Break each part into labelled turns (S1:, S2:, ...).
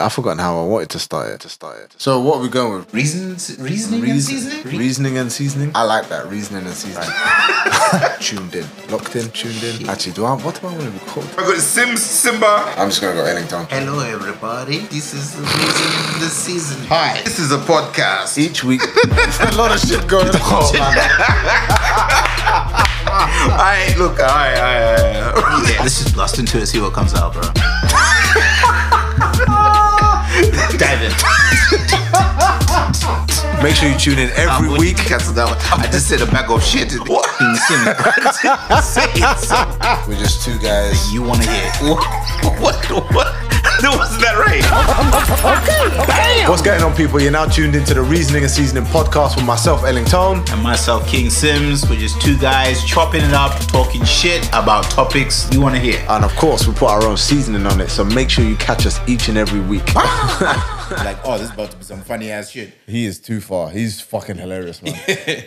S1: I've forgotten how I wanted to start it. To start it.
S2: So what are we going with?
S3: Reasons, reasoning, and
S2: Reason-
S3: seasoning.
S1: Reasoning and seasoning.
S2: I like that reasoning and seasoning. tuned in, locked in, tuned in. Actually, do I? What do I want to record?
S3: I got Sims Simba.
S2: I'm just gonna go Ellington.
S3: Hello, everybody. This is the reason, the season. Hi. This is a podcast.
S2: Each week, a lot of shit going on.
S3: All right, look. All right, all right, all right. Yeah, let's just blast into it, see what comes out, bro. Dive in.
S2: Make sure you tune in every
S3: I'm
S2: week.
S3: weak. Cancel that one. I just said a bag of shit. What?
S2: We're just two guys.
S3: you want to hear? What? What? what? Wasn't that right?
S1: What's going on, people? You're now tuned into the Reasoning and Seasoning podcast with myself, Ellington.
S3: And myself, King Sims. We're just two guys chopping it up, talking shit about topics you want to hear.
S1: And of course, we put our own seasoning on it, so make sure you catch us each and every week.
S3: like, oh, this is about to be some funny ass shit.
S2: He is too far. He's fucking hilarious, man.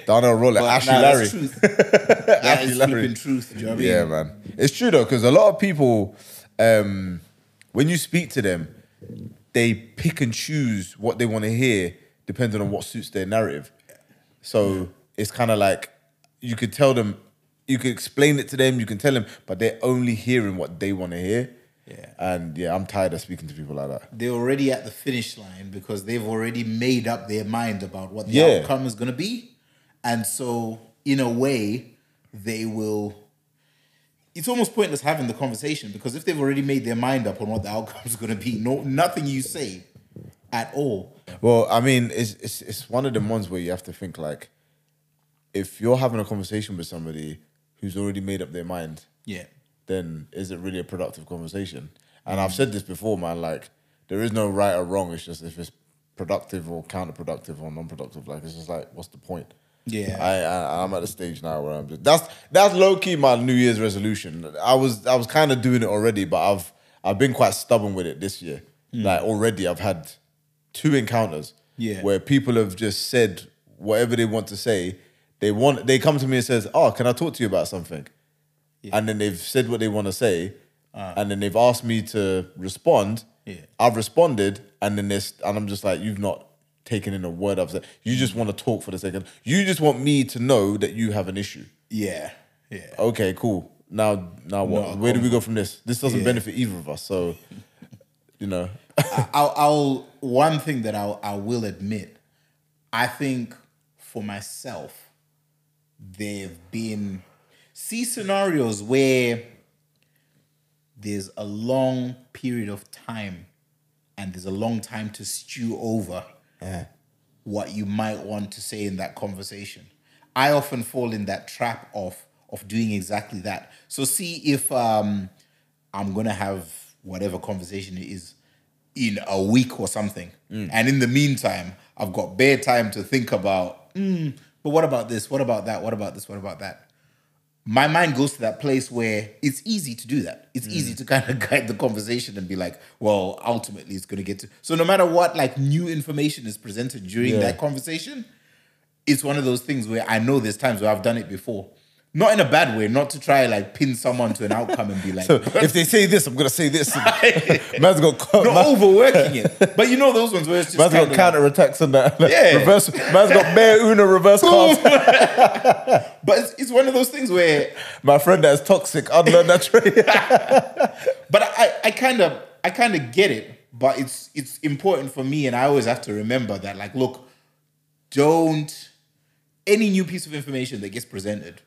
S2: Donnell Roller, Ashley
S3: Nah,
S2: Larry.
S3: that's truth. that
S2: Ashley
S3: is
S2: Larry.
S3: flipping truth. Do you know what I mean?
S2: Yeah, man. It's true though, because a lot of people, um, when you speak to them, they pick and choose what they want to hear depending on what suits their narrative. So it's kind of like you could tell them, you could explain it to them, you can tell them, but they're only hearing what they want to hear.
S3: Yeah.
S2: And yeah, I'm tired of speaking to people like that.
S3: They're already at the finish line because they've already made up their mind about what the
S2: Yeah.
S3: outcome is going to be. And so, in a way, they will. It's almost pointless having the conversation because if they've already made their mind up on what the outcome is going to be, no, nothing you say at all.
S2: Well, I mean, it's, it's it's one of them ones where you have to think like, if you're having a conversation with somebody who's already made up their mind,
S3: Yeah.
S2: then is it really a productive conversation? And
S3: Mm.
S2: I've said this before, man. Like, there is no right or wrong. It's just if it's productive or counterproductive or non-productive. Like, it's just like, what's the point?
S3: Yeah.
S2: I, I I'm at a stage now where I'm just that's that's low key my New Year's resolution. I was I was kind of doing it already, but I've I've been quite stubborn with it this year. Like already, I've had two encounters
S3: Mm. Yeah.
S2: where people have just said whatever they want to say. They want they come to me and says, "Oh, can I talk to you about something?" and then they've said what they want to say, and then they've asked me to respond.
S3: Uh. Yeah.
S2: I've responded, and then this, and I'm just like, you've not taken in a word I've said. You just want to talk for the second. You just want me to know that you have an issue.
S3: Yeah. Yeah.
S2: Okay, cool. Now, now what?
S3: No,
S2: Where do we go from this? This doesn't
S3: Yeah.
S2: benefit either of us. So, you know,
S3: I'll, I'll one thing that I'll, I will admit, I think for myself, there've been see scenarios where there's a long period of time and there's a long time to stew over what you might want to say in that conversation. I often fall in that trap of of doing exactly that. So see if um, I'm gonna have whatever conversation it is in a week or something,
S2: Mm.
S3: and in the meantime, I've got bare time to think about. Mm, but what about this? What about that? What about this? What about that? my mind goes to that place where it's easy to do that. It's
S2: Mm.
S3: easy to kind of guide the conversation and be like, well, ultimately it's going to get to. So no matter what, like new information is presented during
S2: Yeah.
S3: that conversation, it's one of those things where I know there's times where I've done it before. Not in a bad way, not to try like pin someone to an outcome and be like,
S2: if they say this, I'm gonna say this. Man's got co-
S3: not overworking it. but you know those ones where it's just
S2: man's
S3: kind
S2: got
S3: of
S2: counter attacks on that.
S3: Yeah.
S2: reverse. Man's got bare Una reverse cards.
S3: but it's, it's one of those things where
S2: My friend that's toxic. I'd learn that trade.
S3: but I, I kind of I kind of get it, but it's it's important for me, and I always have to remember that. Like, look, don't any new piece of information that gets presented,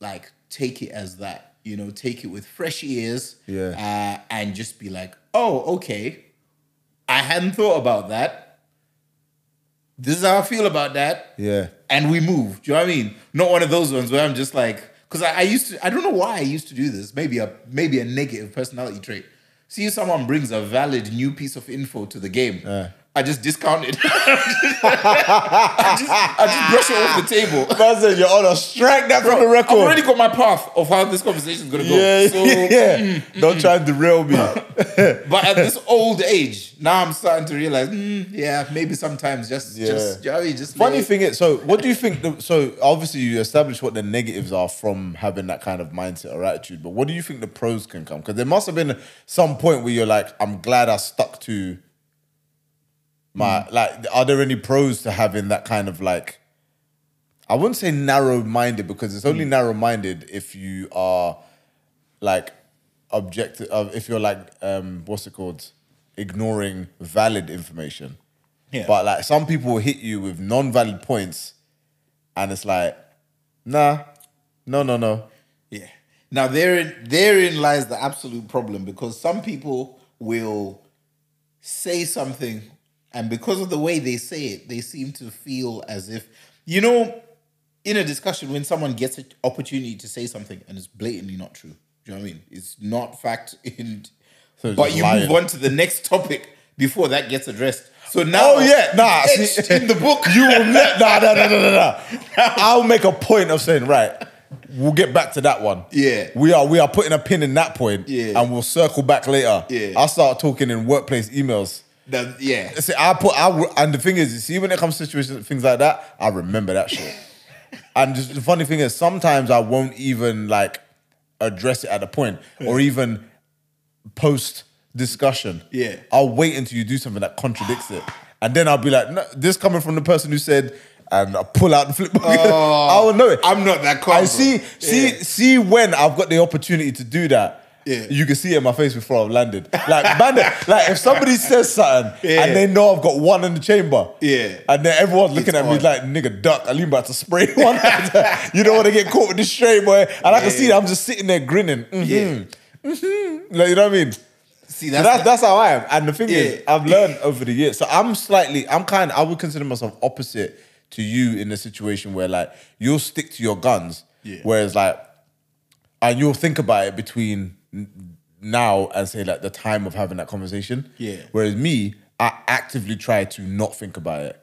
S3: like take it as that. You know, take it with fresh ears,
S2: Yeah.
S3: uh, and just be like, oh, okay, I hadn't thought about that. This is how I feel about that
S2: Yeah.
S3: and we move. Do you know what I mean? Not one of those ones where I'm just like, because I, I used to, I don't know why I used to do this. Maybe a maybe a negative personality trait. See if someone brings a valid new piece of info to the game,
S4: I just discounted. I, just, I just brushed it off the table.
S5: Manson, you're on a strike. That's on the record.
S4: I've already got my path of how this conversation is going to go.
S5: yeah,
S4: so,
S5: yeah. Don't try to derail me.
S4: But at this old age, now I'm starting to realize, mm,
S3: Yeah, maybe sometimes just
S5: Yeah.
S3: just you know, you just
S5: Funny
S3: let-
S5: thing is, so what do you think? The, so obviously you establish what the negatives are from having that kind of mindset or attitude, but what do you think the pros can come? Because there must have been some point where you're like, I'm glad I stuck to my like. Are there any pros to having that kind of like? I wouldn't say narrow-minded because it's only narrow-minded if you are like objective. Uh, if you're like, um, what's it called? Ignoring valid information.
S3: Yeah.
S5: But like some people will hit you with non-valid points, and it's like, nah, no, no, no.
S3: Yeah. Now therein therein lies the absolute problem because some people will say something and because of the way they say it, they seem to feel as if you know, in a discussion when someone gets an opportunity to say something and it's blatantly not true. Do you know what I mean? It's not fact in
S5: So it's
S3: but
S5: just
S3: you
S5: lying.
S3: move on to the next topic before that gets addressed. So now
S5: oh yeah, nah.
S3: it's etched
S5: see-
S3: in the book.
S5: you will ne- nah, nah, nah, nah, nah, nah. I'll make a point of saying right. We'll get back to that one.
S3: Yeah.
S5: we are we are putting a pin in that point.
S3: Yeah.
S5: and we'll circle back later.
S3: Yeah.
S5: I'll start talking in workplace emails.
S3: The- yeah.
S5: See, I put I w- and the thing is, you see, when it comes to situations, things like that, I remember that shit. and just the funny thing is, sometimes I won't even like address it at a point or even post discussion.
S3: Yeah.
S5: I'll wait until you do something that contradicts it, and then I'll be like, no, "This coming from the person who said," and I pull out the flip book.
S3: Oh.
S5: I will know it.
S3: I'm not that calm.
S5: I
S3: bro.
S5: see, see, see when I've got the opportunity to do that.
S3: Yeah.
S5: You can see it in my face before I've landed. Like, bandit, like if somebody says something
S3: Yeah.
S5: and they know I've got one in the chamber,
S3: Yeah.
S5: and then everyone's looking
S3: It's
S5: at me
S3: on.
S5: like, nigga, duck, I'm about to spray one. you don't want to get caught with this straight, boy. And I can see that I'm just sitting there grinning. Mhm.
S3: Yeah.
S5: Like, you know what I mean?
S3: See
S5: So
S3: that's,
S5: that's that's how I am. And the thing
S3: Yeah.
S5: is, I've learned over the years. So I'm slightly, I'm kind. I would consider myself opposite to you in a situation where like you'll stick to your guns,
S3: Yeah.
S5: whereas like, and you'll think about it between n- now and say like the time of having that conversation.
S3: Yeah.
S5: Whereas me, I actively try to not think about it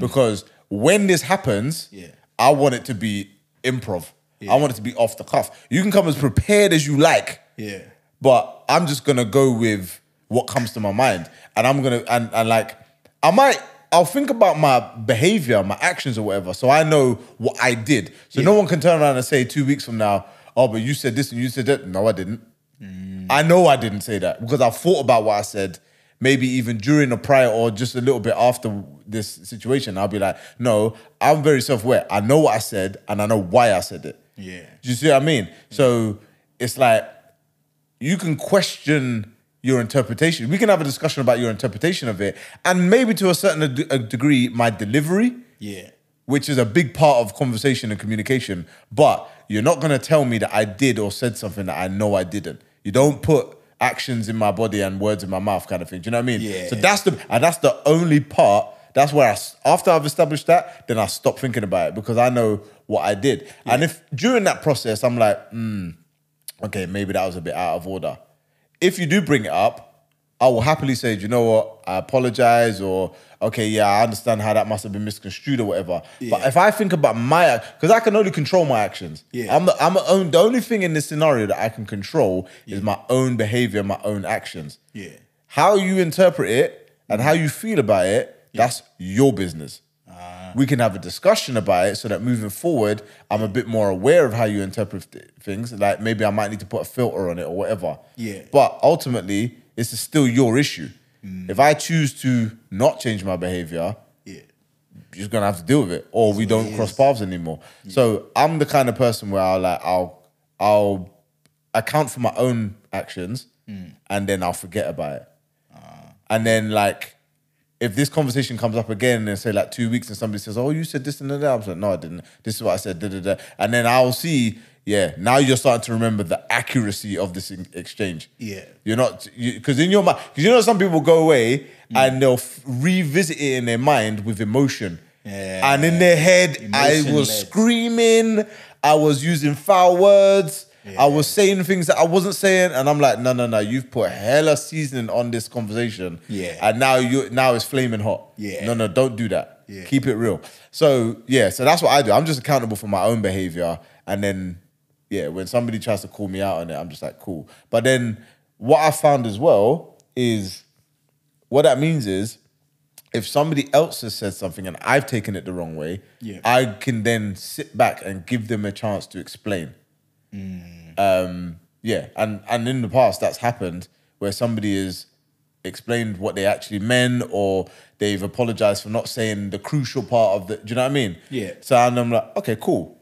S5: because when this happens,
S3: Mm. Yeah.
S5: I want it to be improv. I want it to be off the cuff. You can come as prepared as you like
S3: yeah.
S5: but I'm just gonna go with what comes to my mind, and I'm gonna and and like I might I'll think about my behavior, my actions, or whatever, so I know what I did. So no one can turn around and say two weeks from now, oh, but you said this and you said that. No, I didn't. I know I didn't say that because I thought about what I said. Maybe even during the prior or just a little bit after this situation, I'll be like, no, I'm very self aware. I know what I said and I know why I said it.
S3: Yeah.
S5: Do you see what I mean? So it's like you can question your interpretation. We can have a discussion about your interpretation of it, and maybe to a certain de- a degree, my delivery,
S3: Yeah.
S5: which is a big part of conversation and communication. But you're not going to tell me that I did or said something that I know I didn't. You don't put actions in my body and words in my mouth, kind of thing. Do you know what I mean?
S3: Yeah.
S5: So that's the and that's the only part. That's where I s- after I've established that, then I stop thinking about it because I know what I did. And if during that process I'm like, okay, maybe that was a bit out of order. If you do bring it up, I will happily say, "Do you know what, I apologize, or okay, yeah, I understand how that must have been misconstrued or whatever. But
S3: Yeah.
S5: if I think about my, because I can only control my actions.
S3: Yeah.
S5: I'm the, I'm a own, the only thing in this scenario that I can control is my own behavior, my own actions.
S3: Yeah.
S5: How you interpret it and how you feel about it, that's your business. we can have a discussion about it so that moving forward, I'm a bit more aware of how you interpret th- things. Like maybe I might need to put a filter on it or whatever.
S3: Yeah.
S5: But ultimately, this is still your issue. If I choose to not change my behavior,
S3: Yeah.
S5: you're just gonna have to deal with it, or we don't cross paths anymore. So I'm the kind of person where I'll like I'll I'll account for my own actions, and then I'll forget about it. And then like if this conversation comes up again and say like two weeks and somebody says, "Oh, you said this and that," I'm like, "No, I didn't. This is what I said." Da, da, da. And then I'll see. Yeah, now you're starting to remember the accuracy of this in- exchange.
S3: Yeah.
S5: You're not because in your mind, because you know some people go away
S3: Mm.
S5: and they'll f- revisit it in their mind with emotion.
S3: Yeah.
S5: And in their head, I
S3: Emotion
S5: was
S3: led.
S5: screaming, I was using foul words, I was saying things that I wasn't saying, and I'm like, no, no, no, you've put hella seasoning on this conversation.
S3: Yeah.
S5: And now you now it's flaming hot.
S3: Yeah.
S5: No, no, don't do that.
S3: Yeah.
S5: Keep it real. So yeah, so that's what I do. I'm just accountable for my own behavior. And then yeah, when somebody tries to call me out on it, I'm just like, cool. But then what I found as well is what that means is if somebody else has said something and I've taken it the wrong way,
S3: Yeah.
S5: I can then sit back and give them a chance to explain.
S3: Mm.
S5: Um, yeah, and and in the past that's happened where somebody has explained what they actually meant or they've apologized for not saying the crucial part of the. Do you know what I mean?
S3: Yeah.
S5: So and I'm like, okay, cool.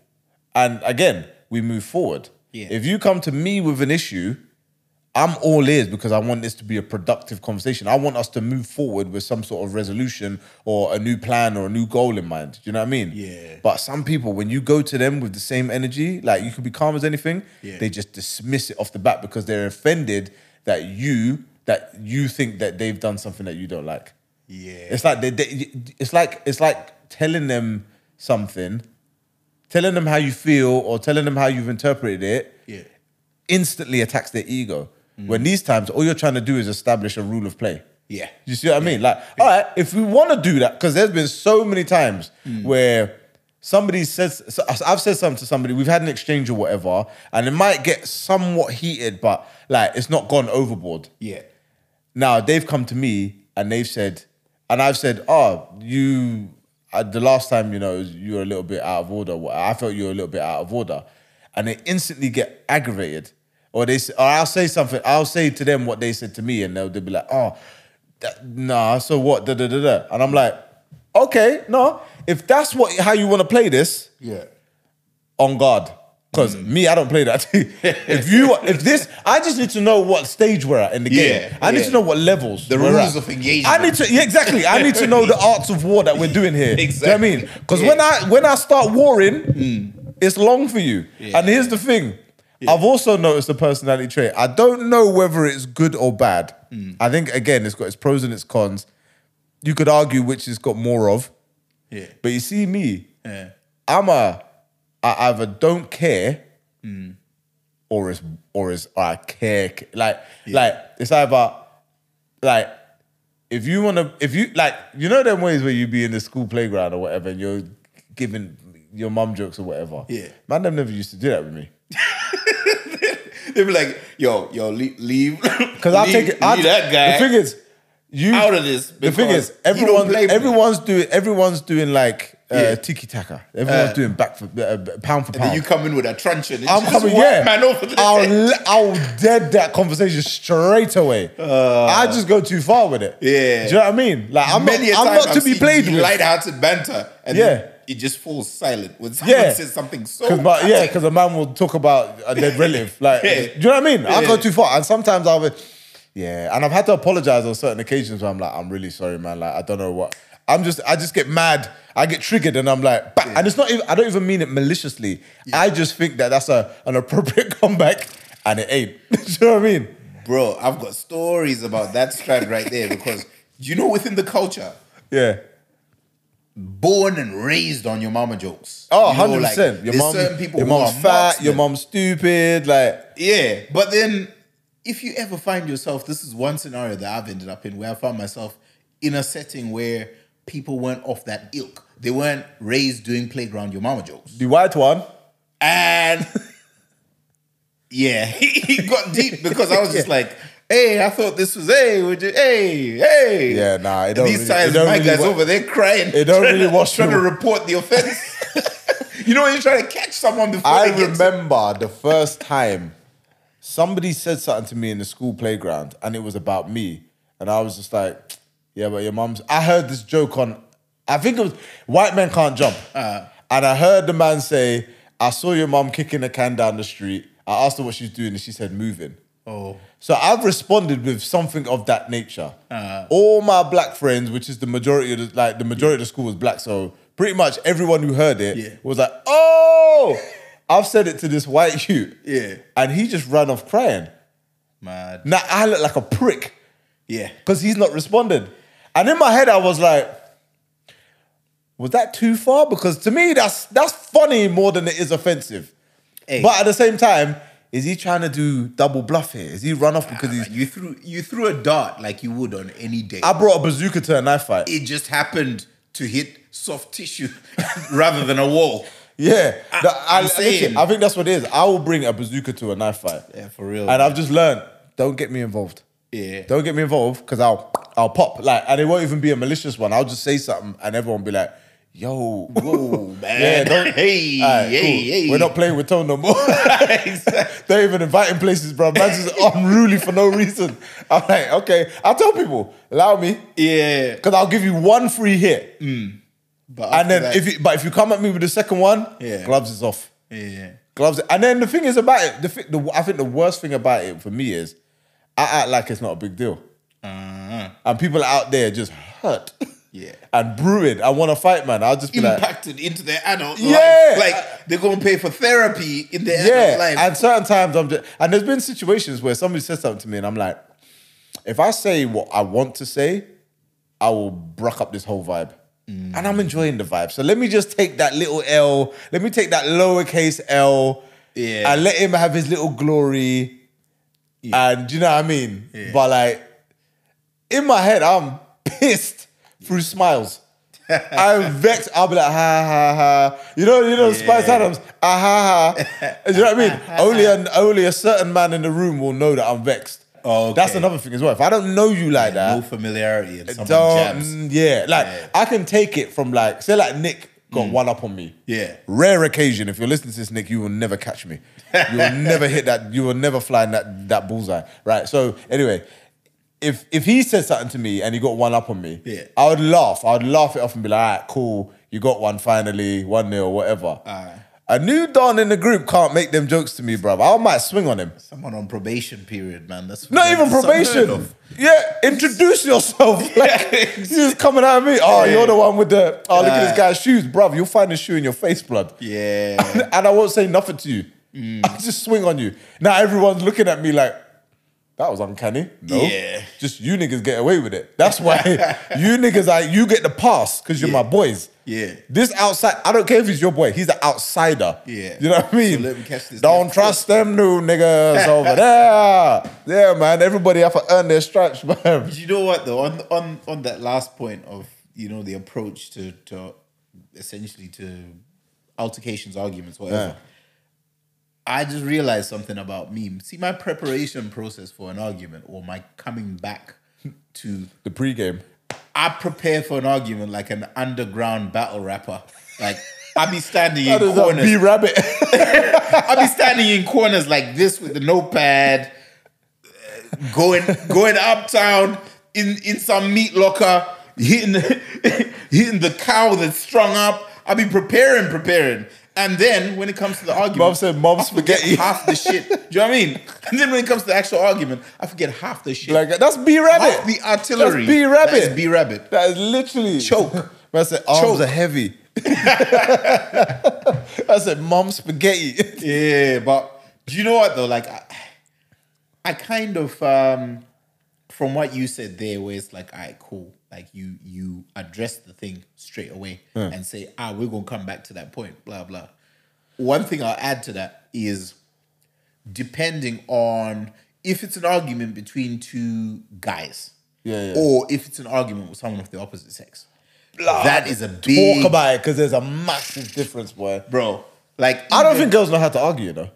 S5: And again, we move forward.
S3: Yeah.
S5: If you come to me with an issue, I'm all ears because I want this to be a productive conversation. I want us to move forward with some sort of resolution or a new plan or a new goal in mind. Do you know what I mean?
S3: Yeah.
S5: But some people, when you go to them with the same energy, like you could be calm as anything,
S3: Yeah.
S5: they just dismiss it off the bat because they're offended that you that you think that they've done something that you don't like.
S3: Yeah.
S5: It's like they, they, it's like it's like telling them something, telling them how you feel or telling them how you've interpreted it
S3: Yeah.
S5: instantly attacks their ego. When these times, all you're trying to do is establish a rule of play.
S3: Mm. Yeah.
S5: You see what I mean? Like, all right, if we want to do that, because there's been so many times where somebody says, so I- I've said something to somebody, we've had an exchange or whatever, and it might get somewhat heated, but like it's not gone overboard.
S3: Yeah.
S5: Now they've come to me and they've said, and I've said, oh, you, uh, the last time, you know, you were a little bit out of order. Wha- I felt you were a little bit out of order. And they instantly get aggravated. Or they, s- or I'll say something, I'll say to them what they said to me and they'll, they'll be like, oh, that, nah, so what, da, da, da, da. And I'm like, okay, no, if that's what, how you want to play this,
S3: Yeah.
S5: on guard. Because
S3: Mm.
S5: me, I don't play that. if you, if this, I just need to know what stage we're at in the
S3: Yeah,
S5: game. I need
S3: yeah.
S5: to know what levels.
S3: The
S5: we're
S3: rules
S5: at.
S3: of engagement.
S5: I need to yeah, exactly. I need to know the arts of war that we're doing here. Do you know what I mean? Because when
S3: Yeah. Mm.
S5: I when I start warring, it's long for you. And here's the thing. I've also noticed a personality trait. I don't know whether it's good or bad.
S3: Mm.
S5: I think again, it's got its pros and its cons. You could argue which it's got more of.
S3: Yeah.
S5: But you see me,
S3: Yeah.
S5: I'm a I either don't care
S3: Mm.
S5: or is or is I care ca- like like it's either like if you wanna if you like you know them ways where you be in the school playground or whatever and you're giving your mum jokes or whatever.
S3: Yeah.
S5: Man them never used to do that with me.
S3: They'd be like, yo, yo, leave, leave.
S5: Because I take it. I
S3: leave that guy
S5: The thing is, you
S3: out of this
S5: The thing
S3: because
S5: is,
S3: he don't
S5: everyone,
S3: play for me.
S5: everyone's doing, everyone's doing like uh,
S3: Yeah.
S5: tiki taka. Everyone's
S3: Uh,
S5: doing back for uh, pound for
S3: Then
S5: pound.
S3: you come in with a truncheon. and
S5: I'm
S3: just
S5: coming,
S3: whack
S5: yeah.
S3: Man over the
S5: I'll,
S3: head.
S5: le- I'll dead that conversation straight away. I just go too far with it.
S3: Uh, Yeah.
S5: Do you know what I mean? Like, I'm
S3: Many a
S5: not, I'm
S3: time
S5: not to
S3: I've
S5: be
S3: seen
S5: played with.
S3: Light-hearted banter, and
S5: Yeah.
S3: then it just falls silent when someone
S5: Yeah.
S3: says something so.
S5: Cause my, yeah,
S3: cutting.
S5: because a man will talk about a dead relative. Like,
S3: Yeah.
S5: do you know what I mean? I go
S3: Yeah.
S5: too far, and sometimes I'll, be, yeah, and I've had to apologize on certain occasions where I'm like, I'm really sorry, man. Like, I don't know what. I'm just, I just get mad. I get triggered, and I'm like, bah! and it's not. Even, I don't even mean it maliciously. I just think that that's a an appropriate comeback, and it ain't. do you know what I mean?
S3: bro, I've got stories about that strand right there because you know within the culture,
S5: Yeah.
S3: born and raised on your mama jokes.
S5: Oh,
S3: You know,
S5: 100
S3: like,
S5: percent. Your
S3: there's
S5: mom,
S3: certain people
S5: your
S3: who
S5: mom's
S3: are
S5: fat. Your
S3: marksmen.
S5: mom's stupid. Like,
S3: Yeah, but then if you ever find yourself, this is one scenario that I've ended up in where I found myself in a setting where people weren't off that ilk. They weren't raised doing playground your mama jokes.
S5: the white one.
S3: And yeah, he got deep because I was just like, hey, I thought this was, hey, would you, hey, hey.
S5: Yeah, nah. It don't
S3: These
S5: really, it
S3: times,
S5: don't
S3: my
S5: really
S3: guy's
S5: work.
S3: over there crying.
S5: It don't
S3: trying
S5: really
S3: to-
S5: wash
S3: Trying to
S5: through.
S3: report the offense. you know when you're trying to catch someone before
S5: I
S3: they get to-
S5: remember the first time somebody said something to me in the school playground, and it was about me, and I was just like, "Yeah, but your mum's." I heard this joke on, I think it was "White Men Can't Jump,"
S3: Uh-huh.
S5: and I heard the man say, "I saw your mum kicking a can down the street." I asked her what she's doing, and she said, "Moving."
S3: Oh.
S5: So I've responded with something of that nature.
S3: Uh.
S5: All my black friends, which is the majority of the, like the majority of the school was black, so pretty much everyone who heard it
S3: Yeah.
S5: was like, "Oh, I've said it to this white youth."
S3: Yeah.
S5: and he just ran off crying.
S3: Mad.
S5: Now I look like a prick
S3: Yeah.
S5: because he's not responded. And in my head, I was like, "Was that too far?" Because to me, that's that's funny more than it is offensive.
S3: Hey.
S5: But at the same time, Is he trying to do double bluff here? Is he run off because he's?
S3: You threw you threw a dart like you would on any day.
S5: I brought a bazooka to a knife fight.
S3: it just happened to hit soft tissue rather than a wall.
S5: Yeah, I, I,
S3: I'm
S5: listen,
S3: saying-
S5: I think that's what it is. I will bring a bazooka to a knife fight.
S3: Yeah, for real.
S5: And I've just learned: don't get me involved.
S3: Yeah.
S5: Don't get me involved because I'll I'll pop like, and it won't even be a malicious one. I'll just say something, and everyone will be like, "Yo,
S3: Whoa, man.
S5: yeah, don't,
S3: Hey,
S5: Alright,
S3: hey,
S5: cool.
S3: hey.
S5: We're not playing with tone no more.
S3: Exactly.
S5: They're even inviting places, bro. Man's just unruly for no reason. I'm like, okay, I tell people, allow me,
S3: Yeah,
S5: because I'll give you one free hit,
S3: Mm, but
S5: and then
S3: after
S5: if
S3: that-
S5: you, but if you come at me with the second one,
S3: Yeah.
S5: gloves is off.
S3: yeah,
S5: gloves. And then the thing is about it, the, thi- the I think the worst thing about it for me is I act like it's not a big deal,
S3: uh-huh.
S5: and people out there just hurt,
S3: Yeah.
S5: and brewing. I want to fight, man. I'll just be like,
S3: impacted into their adult
S5: Yeah.
S3: life. Like they're gonna pay for therapy in their
S5: yeah.
S3: adult life.
S5: And certain times I'm just, and there's been situations where somebody says something to me, and I'm like, if I say what I want to say, I will bruck up this whole vibe. And I'm enjoying the vibe. So let me just take that little L. Let me take that lowercase L.
S3: Yeah.
S5: And let him have his little glory. And you know what I mean? But like, in my head, I'm pissed through smiles. I'm vexed. I'll be like, ha ha ha. You know, you know, Spice Adams. Ah ha ha. You know what I mean? only an, only a certain man in the room will know that I'm vexed.
S3: Oh, okay.
S5: that's another thing as well. If I don't know you like that,
S3: no familiarity and someone
S5: don't,
S3: jabs.
S5: mm, yeah, like
S3: Yeah. Mm.
S5: I can take it from like say like Nick got one up on me.
S3: Yeah.
S5: Rare occasion. If you're listening to this, Nick, you will never catch me. You will never hit that. You will never fly in that that bullseye. Right. So anyway, if if he said something to me and he got one up on me,
S3: Yeah.
S5: I would laugh. I would laugh it off and be like, all right, cool, you got one finally, one nil, whatever.
S3: Aye.
S5: A new don in the group can't make them jokes to me, bruv. I might swing on him.
S3: Someone on probation period, man. That's
S5: Not even
S3: that's unheard
S5: probation.
S3: of.
S5: Yeah, introduce yourself. Like, you just coming at me. Oh, you're the one with the. Oh, look at this guy's shoes, bruv. You'll find a shoe in your face, blood.
S3: Yeah,
S5: And I won't say nothing to you. I just swing on you. Now everyone's looking at me like, that was uncanny. No,
S3: Yeah.
S5: just you niggas get away with it. That's why you niggas, I you get the pass because you're my boys.
S3: Yeah.
S5: This outside, I don't care if he's your boy. He's an outsider.
S3: Yeah.
S5: You know what I mean?
S3: let me catch this
S5: Don't
S3: next
S5: trust them new niggas over there. Yeah, man. Everybody have to earn their stripes, man.
S3: you know what though? On on on that last point of you know the approach to to essentially to altercations, arguments, whatever.
S5: Yeah.
S3: I just realized something about me. See, my preparation process for an argument or my coming back to
S5: The pregame.
S3: I prepare for an argument like an underground battle rapper. Like I be standing in
S5: That is a
S3: corners.
S5: B rabbit.
S3: I'll be standing in corners like this with the notepad, uh, going going uptown in in some meat locker, hitting the, hitting the cow that's strung up. I'll be preparing, preparing, and then when it comes to the argument,
S5: Mom said, "Mom,
S3: I forget
S5: spaghetti."
S3: half the shit. Do you know what I mean? And then when it comes to the actual argument, I forget half the shit.
S5: like, that's B
S3: half
S5: rabbit.
S3: the artillery.
S5: That's B rabbit.
S3: That is B rabbit.
S5: That is literally
S3: Choke.
S5: Man said "Um, arms
S3: Choke.
S5: are heavy. I said mom spaghetti.
S3: Yeah, but do you know what though? Like, I, I kind of um from what you said there, where it's like, all right, cool. Like you you address the thing straight away and say, ah, we're gonna come back to that point. Blah blah. One thing I'll add to that is depending on if it's an argument between two guys,
S5: Yeah, yeah.
S3: or if it's an argument with someone of the opposite sex. that is a big
S5: Talk about it because there's a massive difference, boy.
S3: bro. Like
S5: I don't
S3: even-
S5: think girls know how to argue, you know.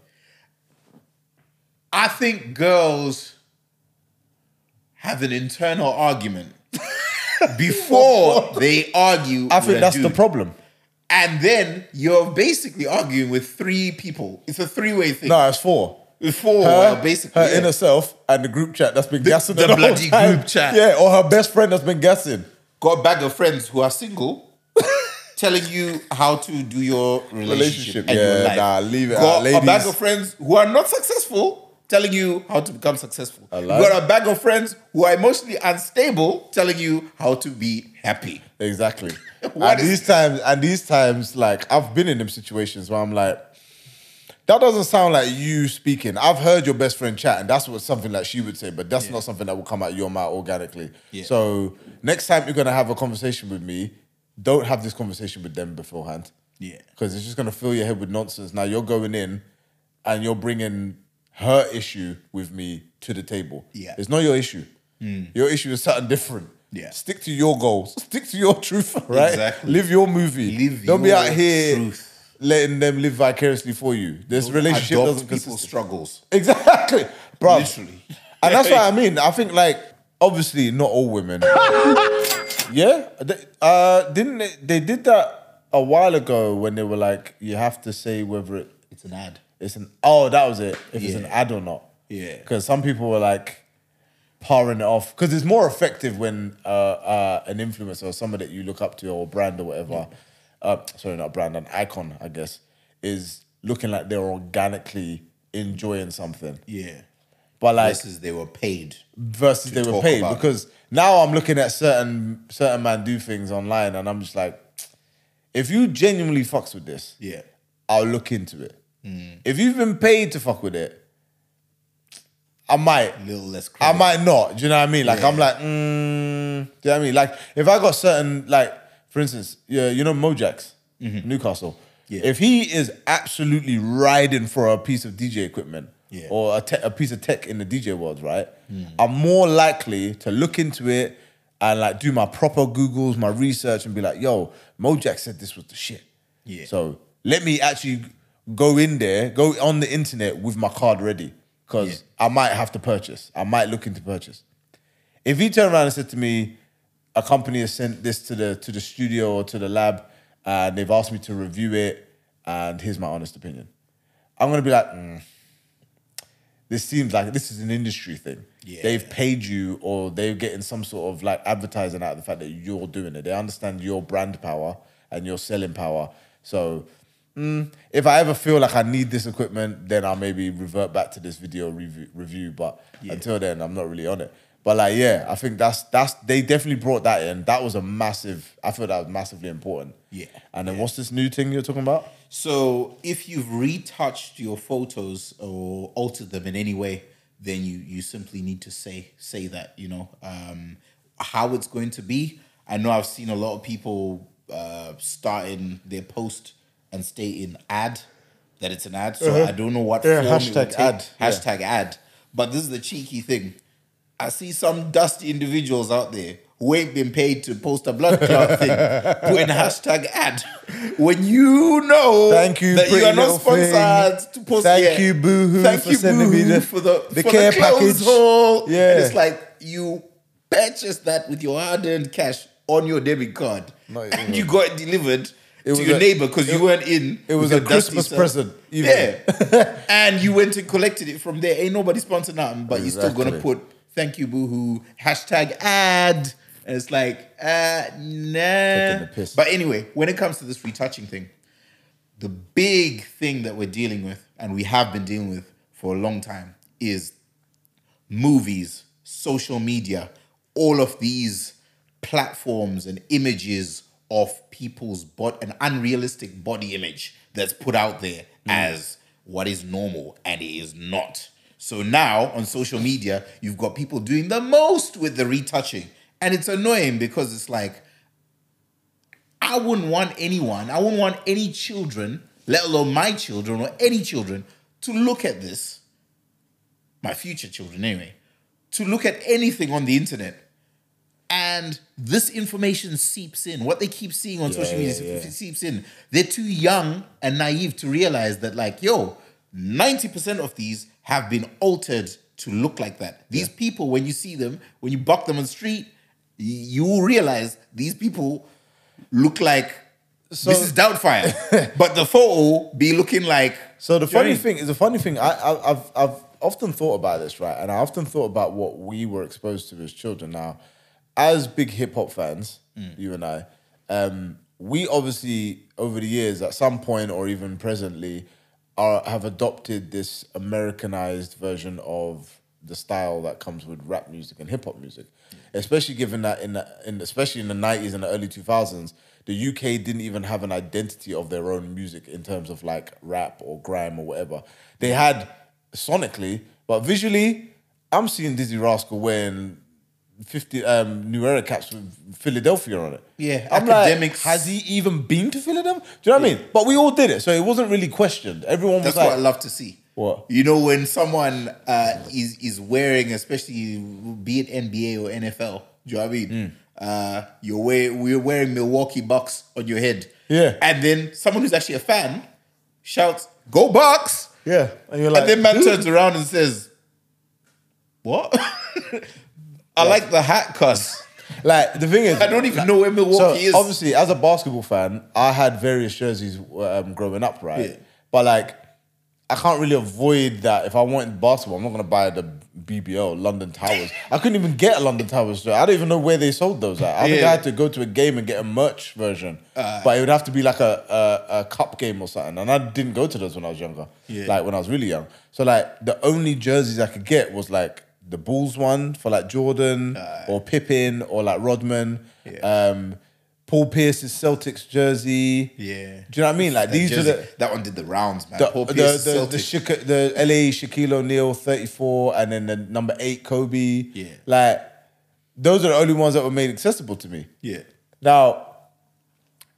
S3: I think girls have an internal argument before they argue.
S5: I
S3: with
S5: think
S3: a
S5: that's the
S3: dude.
S5: problem.
S3: And then you're basically arguing with three people. It's a three-way thing.
S5: No, it's four.
S3: With four,
S5: Her,
S3: well, basically.
S5: her
S3: yeah.
S5: inner self and the group chat that's been gassing
S3: the
S5: her whole
S3: bloody
S5: time.
S3: group chat.
S5: Yeah, or her best friend that's been gassing.
S3: Got a bag of friends who are single telling you how to do your
S5: Relationship,
S3: relationship. and your
S5: yeah,
S3: life.
S5: nah, leave it
S3: Got
S5: out, ladies.
S3: a bag of friends who are not successful telling you how to become successful.
S5: like
S3: Got a bag of friends who are emotionally unstable telling you how to be happy.
S5: Exactly.
S3: What
S5: and
S3: is-
S5: these times, and these times, like I've been in them situations where I'm like, that doesn't sound like you speaking. I've heard your best friend chat, and that's what something like she would say, but that's not something that will come out of your mouth organically.
S3: Yeah.
S5: So next time you're gonna have a conversation with me, don't have this conversation with them beforehand
S3: Yeah.
S5: because it's just gonna fill your head with nonsense. Now you're going in, and you're bringing her issue with me to the table.
S3: Yeah. Hmm.
S5: It's not your issue. Your issue is something different.
S3: Yeah.
S5: Stick to your goals. Stick to your truth, right?
S3: Exactly.
S5: Live your movie.
S3: Live
S5: Don't be
S3: your
S5: out here
S3: truth.
S5: letting them live vicariously for you. This relationship
S3: Adopt
S5: doesn't
S3: people's
S5: consist.
S3: struggles.
S5: Exactly. Bro.
S3: Literally.
S5: And that's what I mean. I think like obviously not all women. yeah, They- uh, didn't they, they did that a while ago when they were like, you have to say whether it,
S3: It's an ad.
S5: it's an oh that was it if it's an
S3: Yeah.
S5: ad or not.
S3: Yeah.
S5: because some people were like powering it off because it's more effective when uh, uh, an influencer or somebody that you look up to or brand or whatever, uh, sorry not brand an icon I guess is looking like they're organically enjoying something.
S3: Yeah.
S5: But like
S3: Versus they were paid.
S5: versus they were
S3: talk
S5: paid
S3: about it.
S5: because now I'm looking at certain certain man do things online and I'm just like, if you genuinely fucks with this,
S3: Yeah.
S5: I'll look into it.
S3: Hmm.
S5: If you've been paid to fuck with it, I might.
S3: A little less
S5: I
S3: credit.
S5: might not. Do you know what I mean? Like I'm
S3: Yeah.
S5: like, mm, do you know what I mean? Like if I got certain, like for instance, yeah, you know Mojax, Newcastle.
S3: Mm-hmm. Yeah.
S5: If he is absolutely riding for a piece of DJ equipment
S3: Yeah.
S5: or a, te- a piece of tech in the DJ world, right? I'm more likely to look into it and like do my proper googles, my research, and be like, yo, Mojax said this was the shit.
S3: Yeah.
S5: So let me actually go in there, go on the internet with my card ready because I might have to purchase. I might look into purchase. If he turned around and said to me, a company has sent this to the to the studio or to the lab, and they've asked me to review it, and here's my honest opinion. I'm gonna be like, "Mm, this seems like this is an industry thing.
S3: Yeah.
S5: They've paid you, or they're getting some sort of like advertising out of the fact that you're doing it. They understand your brand power and your selling power. So mm, if I ever feel like I need this equipment, then I'll maybe revert back to this video review. review but until then, I'm not really on it. But like, yeah, I think that's that's they definitely brought that in. That was a massive. I feel that was massively important.
S3: Yeah.
S5: And then what's this new thing you're talking about?
S3: So if you've retouched your photos or altered them in any way, then you you simply need to say say that you know um, how it's going to be. I know I've seen a lot of people uh, starting their post and stating ad that it's an ad. So I don't know what
S5: Uh-huh. Yeah,
S3: form it
S5: hashtag
S3: will take.
S5: ad, yeah.
S3: hashtag ad. But this is the cheeky thing. I see some dusty individuals out there who ain't been paid to post a blood clot thing, putting hashtag ad when you know
S5: Thank you,
S3: that you
S5: pretty
S3: are not
S5: little thing.
S3: sponsored to post.
S5: Thank
S3: yeah.
S5: you, Boohoo,
S3: Thank
S5: for
S3: you,
S5: sending me
S3: Boohoo,
S5: the-
S3: for the
S5: the
S3: for
S5: care
S3: the clothes
S5: package.
S3: haul.
S5: Yeah.
S3: and it's like you purchased that with your hard-earned cash on your debit card,
S5: No, it
S3: and you got it delivered.
S5: It
S3: to
S5: was
S3: your
S5: a-
S3: neighbor because you weren't in.
S5: it was
S3: with
S5: a
S3: your dusty
S5: Christmas
S3: stuff.
S5: present, even.
S3: Yeah, and you went and collected it from there. Ain't nobody sponsored nothing, but you're still gonna
S5: Exactly.
S3: put thank you boohoo hashtag ad. And it's like uh nah.
S5: Taking the piss.
S3: But anyway, when it comes to this retouching thing, the big thing that we're dealing with, and we have been dealing with for a long time, is movies, social media, all of these platforms and images of people's body, an unrealistic body image that's put out there as what is normal and it is not. So now on social media, you've got people doing the most with the retouching. And it's annoying because it's like, I wouldn't want anyone, I wouldn't want any children, let alone my children or any children, to look at this, my future children anyway, to look at anything on the internet. And this information seeps in. What they keep seeing on social media
S5: yeah, yeah.
S3: seeps in. They're too young and naive to realize that, like, yo, 90% of these have been altered to look like that. These people, when you see them, when you buck them on the street, y- you will realize these people look like this is Doubtfire, but the photo be looking like.
S5: So the
S3: Do you know what I
S5: funny
S3: mean?
S5: thing is the funny thing. I, I, I've I've often thought about this, right? And I often thought about what we were exposed to as children. Now, as big hip hop fans,
S3: Mm.
S5: you and I, um, we obviously over the years, at some point or even presently, are have adopted this Americanized version of the style that comes with rap music and hip hop music, especially given that in the, in especially in the nineties and the early two thousands, the UK didn't even have an identity of their own music in terms of like rap or grime or whatever. They had sonically, but visually, I'm seeing Dizzy Rascal wearing. 50 um, New Era caps with Philadelphia on it.
S3: Yeah,
S5: I'm like,
S3: academics.
S5: has he even been to Philadelphia? Do you know what I mean? But we all did it, so it wasn't really questioned. Everyone
S3: That's
S5: was like,
S3: what I love to see.
S5: What?
S3: You know, when someone uh, is is wearing, especially be it NBA or NFL, do you know what I mean?
S5: Mm.
S3: Uh, you're wearing, we're wearing Milwaukee Bucks on your head.
S5: Yeah.
S3: And then someone who's actually a fan shouts, Go Bucks!
S5: Yeah. And you're like,
S3: and then man turns around and says, What? I like the hat, cuss.
S5: like the thing is,
S3: I don't even know where Milwaukee
S5: so
S3: is.
S5: obviously, as a basketball fan, I had various jerseys um, growing up, right?
S3: Yeah.
S5: But like, I can't really avoid that. If I wanted basketball, I'm not gonna buy the BBL London Towers. I couldn't even get a London Towers. shirt. I don't even know where they sold those. At. I think I
S3: Yeah.
S5: had to go to a game and get a merch version, but it would have to be like a, a a cup game or something. And I didn't go to those when I was younger.
S3: Yeah.
S5: Like when I was really young. So like the only jerseys I could get was like the Bulls one for like Jordan or Pippin or like Rodman.
S3: Yeah.
S5: Um, Paul Pierce's Celtics jersey.
S3: Yeah.
S5: Do you know what I mean? Like
S3: That
S5: these are
S3: jersey-
S5: the
S3: that one did the rounds, man.
S5: the
S3: Paul
S5: the,
S3: Pierce,
S5: the, the,
S3: Celtic.
S5: Shaq- the LA Shaquille O'Neal 34 and then the number 8 Kobe.
S3: Yeah.
S5: Like those are the only ones that were made accessible to me.
S3: yeah.
S5: Now,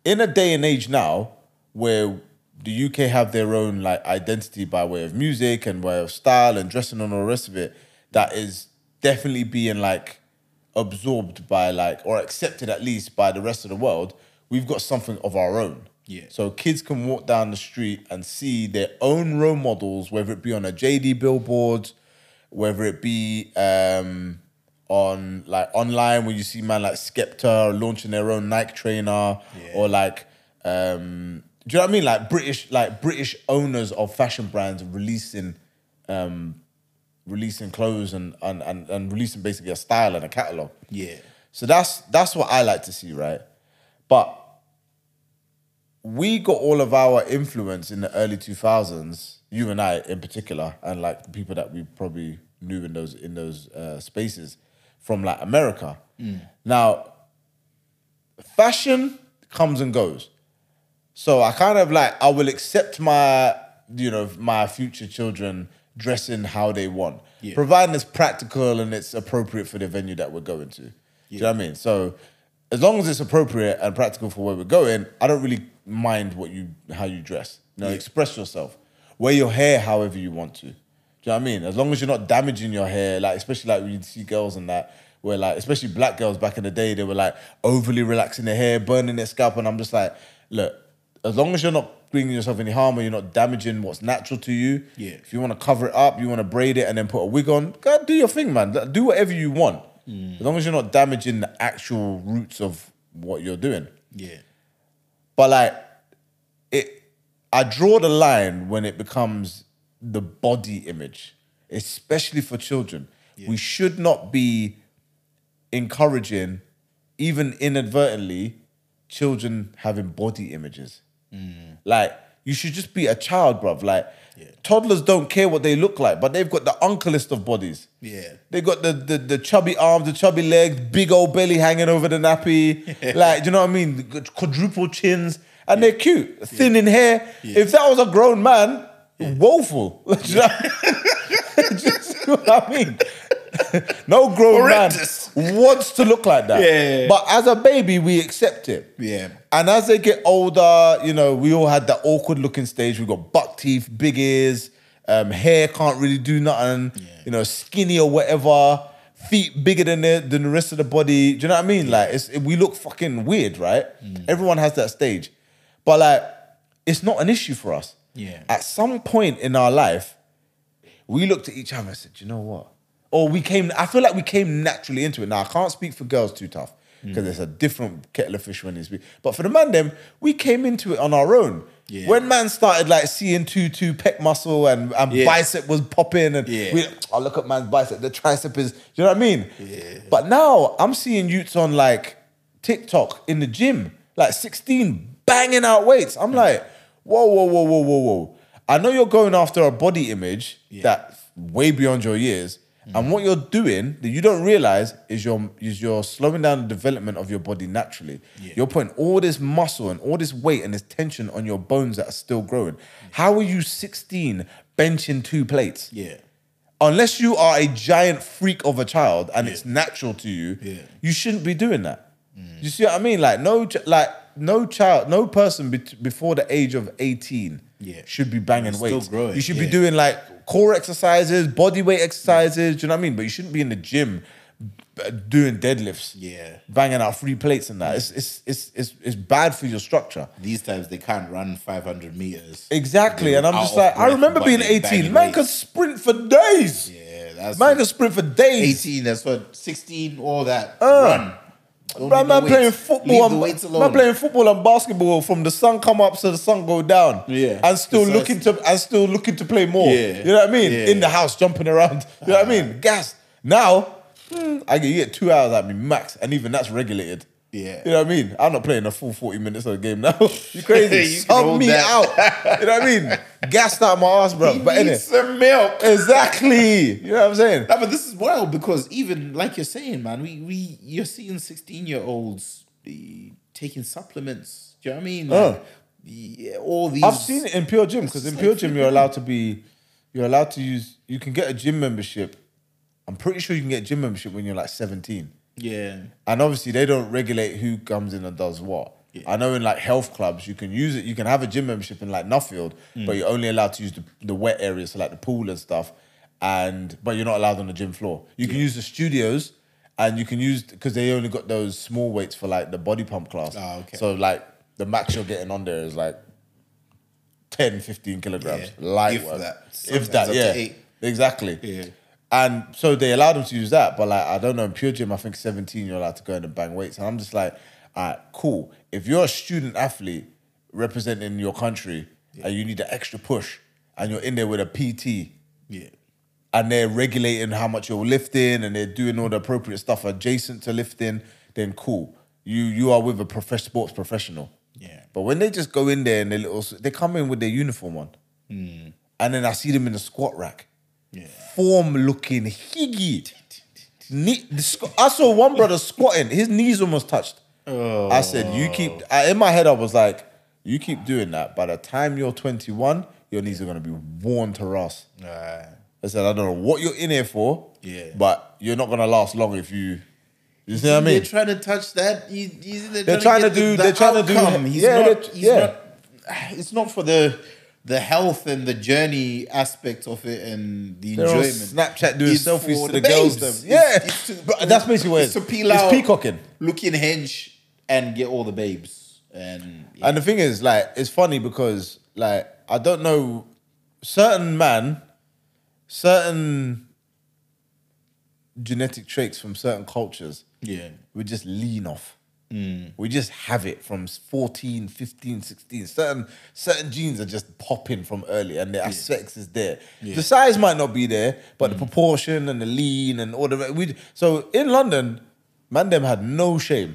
S5: in a day and age now where the UK have their own like identity by way of music and way of style and dressing and all the rest of it, that is definitely being like absorbed by like or accepted at least by the rest of the world. We've got something of our own.
S3: Yeah.
S5: So kids can walk down the street and see their own role models, whether it be on a JD billboard, whether it be um, on like online where you see man like Skepta launching their own Nike trainer or like um, do you know what I mean? Like British like British owners of fashion brands releasing um, releasing clothes and and, and and releasing basically a style and a catalogue.
S3: Yeah.
S5: So that's that's what I like to see, right? But we got all of our influence in the early two thousands. You and I, in particular, and like the people that we probably knew in those in those uh, spaces from like America. Now, fashion comes and goes. So I kind of like I will accept my you know my future children dressing how they want,
S3: Yeah.
S5: providing it's practical and it's appropriate for the venue that we're going to. Do you know what I mean? So as long as it's appropriate and practical for where we're going, I don't really mind what you how you dress. You know, express yourself, wear your hair however you want to. Do you know what I mean? As long as you're not damaging your hair, like especially like when you see girls and that, where like especially black girls back in the day, they were like overly relaxing their hair, burning their scalp, and I'm just like, look, as long as you're not bringing yourself any harm or you're not damaging what's natural to you,
S3: Yeah.
S5: If you want to cover it up, you want to braid it and then put a wig on, go do your thing, man. Do whatever you want, as long as you're not damaging the actual roots of what you're doing.
S3: Yeah.
S5: But like it I draw the line when it becomes the body image, especially for children. We should not be encouraging, even inadvertently, children having body images. Like you should just be a child, bruv. Like toddlers don't care what they look like, but they've got the uncleist of bodies.
S3: Yeah.
S5: They got the, the the chubby arms, the chubby legs, big old belly hanging over the nappy. like, do you know what I mean? The good Quadruple chins. And they're cute. Thin in hair. If that was a grown man, woeful. Do you know- do you see what I mean? no grown
S3: Horrendous.
S5: man wants to look like that.
S3: Yeah.
S5: But as a baby, we accept it.
S3: Yeah.
S5: And as they get older, you know, we all had that awkward looking stage. We got buck teeth, big ears, um, hair can't really do nothing, you know, skinny or whatever, feet bigger than the, than the rest of the body. Do you know what I mean? Like, it's, we look fucking weird, right? Everyone has that stage. But like, it's not an issue for us.
S3: Yeah.
S5: At some point in our life, we looked at each other and said, "Do you know what? Or we came, I feel like we came naturally into it. Now, I can't speak for girls too tough because it's a different kettle of fish when they speak. But for the man, them, we came into it on our own.
S3: Yeah.
S5: When man started like seeing two, two pec muscle and, and
S3: Yeah.
S5: bicep was popping, and
S3: Yeah.
S5: we, oh, look at man's bicep, the tricep is, do you know what I mean? Yeah. But now I'm seeing youths on like TikTok in the gym, like 16, banging out weights. I'm like, whoa, whoa, whoa, whoa, whoa, whoa. I know you're going after a body image that's way beyond your years. And what you're doing that you don't realize is you're is you're slowing down the development of your body naturally. You're putting all this muscle and all this weight and this tension on your bones that are still growing. How are you 16 benching two plates?
S3: Yeah.
S5: unless you are a giant freak of a child and it's natural to you,
S3: Yeah.
S5: you shouldn't be doing that. You see what I mean? Like no, ch- like no child, no person bet before the age of eighteen
S3: Yeah.
S5: should be banging
S3: still
S5: weights.
S3: growing,
S5: You should be
S3: yeah.
S5: doing like core exercises, body weight exercises. Do you know what I mean? But you shouldn't be in the gym b- doing deadlifts.
S3: Yeah.
S5: banging out three plates and that. It's it's it's it's, it's bad for your structure.
S3: These times they can't run 500 meters.
S5: Exactly,
S3: They
S5: and I'm
S3: were
S5: just
S3: out of
S5: like, I
S3: breath,
S5: remember
S3: but
S5: being
S3: they
S5: 18.
S3: banging
S5: Man could
S3: weights.
S5: sprint for days.
S3: Yeah, that's
S5: Man could sprint for days.
S3: 18. That's what 16. All that.
S5: Uh.
S3: run. Don't
S5: Man,
S3: need no
S5: man playing
S3: weights.
S5: football.
S3: Leave the weights
S5: And,
S3: alone.
S5: man playing football and basketball from the sun come up to the sun go down.
S3: Yeah,
S5: and still
S3: precisely.
S5: looking to and still looking to play more.
S3: Yeah.
S5: you know what I mean.
S3: Yeah. Uh-huh.
S5: In the house, jumping around. You know what I mean. Gas. Now, hmm, I get you get two hours at me max, and even that's regulated.
S3: Yeah.
S5: you know what I mean. I'm not playing a full forty minutes of the game now. you crazy?
S3: You can
S5: Sub
S3: hold
S5: me
S3: that.
S5: out. You know what I mean? Gassed out my ass, bro. But
S3: Need
S5: anyway,
S3: some milk.
S5: exactly. You know what I'm saying?
S3: No, but this is wild because even like you're saying, man, we we you're seeing sixteen year olds be taking supplements. Do you know what I mean? Like,
S5: Oh.
S3: yeah, all these.
S5: I've seen it in Pure Gym because in
S3: like
S5: Pure Gym you're allowed to be, you're allowed to use. You can get a gym membership. I'm pretty sure you can get gym membership when you're like 17.
S3: Yeah,
S5: And obviously they don't regulate who comes in and does what.
S3: Yeah.
S5: I know in like health clubs you can use it. You can have a gym membership in like Nuffield,
S3: Mm.
S5: but you're only allowed to use the, the wet areas, so like the pool and stuff. And but you're not allowed on the gym floor. You can use the studios, and you can use because they only got those small weights for like the body pump class.
S3: Ah, okay.
S5: So like the max you're getting on there is like 10, 15 kilograms.
S3: Yeah.
S5: Light
S3: If
S5: work.
S3: that.
S5: If
S3: Sometimes up
S5: that,
S3: to
S5: yeah.
S3: eight.
S5: Exactly.
S3: Yeah.
S5: And so they allowed them to use that, but like I don't know, in Pure Gym, I think 17 you're allowed to go in and bang weights. And I'm just like, all right, cool. If you're a student athlete representing your country and you need an extra push and you're in there with a PT
S3: yeah,
S5: and they're regulating how much you're lifting and they're doing all the appropriate stuff adjacent to lifting, then cool. You you are with a prof- sports professional.
S3: Yeah.
S5: But when they just go in there and they little they come in with their uniform on,
S3: Hmm.
S5: and then I see them in the squat rack,
S3: yeah.
S5: form looking higgy. Knee, the squ- I saw one brother squatting; his knees almost touched. I said, "You keep." I, in my head, I was like, "You keep doing that. By the time you're 21, your knees are gonna be worn to rust."
S3: Uh,
S5: I said, I don't know what you're in here for,
S3: Yeah.
S5: but you're not gonna last long if you. You see what I
S3: they're
S5: mean?
S3: trying to touch that. You, you see,
S5: They're trying to
S3: get the-
S5: do-
S3: the
S5: they're trying to do-
S3: outcome. He's
S5: yeah,
S3: not,
S5: they're-
S3: he's
S5: yeah.
S3: not. It's not for the the health and the journey aspect of it and the
S5: They're on
S3: enjoyment.
S5: Snapchat doing
S3: It's
S5: selfies
S3: for
S5: to the girls,
S3: babes.
S5: them. Yeah.
S3: it's, it's to,
S5: But that's basically what it
S3: it's
S5: is.
S3: to peel
S5: It's
S3: out,
S5: peacocking.
S3: look in hench, and get all the babes. And yeah,
S5: And the thing is, like, it's funny because, like, I don't know, certain man, certain genetic traits from certain cultures,
S3: yeah,
S5: we just lean off. We just have it from 14, 15, 16. Certain, certain genes are just popping from early and their sex is there. The size might not be there, but
S3: Mm.
S5: the proportion and the lean and all the... We, so in London, man them had no shame.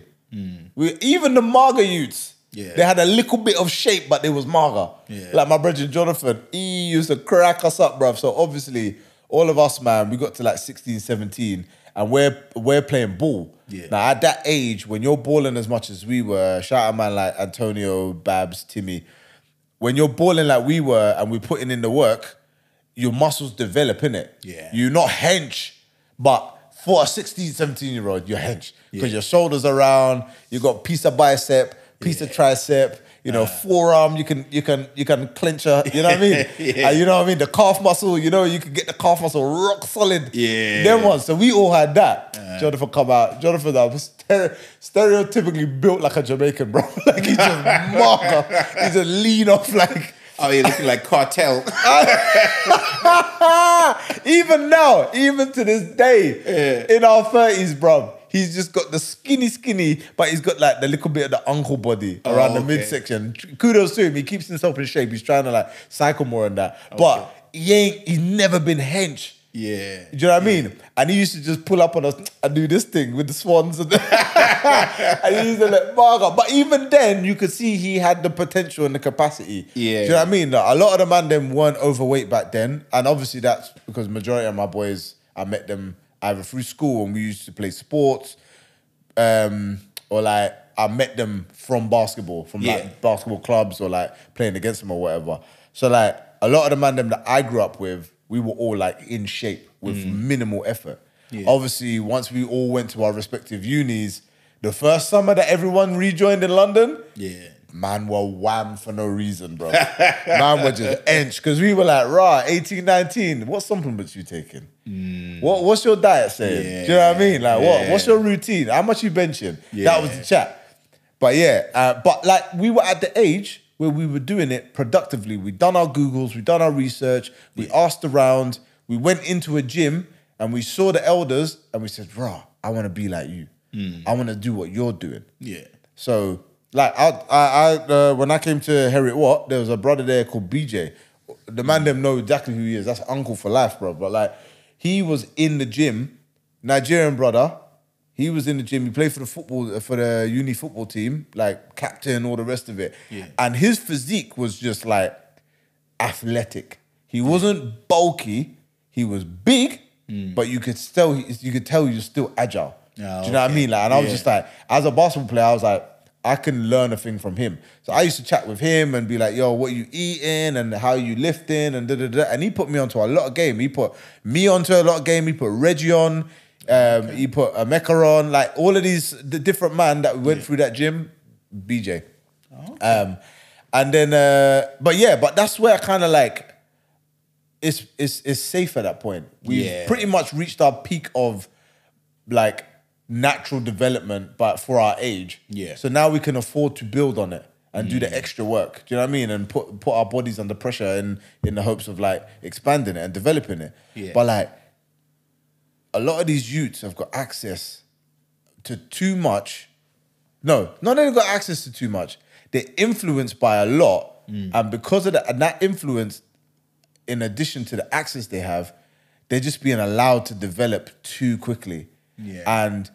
S5: We, even the maga youths,
S3: Mm. Yeah.
S5: they had a little bit of shape, but they was maga.
S3: Yeah.
S5: Like my brother Jonathan, he used to crack us up, bruv. So obviously, all of us, man, we got to like 16, 17, and we're we're playing ball.
S3: Yeah.
S5: Now at that age, when you're balling as much as we were, shout out man like Antonio, Babs, Timmy, when you're balling like we were and we're putting in the work, your muscles develop, innit?
S3: Yeah.
S5: You're not hench, but for a 16, 17 year old, you're hench. Because your shoulders are round, you got piece of bicep, piece of tricep, you
S3: Uh.
S5: know, forearm, you can you can you can clench a, you know what I mean?
S3: Yeah.
S5: And you know what I mean? The calf muscle, you know, you can get the calf muscle rock solid.
S3: Yeah. Uh.
S5: Them ones. So we all had that. Jonathan come out. Jonathan I was stere- stereotypically built like a Jamaican, bro. like he's just marker. He's a lean off like
S3: oh, you're looking like cartel.
S5: even now, even to this day, in our thirties, bruv, he's just got the skinny, skinny, but he's got like the little bit of the uncle body around the
S3: okay.
S5: midsection. Kudos to him; he keeps himself in shape. He's trying to like cycle more and that, but he ain't. He's never been hench.
S3: yeah,
S5: Do you know what I mean? And he used to just pull up on us and do this thing with the swans. And, and he used to let Mark up. But even then, you could see he had the potential and the capacity.
S3: Yeah.
S5: Do you know what I mean? Like, a lot of the man them weren't overweight back then. And obviously, that's because majority of my boys, I met them either through school and we used to play sports um, or like I met them from basketball, from
S3: Yeah.
S5: like basketball clubs or like playing against them or whatever. So like a lot of the man them that I grew up with, we were all like in shape with minimal effort. Obviously, once we all went to our respective unis, the first summer that everyone rejoined in London,
S3: yeah.
S5: man were wham for no reason, bro. man were just ench because we were like, rah, 18, 19, what supplements you taking? What what's your diet saying? Do you know what I mean? Like what
S3: Mm. Yeah.
S5: what's your routine? How much you benching? That was
S3: Yeah.
S5: the chat. But yeah, uh, but like we were at the age where we were doing it productively. we done our Googles, we done our research, we asked around, we went into a gym and we saw the elders and we said, rah, I want to be like you.
S3: Mm.
S5: I want to do what you're doing.
S3: Yeah.
S5: So, like, I, I, I uh, when I came to Heriot Watt, there was a brother there called BJ. The man them know exactly who he is. That's uncle for life, bro. But like, he was in the gym, Nigerian brother. He was in the gym. He played for the football uh, for the uni football team, like captain, all the rest of it.
S3: Yeah.
S5: And his physique was just like athletic. He wasn't bulky. He was big, but you could still you could tell he was still agile.
S3: Mm. Ah,
S5: Do you know what I
S3: okay.
S5: mean? Like, and I was
S3: Yeah.
S5: just like, as a basketball player, I was like, I can learn a thing from him. So I used to chat with him and be like, yo, what you eating and how you lifting and da da da. And he put me onto a lot of game. He put me onto a lot of game. He put Reggie on. Um, He put Emeka on. Like all of these the different man that went through that gym, BJ.
S3: Oh,
S5: Um, and then, uh, but yeah, but that's where I kind of like it's it's it's safe at that point. We've
S3: Yeah.
S5: pretty much reached our peak of like natural development, but for our age.
S3: Yeah. Mm.
S5: So now we can afford to build on it and do the extra work. Do you know what I mean? And put put our bodies under pressure in in the hopes of like expanding it and developing it.
S3: Yeah.
S5: But like a lot of these youths have got access to too much. No, not only got access to too much, they're influenced by a lot. And because of that, and that influence, in addition to the access they have, they're just being allowed to develop too quickly.
S3: Yeah.
S5: And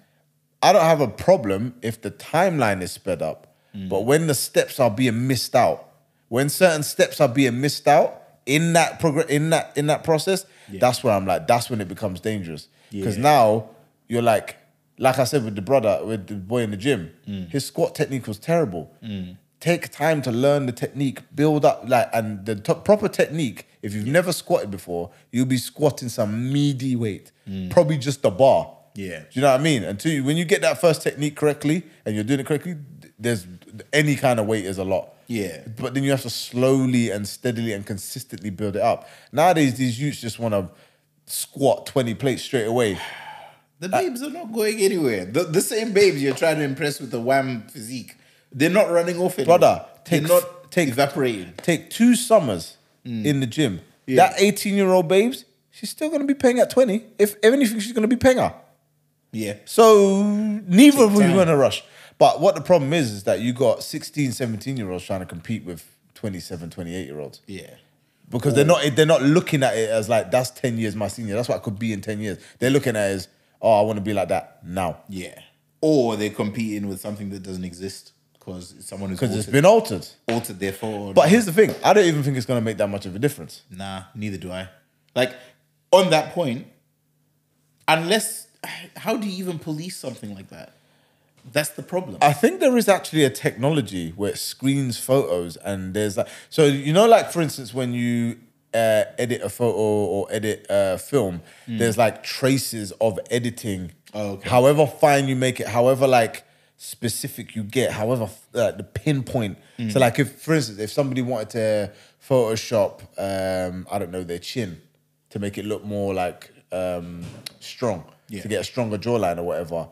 S5: I don't have a problem if the timeline is sped up,
S3: Mm.
S5: but when the steps are being missed out, when certain steps are being missed out in that progress in that in that process, that's where I'm like, that's when it becomes dangerous. Because
S3: Yeah.
S5: now you're like, like I said with the brother, with the boy in the gym,
S3: Mm.
S5: his squat technique was terrible. Take time to learn the technique, build up like, and the top, proper technique. If you've never squatted before, you'll be squatting some meaty weight, probably just the bar.
S3: Mm. Yeah.
S5: do you know what I mean? Until you, when you get that first technique correctly and you're doing it correctly, th- there's any kind of weight is a lot.
S3: Yeah.
S5: But then you have to slowly and steadily and consistently build it up. Nowadays, these youths just want to squat 20 plates straight away.
S3: The babes are not going anywhere. The, the same babes you're trying to impress with the wham physique, they're not running off anymore.
S5: Brother, take-
S3: they're not
S5: take-
S3: evaporating.
S5: Take two summers in the gym.
S3: Mm. Yeah.
S5: That 18 year old babes, she's still going to be paying at 20. If, if anything, she's going to be paying her.
S3: Yeah.
S5: So neither of you
S3: time.
S5: want to rush. But what the problem is, is that you got 16, 17 year olds trying to compete with 27, 28 year olds.
S3: Yeah.
S5: because they're not they're not looking at it as like that's ten years my senior. That's what I could be in ten years. They're looking at it as oh I want to be like that now
S3: Yeah. Or they're competing with something that doesn't exist because someone who's
S5: because it's
S3: altered,
S5: been altered.
S3: altered their form.
S5: But here's the thing: I don't even think it's gonna make that much of a difference.
S3: Nah, neither do I. Like, on that point, unless, how do you even police something like that? That's the problem.
S5: I think there is actually a technology where it screens photos and there's like so you know like for instance when you uh, edit a photo or edit a film, there's like traces of editing.
S3: Hmm. Oh, okay.
S5: However fine you make it, however like specific you get, however uh, the pinpoint.
S3: Hmm.
S5: So like if for instance if somebody wanted to Photoshop, um, I don't know their chin to make it look more like um, strong to
S3: Yeah.
S5: get a stronger jawline or whatever.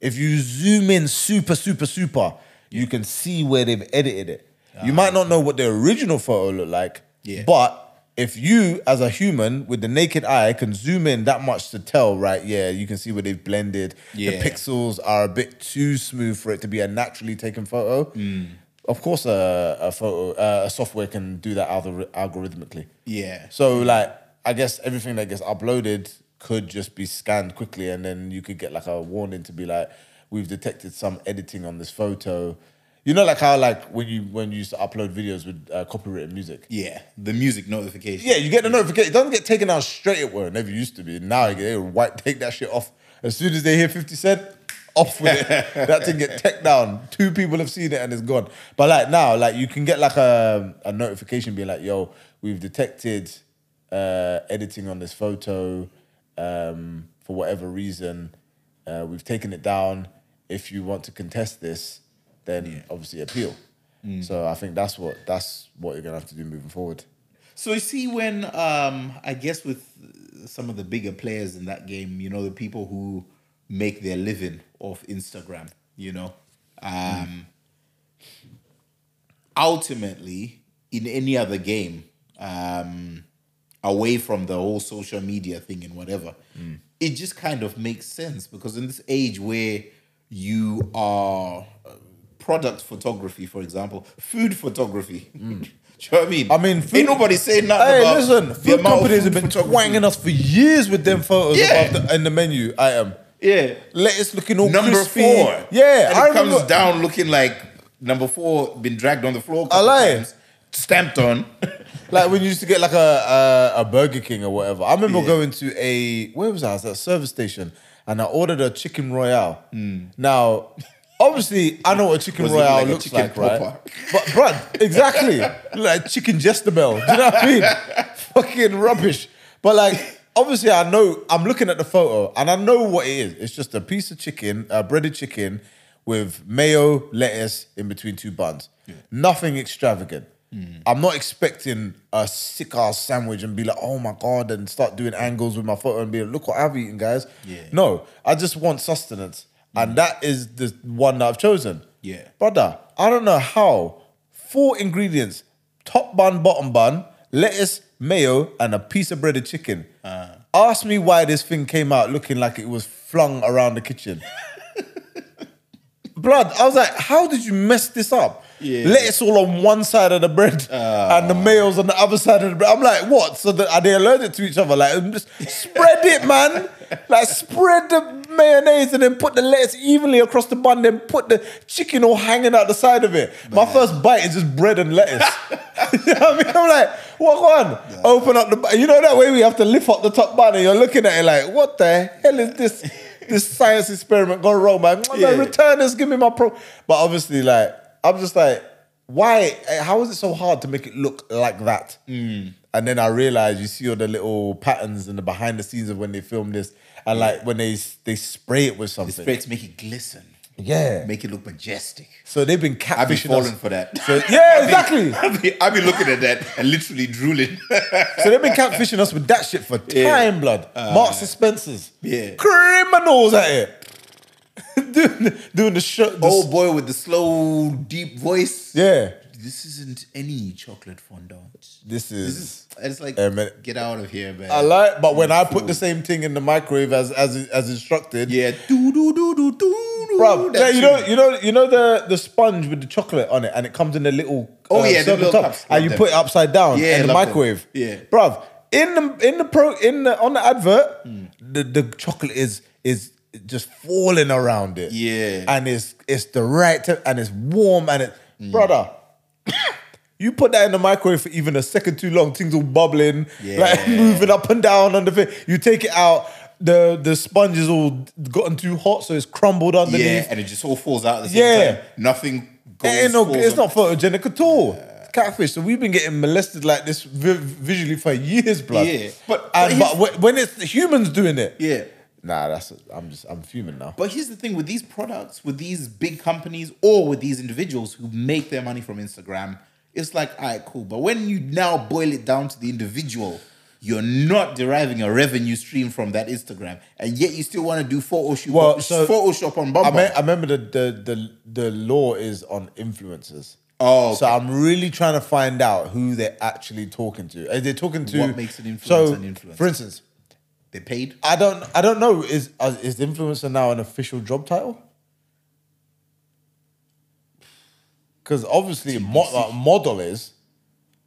S5: If you zoom in super, super, super, you can see where they've edited it. you might not know what the original photo looked like,
S3: Ah, Yeah.
S5: but if you, as a human with the naked eye, can zoom in that much to tell, right? Yeah, you can see where they've blended.
S3: Yeah.
S5: The pixels are a bit too smooth for it to be a naturally taken photo.
S3: Mm.
S5: Of course, a, a photo, uh, a software can do that algor- algorithmically.
S3: yeah.
S5: So like, I guess everything that gets uploaded could just be scanned quickly, and then you could get like a warning to be like, "We've detected some editing on this photo." You know, like how like when you when you used to upload videos with uh, copyrighted music.
S3: Yeah. The music notification.
S5: Yeah, you get the notification. It doesn't get taken out straight away. It never used to be. Now they wipe take that shit off as soon as they hear Fifty Cent. Off with it. that thing get tech down. Two people have seen it and it's gone. But like now, like you can get like a, a notification being like, "Yo, we've detected uh, editing on this photo um, for whatever reason. Uh, we've taken it down. If you want to contest this, then obviously appeal." So I think that's what that's what you're gonna have to do moving forward.
S3: So you see, when um, I guess with some of the bigger players in that game, you know, the people who make their living off Instagram, you know, um, ultimately in any other game, um, away from the whole social media thing and whatever, it just kind of makes sense because in this age where you are uh, product photography, for example, food photography. Do you know what I mean?
S5: Mm. I mean, food-
S3: Ain't nobody saying nothing
S5: Hey,
S3: about
S5: listen, food
S3: amount of
S5: companies have
S3: food
S5: been
S3: photography.
S5: wanging us for years with them photos
S3: Yeah.
S5: above the, in the menu item.
S3: Yeah.
S5: Lettuce looking all
S3: Number
S5: crispy.
S3: four.
S5: Yeah,
S3: And
S5: I
S3: it comes
S5: remember.
S3: down looking like number four been dragged on the floor. a
S5: I
S3: couple
S5: lie.
S3: times, Stamped on.
S5: Like when you used to get like a a, a Burger King or whatever. I remember
S3: Yeah.
S5: going to a where was I? I was at a service station and I ordered a chicken royale. Now, obviously, I know what a chicken
S3: Hmm. Was it
S5: royale
S3: like a
S5: looks
S3: chicken
S5: like, right?
S3: popper?
S5: But bruh, exactly like chicken Jezebel. Do you know what I mean? Fucking rubbish. But like, obviously, I know I'm looking at the photo and I know what it is. It's just a piece of chicken, uh, breaded chicken, with mayo, lettuce in between two buns. Nothing extravagant.
S3: Mm.
S5: I'm not expecting a sick ass sandwich and be like, oh my god, and start doing angles with my photo and be like, look what I've eaten, guys.
S3: Yeah. Mm.
S5: No, I just want sustenance, and that is the one that I've chosen.
S3: Yeah.
S5: Brother, I don't know how. Four ingredients top bun, bottom bun, lettuce, mayo, and a piece of breaded chicken. Ask me why this thing came out looking like it was flung around the kitchen. Blood, I was like, how did you mess this up?
S3: Yeah. Ah.
S5: Lettuce all on one side of the bread and the mayo's on the other side of the bread. I'm like, what? So that are they allergic to each other? Like, um, just spread it, man. Like, spread the mayonnaise and then put the lettuce evenly across the bun, then put the chicken all hanging out the side of it. My first bite is just bread and lettuce. you know what I mean? I'm like, what on? Open up the bun. You know that way we have to lift up the top bun and you're looking at it like, what the hell is this? This science experiment gone wrong, man.
S3: Yeah.
S5: man return this, give me my pro. But obviously, like, I'm just like, why? eh, How is it so hard to make it look like that?
S3: Mm.
S5: And then I realized you see all the little patterns and the behind the scenes of when they film this, and like when they they spray it with something.
S3: Spray to make it glisten,
S5: yeah.
S3: make it look majestic.
S5: so they've been
S3: I've been
S5: catfishing
S3: falling
S5: us.
S3: for that.
S5: So, yeah, exactly.
S3: I've been, I've been looking at that and literally drooling.
S5: So they've been catfishing us with that shit for time,
S3: Yeah. Uh,
S5: blood. Marks and Spencers.
S3: Yeah.
S5: Criminals at it. doing, doing the show. the-
S3: Old boy with the slow, deep voice.
S5: Yeah.
S3: This isn't any chocolate fondant.
S5: This is.
S3: This is, it's like,
S5: Yeah, man.
S3: get out of here, man.
S5: I like, but when I put the same thing in the microwave as as as instructed,
S3: yeah. Do, do, do, do, do,
S5: bro.
S3: that
S5: you
S3: tune.
S5: know, you know, you know the the sponge with the chocolate on it, and it comes in a little uh,
S3: Oh, yeah, the
S5: circle
S3: little
S5: top,
S3: cups.
S5: and
S3: Love
S5: you
S3: them.
S5: put it upside down
S3: Yeah,
S5: in the
S3: love them.
S5: microwave,
S3: Yeah.
S5: bro. In the in the pro in the on the advert,
S3: Hmm.
S5: the the chocolate is is just falling around it,
S3: Yeah.
S5: and it's it's the right te- and it's warm and it,
S3: Hmm.
S5: brother. You put that in the microwave for even a second too long, things all bubbling, like
S3: Yeah.
S5: moving up and down on the thing. You take it out, the the sponge is all gotten too hot, so it's crumbled underneath.
S3: Yeah, and it just all falls out at the same
S5: Yeah.
S3: time. Nothing goes.
S5: It ain't no,
S3: falls
S5: it's
S3: on-
S5: not photogenic at all. Catfish. So we've been getting molested like this vi- visually for years, blood.
S3: Yeah.
S5: But
S3: But-
S5: and,
S3: but
S5: but when- when it's the humans doing it,
S3: Yeah.
S5: nah, that's I'm just I'm fuming now.
S3: But here's the thing with these products, with these big companies, or with these individuals who make their money from Instagram, it's like, all right, cool. But when you now boil it down to the individual, you're not deriving a revenue stream from that Instagram, and yet you still want to do Photoshop,
S5: Well, so-
S3: Photoshop on
S5: I,
S3: Bumble.
S5: me- I remember the, the the the law is on influencers.
S3: Oh,
S5: so
S3: okay.
S5: I'm really trying to find out who they're actually talking to. Are they talking to
S3: What makes an influencer
S5: So,
S3: an influencer?
S5: for instance,
S3: They're paid.
S5: I don't I don't know is uh, is influencer now an official job title? Because obviously, a mo- a model is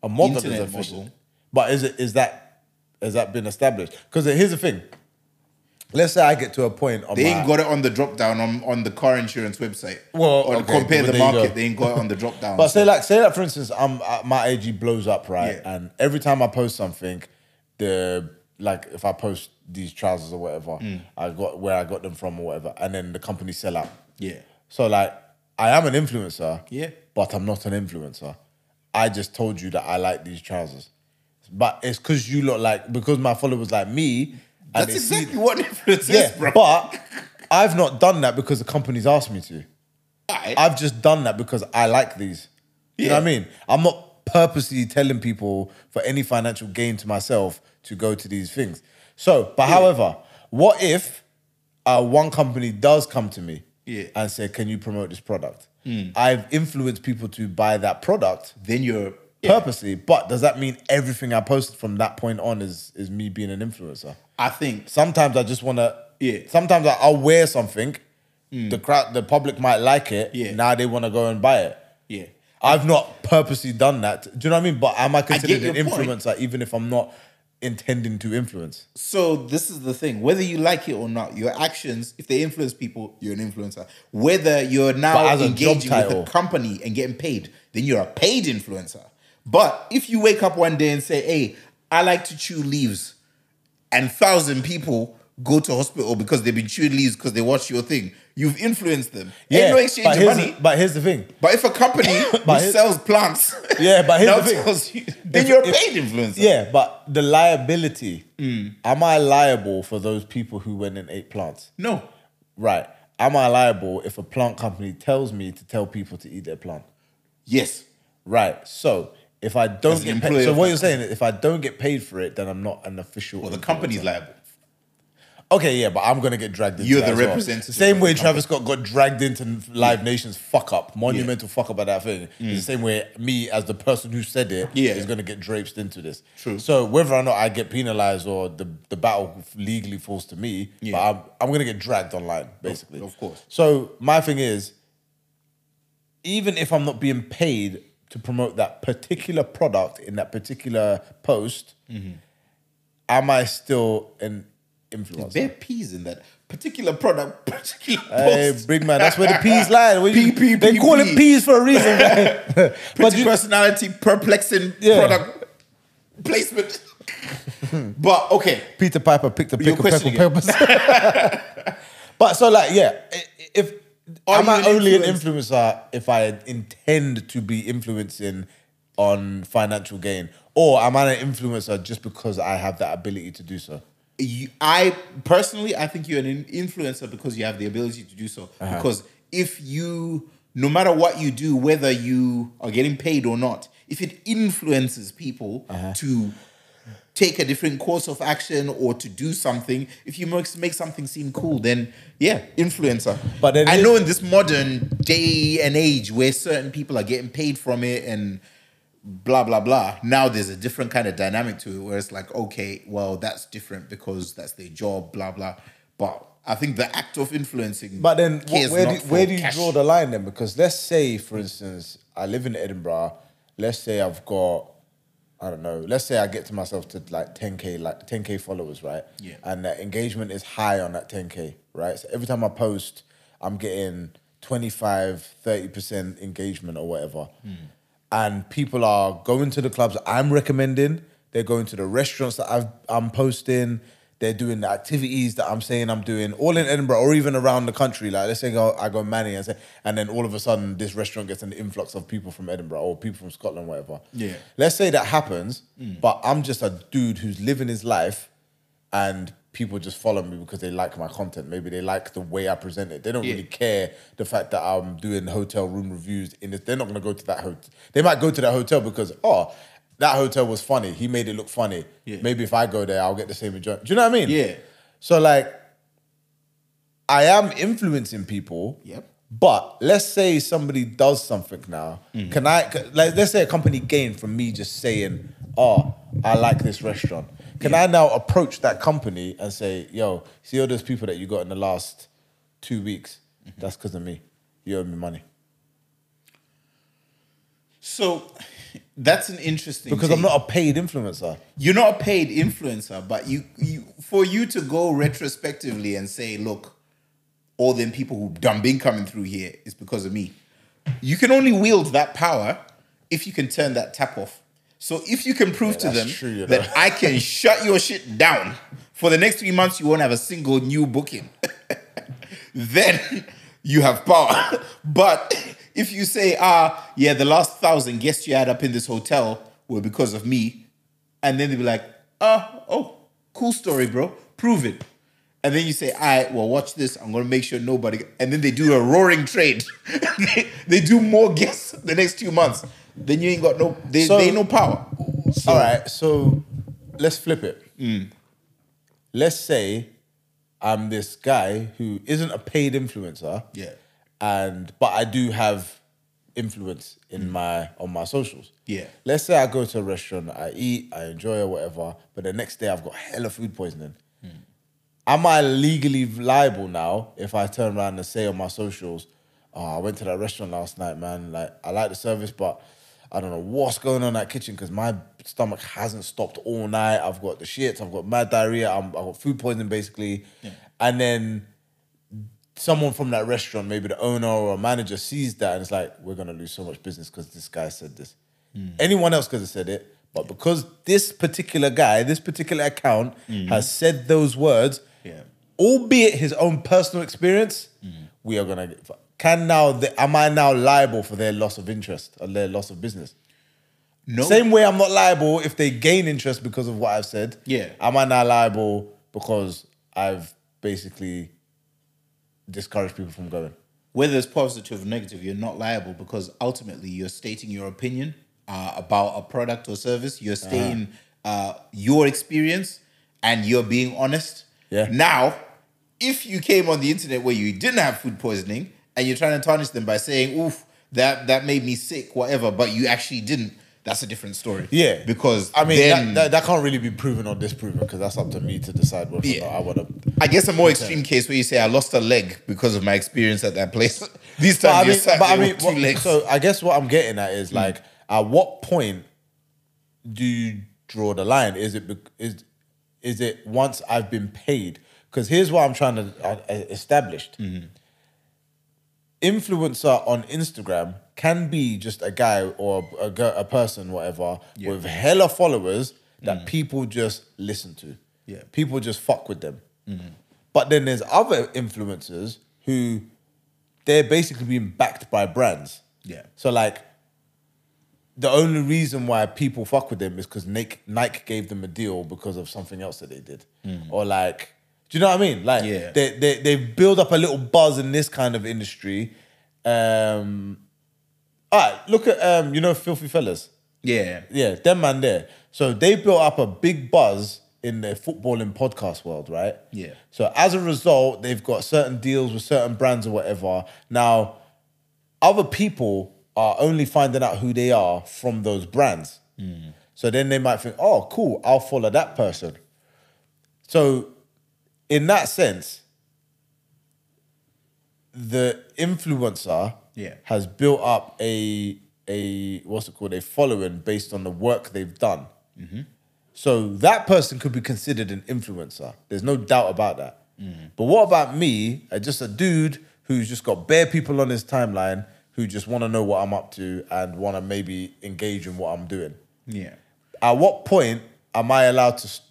S5: a model
S3: Internet
S5: is official,
S3: model.
S5: but is it is that has that been established? Because here's the thing. Let's say I get to a point on
S3: They
S5: my-
S3: ain't got it on the drop down on, on the car insurance website.
S5: Well,
S3: on
S5: okay,
S3: compare the
S5: well, there you go.
S3: market, they ain't got it on the drop down.
S5: But say like say that for instance, I'm uh, my AG blows up right,
S3: Yeah.
S5: and every time I post something, the like if I post these trousers or whatever,
S3: Mm.
S5: I got where I got them from or whatever, and then the company sell out.
S3: yeah.
S5: So like I am an influencer,
S3: Yeah.
S5: but I'm not an influencer. I just told you that I like these trousers, but it's because you look like because my followers like me. and
S3: That's
S5: they see-
S3: exactly what influence is,
S5: yeah,
S3: bro.
S5: but I've not done that because the company's asked me to.
S3: Alright.
S5: I've just done that because I like these. You know what I mean? I'm not purposely telling people for any financial gain to myself to go to these things. So, but however, what if uh, one company does come to me
S3: Yeah.
S5: and say, "Can you promote this product?" I've influenced people to buy that product
S3: Then you're
S5: purposely, but does that mean everything I post from that point on is is me being an influencer?
S3: I think
S5: Sometimes I just want to.
S3: Yeah. Mm.
S5: Sometimes I, I'll wear something. The crowd, the public might like it.
S3: Yeah.
S5: Now they want to go and buy it.
S3: yeah.
S5: I've not purposely done that. Do you know what I mean? But am I considered
S3: your
S5: an
S3: point.
S5: influencer even if I'm not intending to influence?
S3: So this is the thing: whether you like it or not, your actions, if they influence people, you're an influencer. Whether you're
S5: But
S3: now
S5: as a job
S3: engaging with
S5: title.
S3: a company and getting paid, then you're a paid influencer. But if you wake up one day and say, "Hey, I like to chew leaves," and thousand people go to hospital because they've been chewing leaves because they watch your thing, you've influenced them. Ain't no exchange
S5: but
S3: of
S5: here's-
S3: money.
S5: But here's the thing.
S3: But if a company
S5: But
S3: who
S5: here's-
S3: sells plants,
S5: Yeah, but here's
S3: now
S5: the thing.
S3: tells you, then
S5: If-
S3: you're a
S5: if-
S3: paid influencer.
S5: Yeah, but the liability.
S3: Mm.
S5: Am I liable for those people who went and ate plants?
S3: No.
S5: Right. Am I liable if a plant company tells me to tell people to eat their plant?
S3: Yes.
S5: Right. So if I don't
S3: an
S5: get
S3: employer
S5: paid, so
S3: of
S5: what
S3: that
S5: you're saying is if I don't get paid for it, then I'm not an official.
S3: Well, the
S5: influencer.
S3: company's liable.
S5: Okay, yeah, but I'm gonna get dragged into.
S3: You're
S5: that
S3: the
S5: as well.
S3: representative
S5: Same
S3: of
S5: way
S3: the
S5: Travis Scott got dragged into Live Nation's fuck up, monumental fuck up at that thing. It's the same way me as the person who said it is
S3: Mm. Yeah.
S5: gonna get draped into this.
S3: True.
S5: So whether or not I get penalized or the the battle legally falls to me,
S3: Yeah.
S5: but I'm I'm gonna get dragged online basically.
S3: of course.
S5: So my thing is, even if I'm not being paid to promote that particular product in that particular post,
S3: Mm.
S5: am I still an influencer?
S3: There are peas in that particular product, particular
S5: Hey,
S3: post.
S5: big man, that's where the peas lie. What
S3: Pea,
S5: you-
S3: pea,
S5: they
S3: pea,
S5: call
S3: pea.
S5: it peas for a reason. right? but
S3: Pretty
S5: you,
S3: personality, perplexing
S5: Yeah.
S3: product placement. but okay,
S5: Peter Piper picked a
S3: Your
S5: pick of purple
S3: question
S5: peppers. but so like, yeah, i- if
S3: Are
S5: am
S3: you
S5: I
S3: an
S5: only an influencer if I intend to be influencing on financial gain, or am I an influencer just because I have that ability to do so?
S3: you, I personally, I think you're an in- influencer because you have the ability to do so.
S5: Uh-huh.
S3: Because if you, no matter what you do, whether you are getting paid or not, if it influences people
S5: Uh-huh.
S3: to take a different course of action or to do something, if you make, make something seem cool, then yeah, influencer.
S5: But then
S3: I
S5: it-
S3: know in this modern day and age where certain people are getting paid from it and blah blah blah. Now there's a different kind of dynamic to it where it's like, okay, well, that's different because that's their job, blah blah. But I think the act of influencing,
S5: But then, wh-
S3: cares
S5: where,
S3: not
S5: do,
S3: for
S5: where do you
S3: cash.
S5: draw the line then? Because let's say, for instance, I live in Edinburgh. Let's say I've got, I don't know. Let's say I get to myself to like 10k, like 10k followers, right?
S3: Yeah.
S5: And that engagement is high on that 10k, right? So every time I post, I'm getting 25, 30 percent engagement or whatever. And people are going to the clubs I'm recommending. They're going to the restaurants that I've, I'm posting. They're doing the activities that I'm saying I'm doing, all in Edinburgh or even around the country. Like let's say go, I go Manny and say, and then all of a sudden this restaurant gets an influx of people from Edinburgh or people from Scotland, whatever.
S3: Yeah.
S5: Let's say that happens, but I'm just a dude who's living his life and people just follow me because they like my content. Maybe they like the way I present it. They don't really care the fact that I'm doing hotel room reviews. In this, they're not going to go to that hotel. They might go to that hotel because oh, that hotel was funny. He made it look funny.
S3: Yeah.
S5: Maybe if I go there, I'll get the same enjoyment. Do you know what I mean?
S3: Yeah.
S5: So like, I am influencing people.
S3: Yep.
S5: But let's say somebody does something now.
S3: Mm-hmm.
S5: Can I c- like let's say a company gained from me just saying, "Oh, I like this restaurant." Can I now approach that company and say, "Yo, see all those people that you got in the last two weeks?
S3: Mm-hmm.
S5: That's because of me. You owe me money."
S3: So that's an interesting
S5: Because I'm
S3: take.
S5: not a paid influencer.
S3: you're not a paid influencer, but you, you for you to go retrospectively and say, look, all them people who done been coming through here is because of me. You can only wield that power if you can turn that tap off. So if you can prove to
S5: that's
S3: them
S5: true, you know.
S3: that I can shut your shit down for the next three months, you won't have a single new booking. then you have power. but if you say, ah, yeah, the last thousand guests you had up in this hotel were because of me, and then they'll be like, oh, oh, cool story, bro. Prove it. And then you say, all right, well, watch this. I'm going to make sure nobody. And then they do a roaring trade. they, they do more guests the next two months. then you ain't got no. They,
S5: So-
S3: they ain't no power.
S5: All right, so let's flip it.
S3: Mm.
S5: Let's say I'm this guy who isn't a paid influencer.
S3: Yeah.
S5: And but I do have influence in my on my socials.
S3: Yeah.
S5: Let's say I go to a restaurant, I eat, I enjoy or whatever, but the next day I've got hella food poisoning. Am I legally liable now if I turn around and say on my socials, oh, I went to that restaurant last night, man. Like, I like the service, but I don't know what's going on in that kitchen because my stomach hasn't stopped all night. I've got the shits, I've got mad diarrhea, I'm, I've got food poisoning basically. And then someone from that restaurant, maybe the owner or a manager, sees that and it's like, we're going to lose so much business because this guy said this. Anyone else could have said it, but because this particular guy, this particular account has said those words,
S3: Yeah.
S5: albeit his own personal experience, we are going to get. Can now, the, am I now liable for their loss of interest or their loss of business?
S3: No.
S5: Same way I'm not liable if they gain interest because of what I've said.
S3: Yeah.
S5: Am I now liable because I've basically discouraged people from going?
S3: Whether it's positive or negative, you're not liable because ultimately you're stating your opinion uh, about a product or service.
S5: Uh-huh.
S3: You're stating uh, your experience and you're being honest.
S5: Yeah.
S3: Now, if you came on the internet where you didn't have food poisoning and you're trying to tarnish them by saying, "Oof, that that made me sick," whatever, but you actually didn't, that's a different story.
S5: Yeah.
S3: Because
S5: I mean,
S3: then,
S5: that, that, that can't really be proven or disproven because that's up to me to decide whether
S3: Yeah.
S5: or not I want to.
S3: I guess a more extreme case where you say I lost a leg because of my experience at that place. These
S5: But I
S3: times,
S5: mean,
S3: you're sat
S5: but I
S3: there
S5: mean
S3: with two
S5: what,
S3: legs. Mm.
S5: so I guess what I'm getting at is like, at what point do you draw the line? Is it bec- is is it once I've been paid? Because here's what I'm trying to uh, uh, establish: influencer on Instagram can be just a guy or a, girl, a person, whatever, with hella followers that people just listen to.
S3: Yeah.
S5: people just fuck with them. But then there's other influencers who they're basically being backed by brands.
S3: Yeah.
S5: So like the only reason why people fuck with them is because Nike, Nike gave them a deal because of something else that they did, or like, do you know what I mean? Like,
S3: Yeah.
S5: they they they build up a little buzz in this kind of industry. Um, all right, look at um, you know, filthy fellas.
S3: yeah.
S5: Yeah, them man there. So they built up a big buzz in the footballing podcast world, right?
S3: Yeah.
S5: So as a result, they've got certain deals with certain brands or whatever. Now, other people are only finding out who they are from those brands. So then they might think, oh, cool, I'll follow that person. So in that sense, the influencer
S3: Yeah.
S5: has built up a a what's it called a following based on the work they've done. So that person could be considered an influencer. There's no doubt about that. But what about me? uh, Just a dude who's just got bare people on his timeline who just want to know what I'm up to and want to maybe engage in what I'm doing.
S3: Yeah.
S5: At what point am I allowed to? s-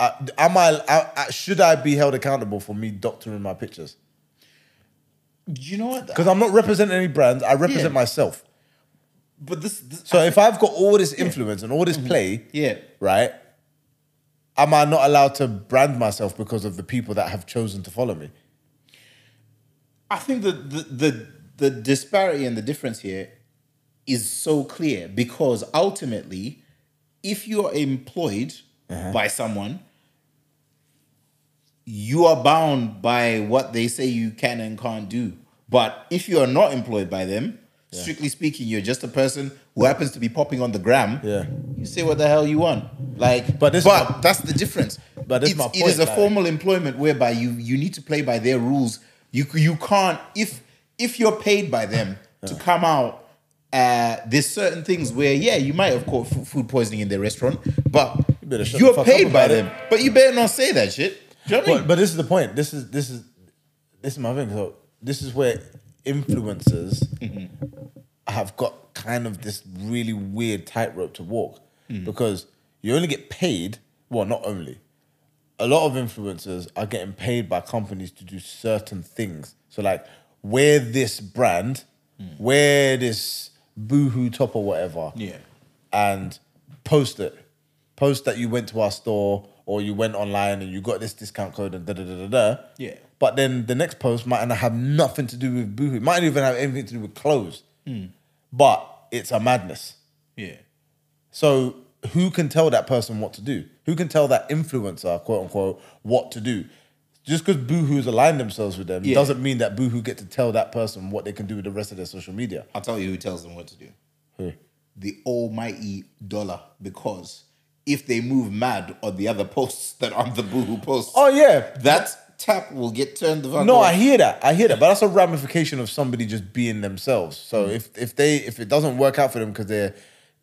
S5: Uh, am I? uh, uh, should I be held accountable for me doctoring my pictures?
S3: You know what?
S5: Because I'm not representing any brands. I represent
S3: Yeah.
S5: myself.
S3: but this, this
S5: So if I've got all this influence and all this play,
S3: yeah.
S5: right? Am I not allowed to brand myself because of the people that have chosen to follow me?
S3: I think the, the the the disparity and the difference here is so clear because ultimately, if you are employed
S5: Uh-huh.
S3: by someone, you are bound by what they say you can and can't do. But if you are not employed by them, strictly speaking, you're just a person who happens to be popping on the gram.
S5: Yeah.
S3: You say what the hell you want. Like
S5: But this-
S3: but that's the difference.
S5: But this is
S3: It's-
S5: my
S3: it is
S5: point,
S3: a
S5: like-
S3: formal employment whereby you you need to play by their rules. You c- you can't if if you're paid by them to come out. Uh, there's certain things where yeah you might have caught fu- food poisoning in their restaurant, but
S5: better shut the
S3: you're
S5: fuck up
S3: paid by
S5: about
S3: them. But you better not say that shit. Do you know what I mean?
S5: But, but this is the point. This is this is this is my thing. So this is where influencers have got kind of this really weird tightrope to walk because you only get paid. Well, not only. A lot of influencers are getting paid by companies to do certain things. So like wear this brand, wear this boohoo top or whatever and post it. Post that you went to our store or you went online and you got this discount code and da da da da da.
S3: Yeah.
S5: But then the next post might not have
S3: Hmm.
S5: nothing to do with Boohoo. It might not even have anything to do with clothes. But it's a madness.
S3: Yeah.
S5: So who can tell that person what to do? Who can tell that influencer, quote unquote, what to do? Just because Boohoo's aligned themselves with them
S3: Yeah.
S5: doesn't mean that Boohoo get to tell that person what they can do with the rest of their social media.
S3: I'll tell you who tells them what to do. The almighty dollar. Because if they move mad on the other posts that aren't the boohoo posts,
S5: Oh yeah,
S3: that tap will get turned the fuck
S5: no,
S3: off.
S5: I hear that. I hear that, but that's a ramification of somebody just being themselves. So if if they if it doesn't work out for them because they're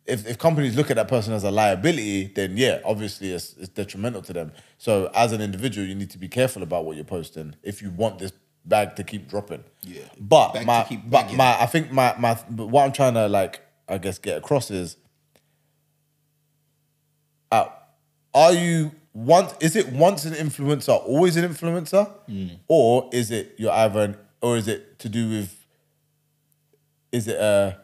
S5: if, if companies look at that person as a liability, then yeah, obviously it's, it's detrimental to them. So as an individual, you need to be careful about what you're posting if you want this bag to keep dropping.
S3: Yeah.
S5: but
S3: Bag to
S5: my
S3: keep
S5: but
S3: bagging.
S5: my I think my my but what I'm trying to like I guess get across is uh, are you once is it once an influencer always an influencer
S3: Mm.
S5: or is it you're either an, or is it to do with is it a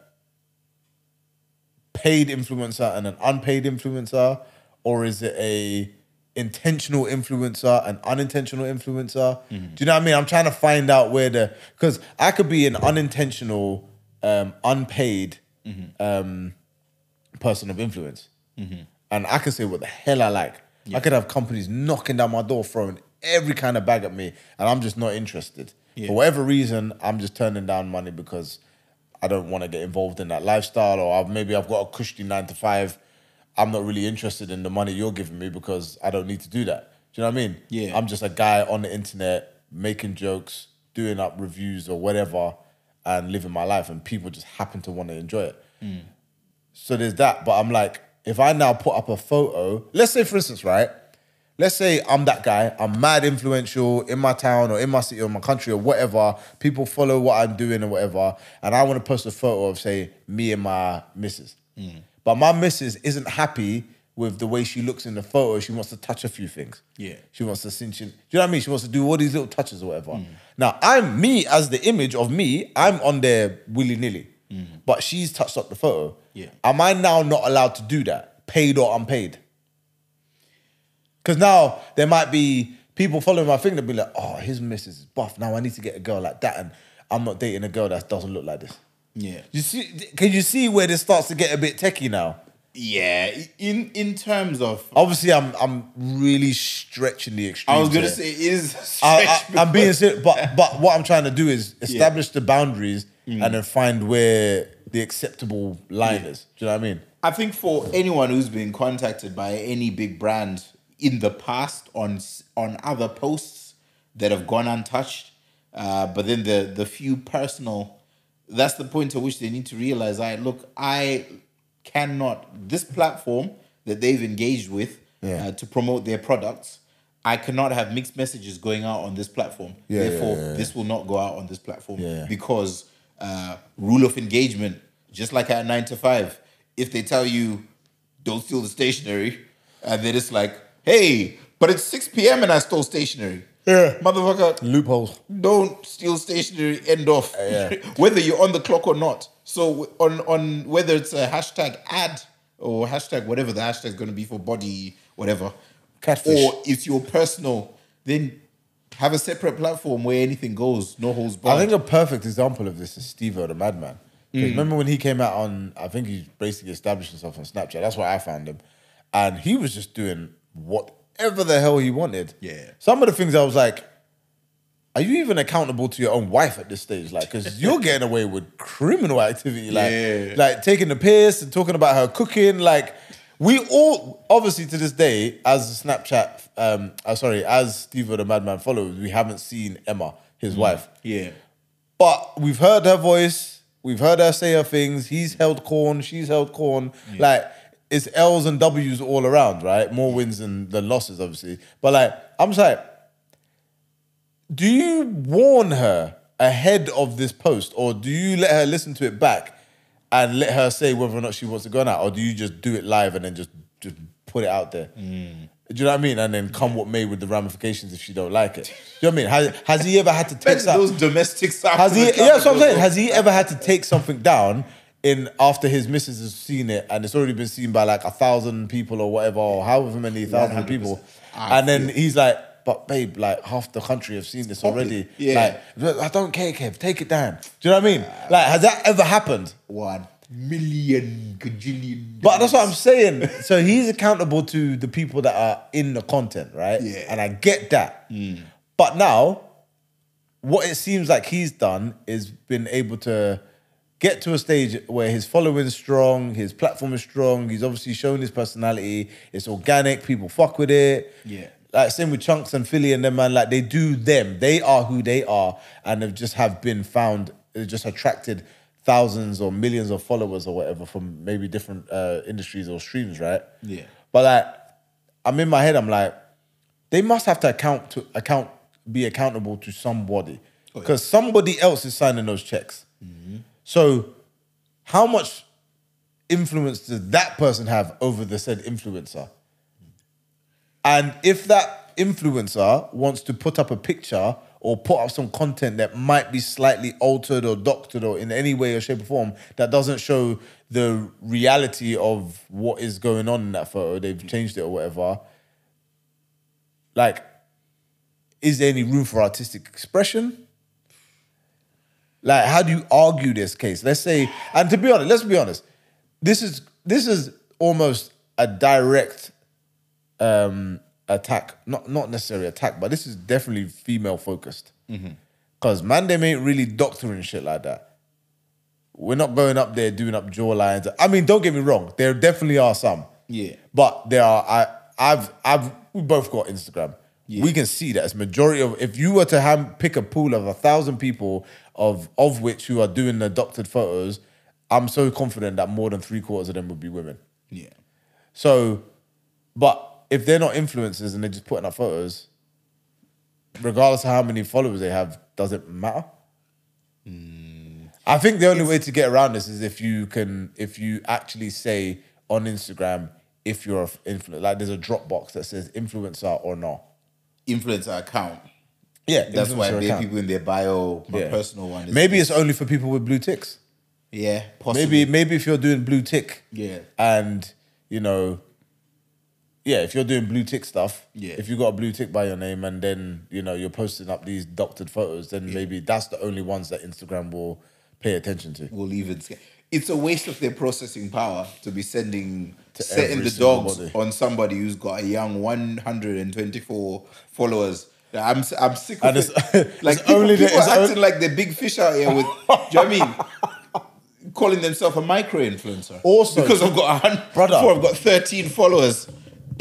S5: paid influencer and an unpaid influencer or is it a intentional influencer and unintentional influencer do you know what i mean i'm trying to find out where the because i could be an unintentional um unpaid um person of influence and I can say what the hell I like. I could have companies knocking down my door, throwing every kind of bag at me, and I'm just not interested. For whatever reason, I'm just turning down money because I don't want to get involved in that lifestyle, or I've, maybe I've got a cushy nine to five. I'm not really interested in the money you're giving me because I don't need to do that. Do you know what I mean?
S3: Yeah.
S5: I'm just a guy on the internet making jokes, doing up reviews or whatever, and living my life, and people just happen to want to enjoy it. So there's that. But I'm like, if I now put up a photo, let's say, for instance, right? Let's say I'm that guy, I'm mad influential in my town or in my city or my country or whatever. People follow what I'm doing or whatever. And I want to post a photo of, say, me and my missus. But my missus isn't happy with the way she looks in the photo. She wants to touch a few things.
S3: Yeah.
S5: She wants to cinch in. Do you know what I mean? She wants to do all these little touches or whatever. Now, I'm me as the image of me, I'm on there willy nilly. But she's touched up the photo.
S3: Yeah.
S5: Am I now not allowed to do that, paid or unpaid? Because now there might be people following my thing that be like, oh, his missus is buff. Now I need to get a girl like that. And I'm not dating a girl that doesn't look like this.
S3: Yeah.
S5: You see, can you see where this starts to get a bit techie now?
S3: Yeah. In in terms of
S5: Obviously, I'm I'm really stretching the extreme.
S3: I was gonna say it is a
S5: I,
S3: stretch
S5: I, I'm being serious, but but what I'm trying to do is establish the boundaries and then find where the acceptable line is. Do you know what I mean?
S3: I think for anyone who's been contacted by any big brand in the past on s- on other posts that have gone untouched, uh, but then the the few personal, that's the point at which they need to realize. I look, I cannot this platform that they've engaged with
S5: Yeah.
S3: uh, to promote their products. I cannot have mixed messages going out on this platform.
S5: Yeah, yeah,
S3: Therefore,
S5: yeah, yeah.
S3: this will not go out on this platform
S5: Yeah.
S3: because uh, rule of engagement, just like at nine to five, if they tell you don't steal the stationery, and then it's like, hey, but it's six p.m. and I stole stationery.
S5: Yeah.
S3: motherfucker,
S5: Loopholes.
S3: don't steal stationery. End off.
S5: Uh, Yeah.
S3: whether you're on the clock or not. So on on whether it's a hashtag ad or hashtag whatever the hashtag is going to be for body whatever,
S5: Catfish.
S3: or it's your personal, then have a separate platform where anything goes, no holds barred.
S5: I think a perfect example of this is Steve O, the madman. 'Cause
S3: Mm.
S5: Remember when he came out on, I think he basically established himself on Snapchat. That's where I found him. And he was just doing whatever the hell he wanted.
S3: Yeah.
S5: Some of the things I was like, are you even accountable to your own wife at this stage? Like, because you're getting away with criminal activity, like,
S3: Yeah.
S5: like taking the piss and talking about her cooking. Like, we all obviously to this day, as Snapchat, um, uh, sorry, as Steve O, the Madman followers, we haven't seen Emma, his
S3: Mm.
S5: wife.
S3: yeah.
S5: But we've heard her voice. We've heard her say her things. He's held corn. She's held corn. Like it's L's and W's all around, right? More wins than, than losses, obviously. But like, I'm just like, do you warn her ahead of this post, or do you let her listen to it back and let her say whether or not she wants to go on out, or do you just do it live and then just just put it out there? Do you know what I mean? And then come what may with the ramifications if she don't like it. Do you know what I mean? Has, has he ever had to take
S3: Imagine
S5: that?
S3: those domestics. after
S5: Has he?
S3: the
S5: Yeah, that's what I'm
S3: club
S5: saying. Has he ever had to take something down in after his missus has seen it and it's already been seen by like a thousand people or whatever or however many thousand
S3: 100%.
S5: people,
S3: I
S5: and then he's like, "But babe, like half the country have seen this already.
S3: Yeah.
S5: Like, I don't care, Kev. Take it down. Do you know what I mean? Like, has that ever happened?
S3: One million gajillion.
S5: But that's what I'm saying. So he's accountable to the people that are in the content, right?
S3: Yeah. Mm.
S5: And I get that. But now, what it seems like he's done is been able to get to a stage where his following's strong, his platform is strong, he's obviously shown his personality, it's organic, people fuck with it.
S3: Yeah.
S5: Like same with Chunks and Philly and them man, like they do them. They are who they are and have just have been found, they've just attracted thousands or millions of followers or whatever from maybe different uh, industries or streams, right?
S3: Yeah.
S5: But like I'm in my head, I'm like, they must have to account to account be accountable to somebody. Because somebody else is signing those checks. So how much influence does that person have over the said influencer? And if that influencer wants to put up a picture or put up some content that might be slightly altered or doctored or in any way or shape or form that doesn't show the reality of what is going on in that photo, they've changed it or whatever. Like, is there any room for artistic expression? Like, how do you argue this case? Let's say, and to be honest, let's be honest. This is this is almost a direct um attack. Not not necessarily attack, but this is definitely female focused.
S3: Mm-hmm.
S5: Cause man, them ain't really doctoring shit like that. We're not going up there doing up jawlines. I mean, don't get me wrong, there definitely are some.
S3: Yeah.
S5: But there are I I've I've we both got Instagram.
S3: Yeah.
S5: We can see that it's majority of if you were to hand pick a pool of a thousand people of of which who are doing the adopted photos, I'm so confident that more than three quarters of them would be women.
S3: Yeah.
S5: So, but if they're not influencers and they're just putting up photos, regardless of how many followers they have, does it matter?
S3: Hmm.
S5: I think the only way to get around this is if you can, if you actually say on Instagram if you're an influencer, like there's a drop box that says influencer or not.
S3: Influencer account.
S5: Yeah,
S3: That's why
S5: influencer
S3: there are
S5: account.
S3: people in their bio. My
S5: Yeah.
S3: personal one. Is,
S5: Maybe it's only for people with blue ticks.
S3: Yeah. Possibly.
S5: Maybe maybe if you're doing blue tick,
S3: Yeah.
S5: and you know, yeah, if you're doing blue tick stuff,
S3: Yeah.
S5: if you got a blue tick by your name, and then you know you're posting up these doctored photos, then maybe that's the only ones that Instagram will pay attention to.
S3: will even. sca- It's a waste of their processing power to be sending setting
S5: every
S3: the
S5: single
S3: dogs
S5: body.
S3: on somebody who's got a young 124 followers. I'm s- I'm sick of
S5: And
S3: it.
S5: it's-
S3: like
S5: it's
S3: people,
S5: only the-
S3: people
S5: it's
S3: are acting
S5: only-
S3: like they're big fish out here with. do you know what I mean? Calling themselves a micro influencer.
S5: Also-
S3: because I've got a hundred.
S5: Brother.
S3: I've got 13 followers.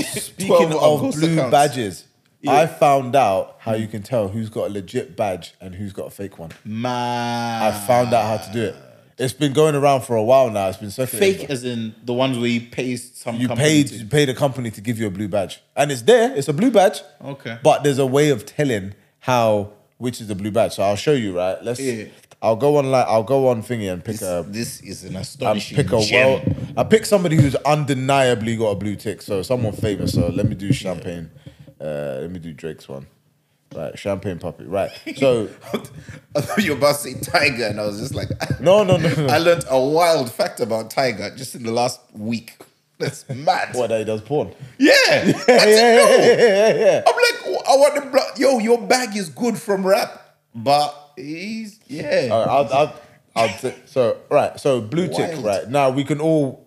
S5: Speaking of blue
S3: badges.
S5: badges, I found out how you can tell who's got a legit badge and who's got a fake one.
S3: Man.
S5: I found out how to do it. It's been going around for a while now. It's been circulating.
S3: Fake as in the ones where you pay some
S5: You
S3: company
S5: paid
S3: to-
S5: you paid a company to give you a blue badge, and it's there. It's a blue badge.
S3: Okay.
S5: But there's a way of telling how which is the blue badge. So I'll show you. Right. Let's.
S3: Yeah.
S5: I'll go on like I'll go on thingy and pick
S3: This,
S5: a
S3: this is an
S5: Uh, and
S3: astonishing
S5: pick a
S3: gem.
S5: well. I pick somebody who's undeniably got a blue tick. So someone famous. So let me do champagne. Uh, let me do Drake's one. Right, champagne puppy. Right. So
S3: I thought you were about to say tiger, and I was just like,
S5: no, no, no.
S3: I
S5: no.
S3: learned a wild fact about tiger just in the last week. That's mad.
S5: What that he does porn.
S3: Yeah, that's it. No.
S5: yeah, yeah, yeah.
S3: I'm like, I want the blood. Yo, your bag is good from rap, but he's yeah.
S5: All right, I'll, I'll, I'll t- so right, so blue tick,
S3: Wild.
S5: right? Now we can all,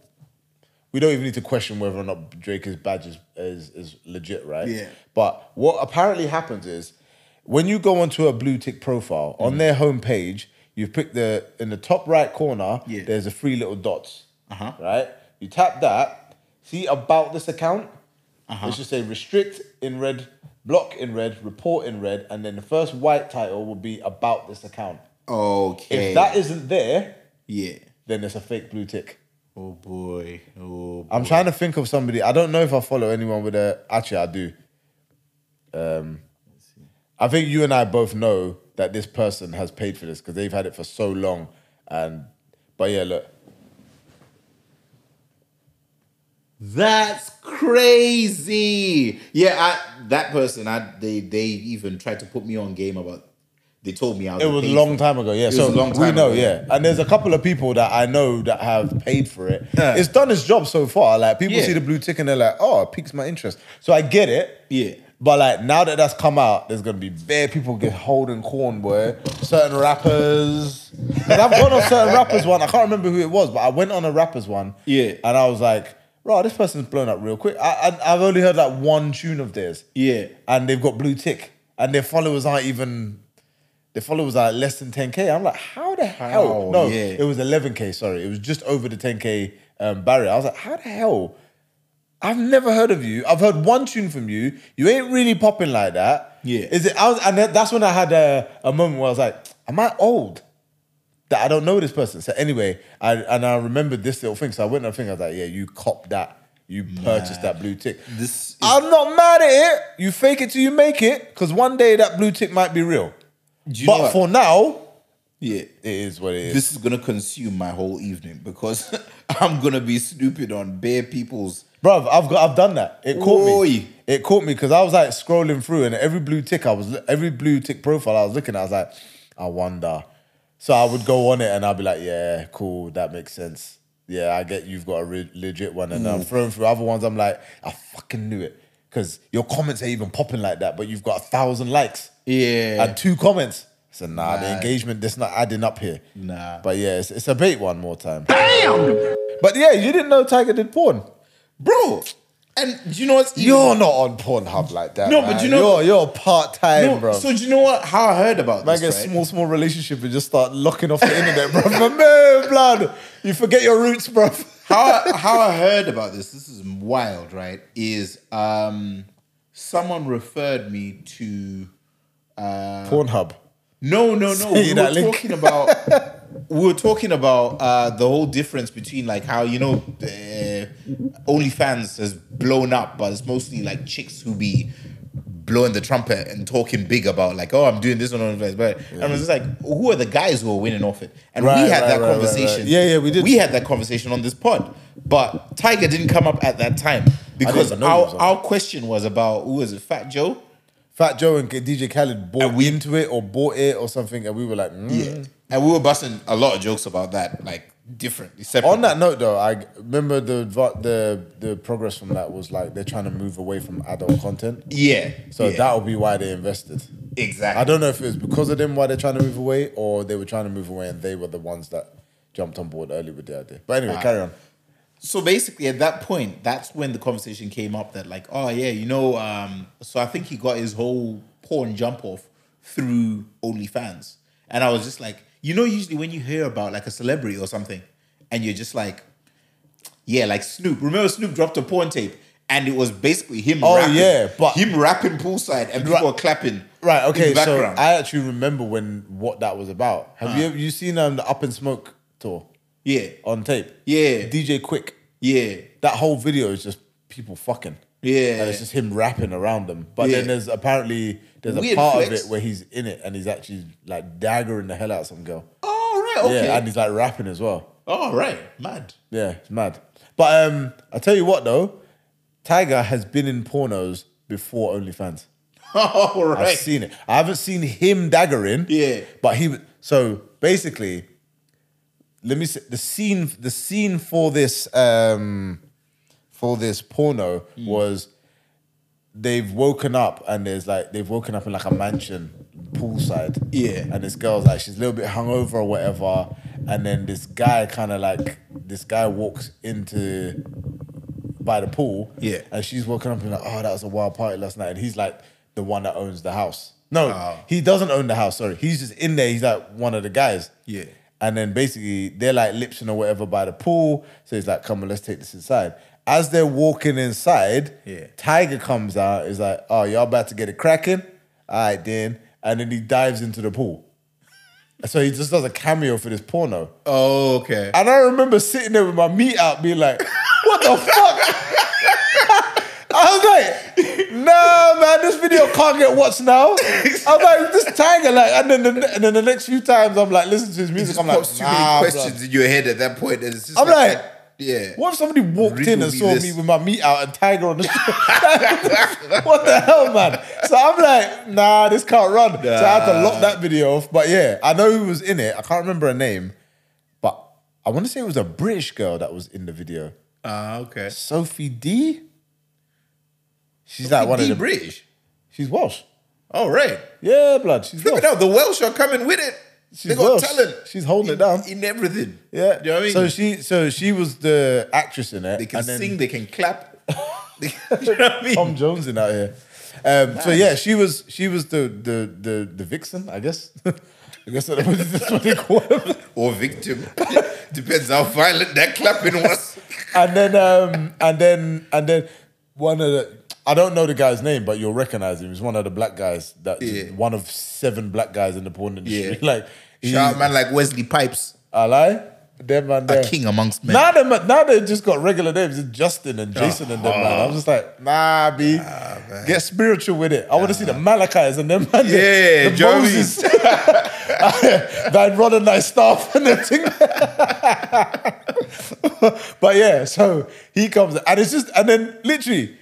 S5: we don't even need to question whether or not Drake's badge is is, is legit, right?
S3: Yeah.
S5: But what apparently happens is when you go onto a blue tick profile
S3: Mm-hmm.
S5: on their homepage, you pick the in the top right corner.
S3: Yeah.
S5: There's a three little dots.
S3: Uh-huh.
S5: Right. You tap that. See about this account. Uh-huh. It should say restrict in red, block in red, report in red, and then the first white title will be about this account.
S3: okay.
S5: If that isn't there,
S3: yeah.
S5: then it's a fake blue tick.
S3: Oh boy. Oh. Boy.
S5: I'm trying to think of somebody. I don't know if I follow anyone with a. Actually, I do. Um, I think you and I both know that this person has paid for this because they've had it for so long. And but yeah, look,
S3: That's crazy. Yeah, I, that person, I they they even tried to put me on game about. They told me I was.
S5: it was a long time ago. Yeah,
S3: was
S5: so
S3: a long
S5: we
S3: time
S5: know.
S3: ago.
S5: Yeah, and there's a couple of people that I know that have paid for it. It's done its job so far. Like people
S3: Yeah.
S5: see the blue tick and they're like, "Oh, it piques my interest." So I get it.
S3: Yeah.
S5: But like now that that's come out, there's gonna be bare people get holding corn, boy. Certain rappers. And I've gone on certain rappers one. I can't remember who it was, but I went on a rappers one.
S3: Yeah.
S5: And I was like, bro, this person's blown up real quick. I, I I've only heard like one tune of theirs.
S3: Yeah.
S5: And they've got blue tick, and their followers aren't even. Their followers are less than 10k. I'm like, how the hell?
S3: How?
S5: No,
S3: Yeah.
S5: it was 11k. Sorry, it was just over the 10k um, barrier. I was like, how the hell? I've never heard of you. I've heard one tune from you. You ain't really popping like that.
S3: Yeah.
S5: Is it? I was, and that- that's when I had a, a moment where I was like, "Am I old that I don't know this person?" So anyway, I and I remembered this little thing. So I went and I think I was like, "Yeah, you copped that. You purchased that blue tick."
S3: This is-
S5: I'm not mad at it. You fake it till you make it, because one day that blue tick might be real.
S3: Do you know
S5: But
S3: what?
S5: for now,
S3: yeah,
S5: it is what it is.
S3: this is gonna consume my whole evening because I'm gonna be snooping on bare people's.
S5: Bruv, I've got, I've done that. It caught
S3: Oi.
S5: me. It caught me because I was like scrolling through, and every blue tick I was, every blue tick profile I was looking at, I was like, I wonder. So I would go on it, and I'd be like, Yeah, cool, that makes sense. Yeah, I get you've got a re- legit one, and
S3: Mm.
S5: I'm throwing through other ones. I'm like, I fucking knew it because your comments ain't even popping like that, but you've got a thousand likes
S3: Yeah.
S5: and two comments. So nah, the
S3: Nah.
S5: engagement that's not adding up here.
S3: Nah.
S5: But yeah, it's, it's a bait one more time. Damn. But yeah, you didn't know Tiger did porn.
S3: bro. And do you know what's even-
S5: You're not on Pornhub like that.
S3: No,
S5: man.
S3: but you know-
S5: you're you're part time,
S3: No,
S5: bro.
S3: So do you know what? How I heard about
S5: Man, get
S3: this?
S5: a
S3: Right?
S5: small, small relationship and just start locking off the internet, bro. My man, blood. You forget your roots, bro.
S3: how I- how I heard about this, this is wild, right? Is um someone referred me to
S5: Pornhub.
S3: no no no
S5: See
S3: we were
S5: that link?
S3: talking about we were talking about uh the whole difference between like how you know uh, OnlyFans has blown up, but it's mostly like chicks who be blowing the trumpet and talking big about like oh I'm doing this on OnlyFans, but and I was just like who are the guys who are winning off it? And
S5: Right,
S3: we had
S5: right,
S3: that
S5: right, right, right.
S3: conversation.
S5: Yeah, yeah, we did.
S3: We had that conversation on this pod, but Tiger didn't come up at that time because
S5: even know he
S3: our,
S5: was on
S3: our question was about who was it, Fat Joe?
S5: Fat Joe and DJ Khaled bought we, into it or bought it or something, and we were like, mm.
S3: and we were busting a lot of jokes about that, like different. Separate.
S5: On that note, though, I remember the adva- the the progress from that was like they're trying to move away from adult content,
S3: yeah,
S5: so
S3: yeah,
S5: that'll be why they invested.
S3: exactly.
S5: I don't know if it was because of them why they're trying to move away, or they were trying to move away and they were the ones that jumped on board early with the idea. But anyway, carry on.
S3: so basically at that point that's when the conversation came up that like oh yeah you know um so i think he got his whole porn jump off through onlyfans and i was just like you know usually when you hear about like a celebrity or something and you're just like yeah like snoop remember snoop dropped a porn tape and it was basically him
S5: Oh,
S3: rapping,
S5: yeah, but-
S3: him rapping poolside and people
S5: Right.
S3: were clapping
S5: Right.
S3: in
S5: Okay.
S3: the
S5: So
S3: background.
S5: I actually remember when what that was about. Have you ever, you seen um, the Up and Smoke tour
S3: yeah
S5: on tape?
S3: Yeah.
S5: DJ Quick.
S3: yeah
S5: That whole video is just people fucking.
S3: Yeah.
S5: And it's just him rapping around them. But
S3: Yeah.
S5: then there's apparently there's a
S3: Weird
S5: part
S3: flex.
S5: of it where he's in it and he's actually like daggering the hell out of some girl.
S3: all right okay
S5: Yeah. And he's like rapping as well.
S3: all right mad
S5: Yeah, it's mad. But um, I tell you what though, Tiger has been in pornos before OnlyFans.
S3: all
S5: I've
S3: right
S5: seen it. I haven't seen him daggering.
S3: Yeah.
S5: but he. was- So basically, let me say the scene. The scene for this um, for this porno
S3: Hmm.
S5: was they've woken up and there's like they've woken up in like a mansion poolside.
S3: Yeah.
S5: And this girl's like she's a little bit hungover or whatever. And then this guy kind of like this guy walks into by the pool.
S3: Yeah.
S5: And she's woken up and like, oh, that was a wild party last night. And he's like the one that owns the house. No,
S3: Oh.
S5: he doesn't own the house, sorry. He's just in there, he's like one of the guys.
S3: Yeah.
S5: And then basically they're like lipsing or whatever by the pool. So he's like, come on, let's take this inside. As they're walking inside,
S3: Yeah.
S5: Tiger comes out, is like, oh, y'all about to get it cracking? All right, then. And then he dives into the pool. So he just does a cameo for this porno.
S3: oh okay
S5: And I remember sitting there with my meat out being like, what the fuck? I was like, nah, man, this video can't get watched now. I was like, this tiger, like, and then the, and then the next few times I'm like, listen to his music,
S3: just
S5: I'm like,
S3: pops too
S5: nah,
S3: many
S5: bruh."
S3: questions in your head at that point, and it's just
S5: I'm
S3: like,
S5: like,
S3: yeah.
S5: What if somebody walked
S3: Riddle
S5: in and
S3: me
S5: saw
S3: this.
S5: me with my meat out and tiger on the street? what the hell, man? So I'm like, nah, this can't run. So I had to lock that video off. But yeah, I know who was in it. I can't remember her name, but I want to say it was a British girl that was in the video.
S3: Ah, okay.
S5: Sophie D. She's
S3: That
S5: like
S3: one
S5: one of the
S3: British.
S5: She's Welsh.
S3: All right.
S5: Yeah, blood. She's
S3: Look
S5: Welsh.
S3: at that. The Welsh are coming with it.
S5: She's
S3: they got
S5: Welsh.
S3: talent.
S5: She's holding
S3: in,
S5: it down.
S3: in everything.
S5: Yeah.
S3: Do you know what I mean?
S5: So she so she was the actress in it.
S3: they can
S5: and then
S3: sing. They can clap. They- Do you know what I mean?
S5: Tom Jones in out here. Um, so yeah, she was she was the the the, the vixen, I guess. I guess that's what that's what they call her.
S3: or victim. Depends how violent that clapping was.
S5: And then um and then and then one of the I don't know the guy's name, but you'll recognize him. He's one of the black guys that
S3: Yeah.
S5: one of seven black guys in the porn industry.
S3: Yeah.
S5: Like he,
S3: Shout out man like Wesley Pipes,
S5: I lie. Them and
S3: a
S5: them.
S3: king amongst men. Oh.
S5: Now they now they just got regular names, it's Justin and Jason and them. Man, I'm just like, nah, b, get spiritual with it. I want to see the Malachi's and them. Man, the-
S3: Yeah,
S5: the,
S3: Joey.
S5: Moses, thy rod and thy staff and them thing. but yeah, so he comes and it's just and then literally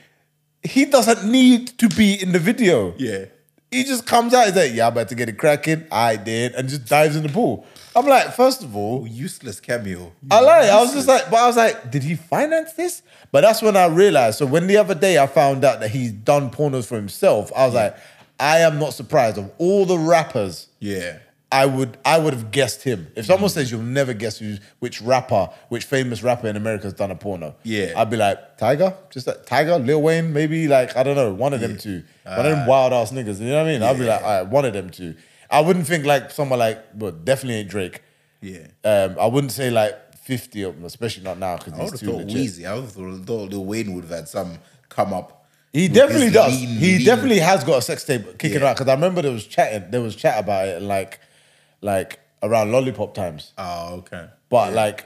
S5: he doesn't need to be in the video.
S3: Yeah.
S5: He just comes out, he's like, yeah, I'm about to get it cracking. I did, and just dives in the pool. I'm like, first of all,
S3: Useless cameo.
S5: I like. I was just like, but I was like, did he finance this? But that's when I realized. So when the other day I found out that he's done pornos for himself, I was like, I am not surprised. Of all the rappers,
S3: Yeah.
S5: I would I would have guessed him. If someone says you'll never guess who's which rapper, which famous rapper in America has done a porno,
S3: Yeah.
S5: I'd be like Tiger, just like Tiger, Lil Wayne, maybe like I don't know, one of them two, one of them wild ass niggas. You know what I mean? I'd be like, all right, one of them two. I wouldn't think like someone like, but definitely ain't Drake.
S3: Yeah.
S5: Um, I wouldn't say like 50 of them, especially not now because
S3: I would
S5: he's
S3: have
S5: too
S3: thought
S5: legit.
S3: Wheezy. I would have thought Lil Wayne would have had some come up.
S5: He
S3: with
S5: definitely
S3: his
S5: does.
S3: lean,
S5: he
S3: lean-
S5: definitely has got a sex tape kicking
S3: Yeah.
S5: around because I remember there was chatting, there was chat about it like, like around lollipop times.
S3: Oh, okay.
S5: But like,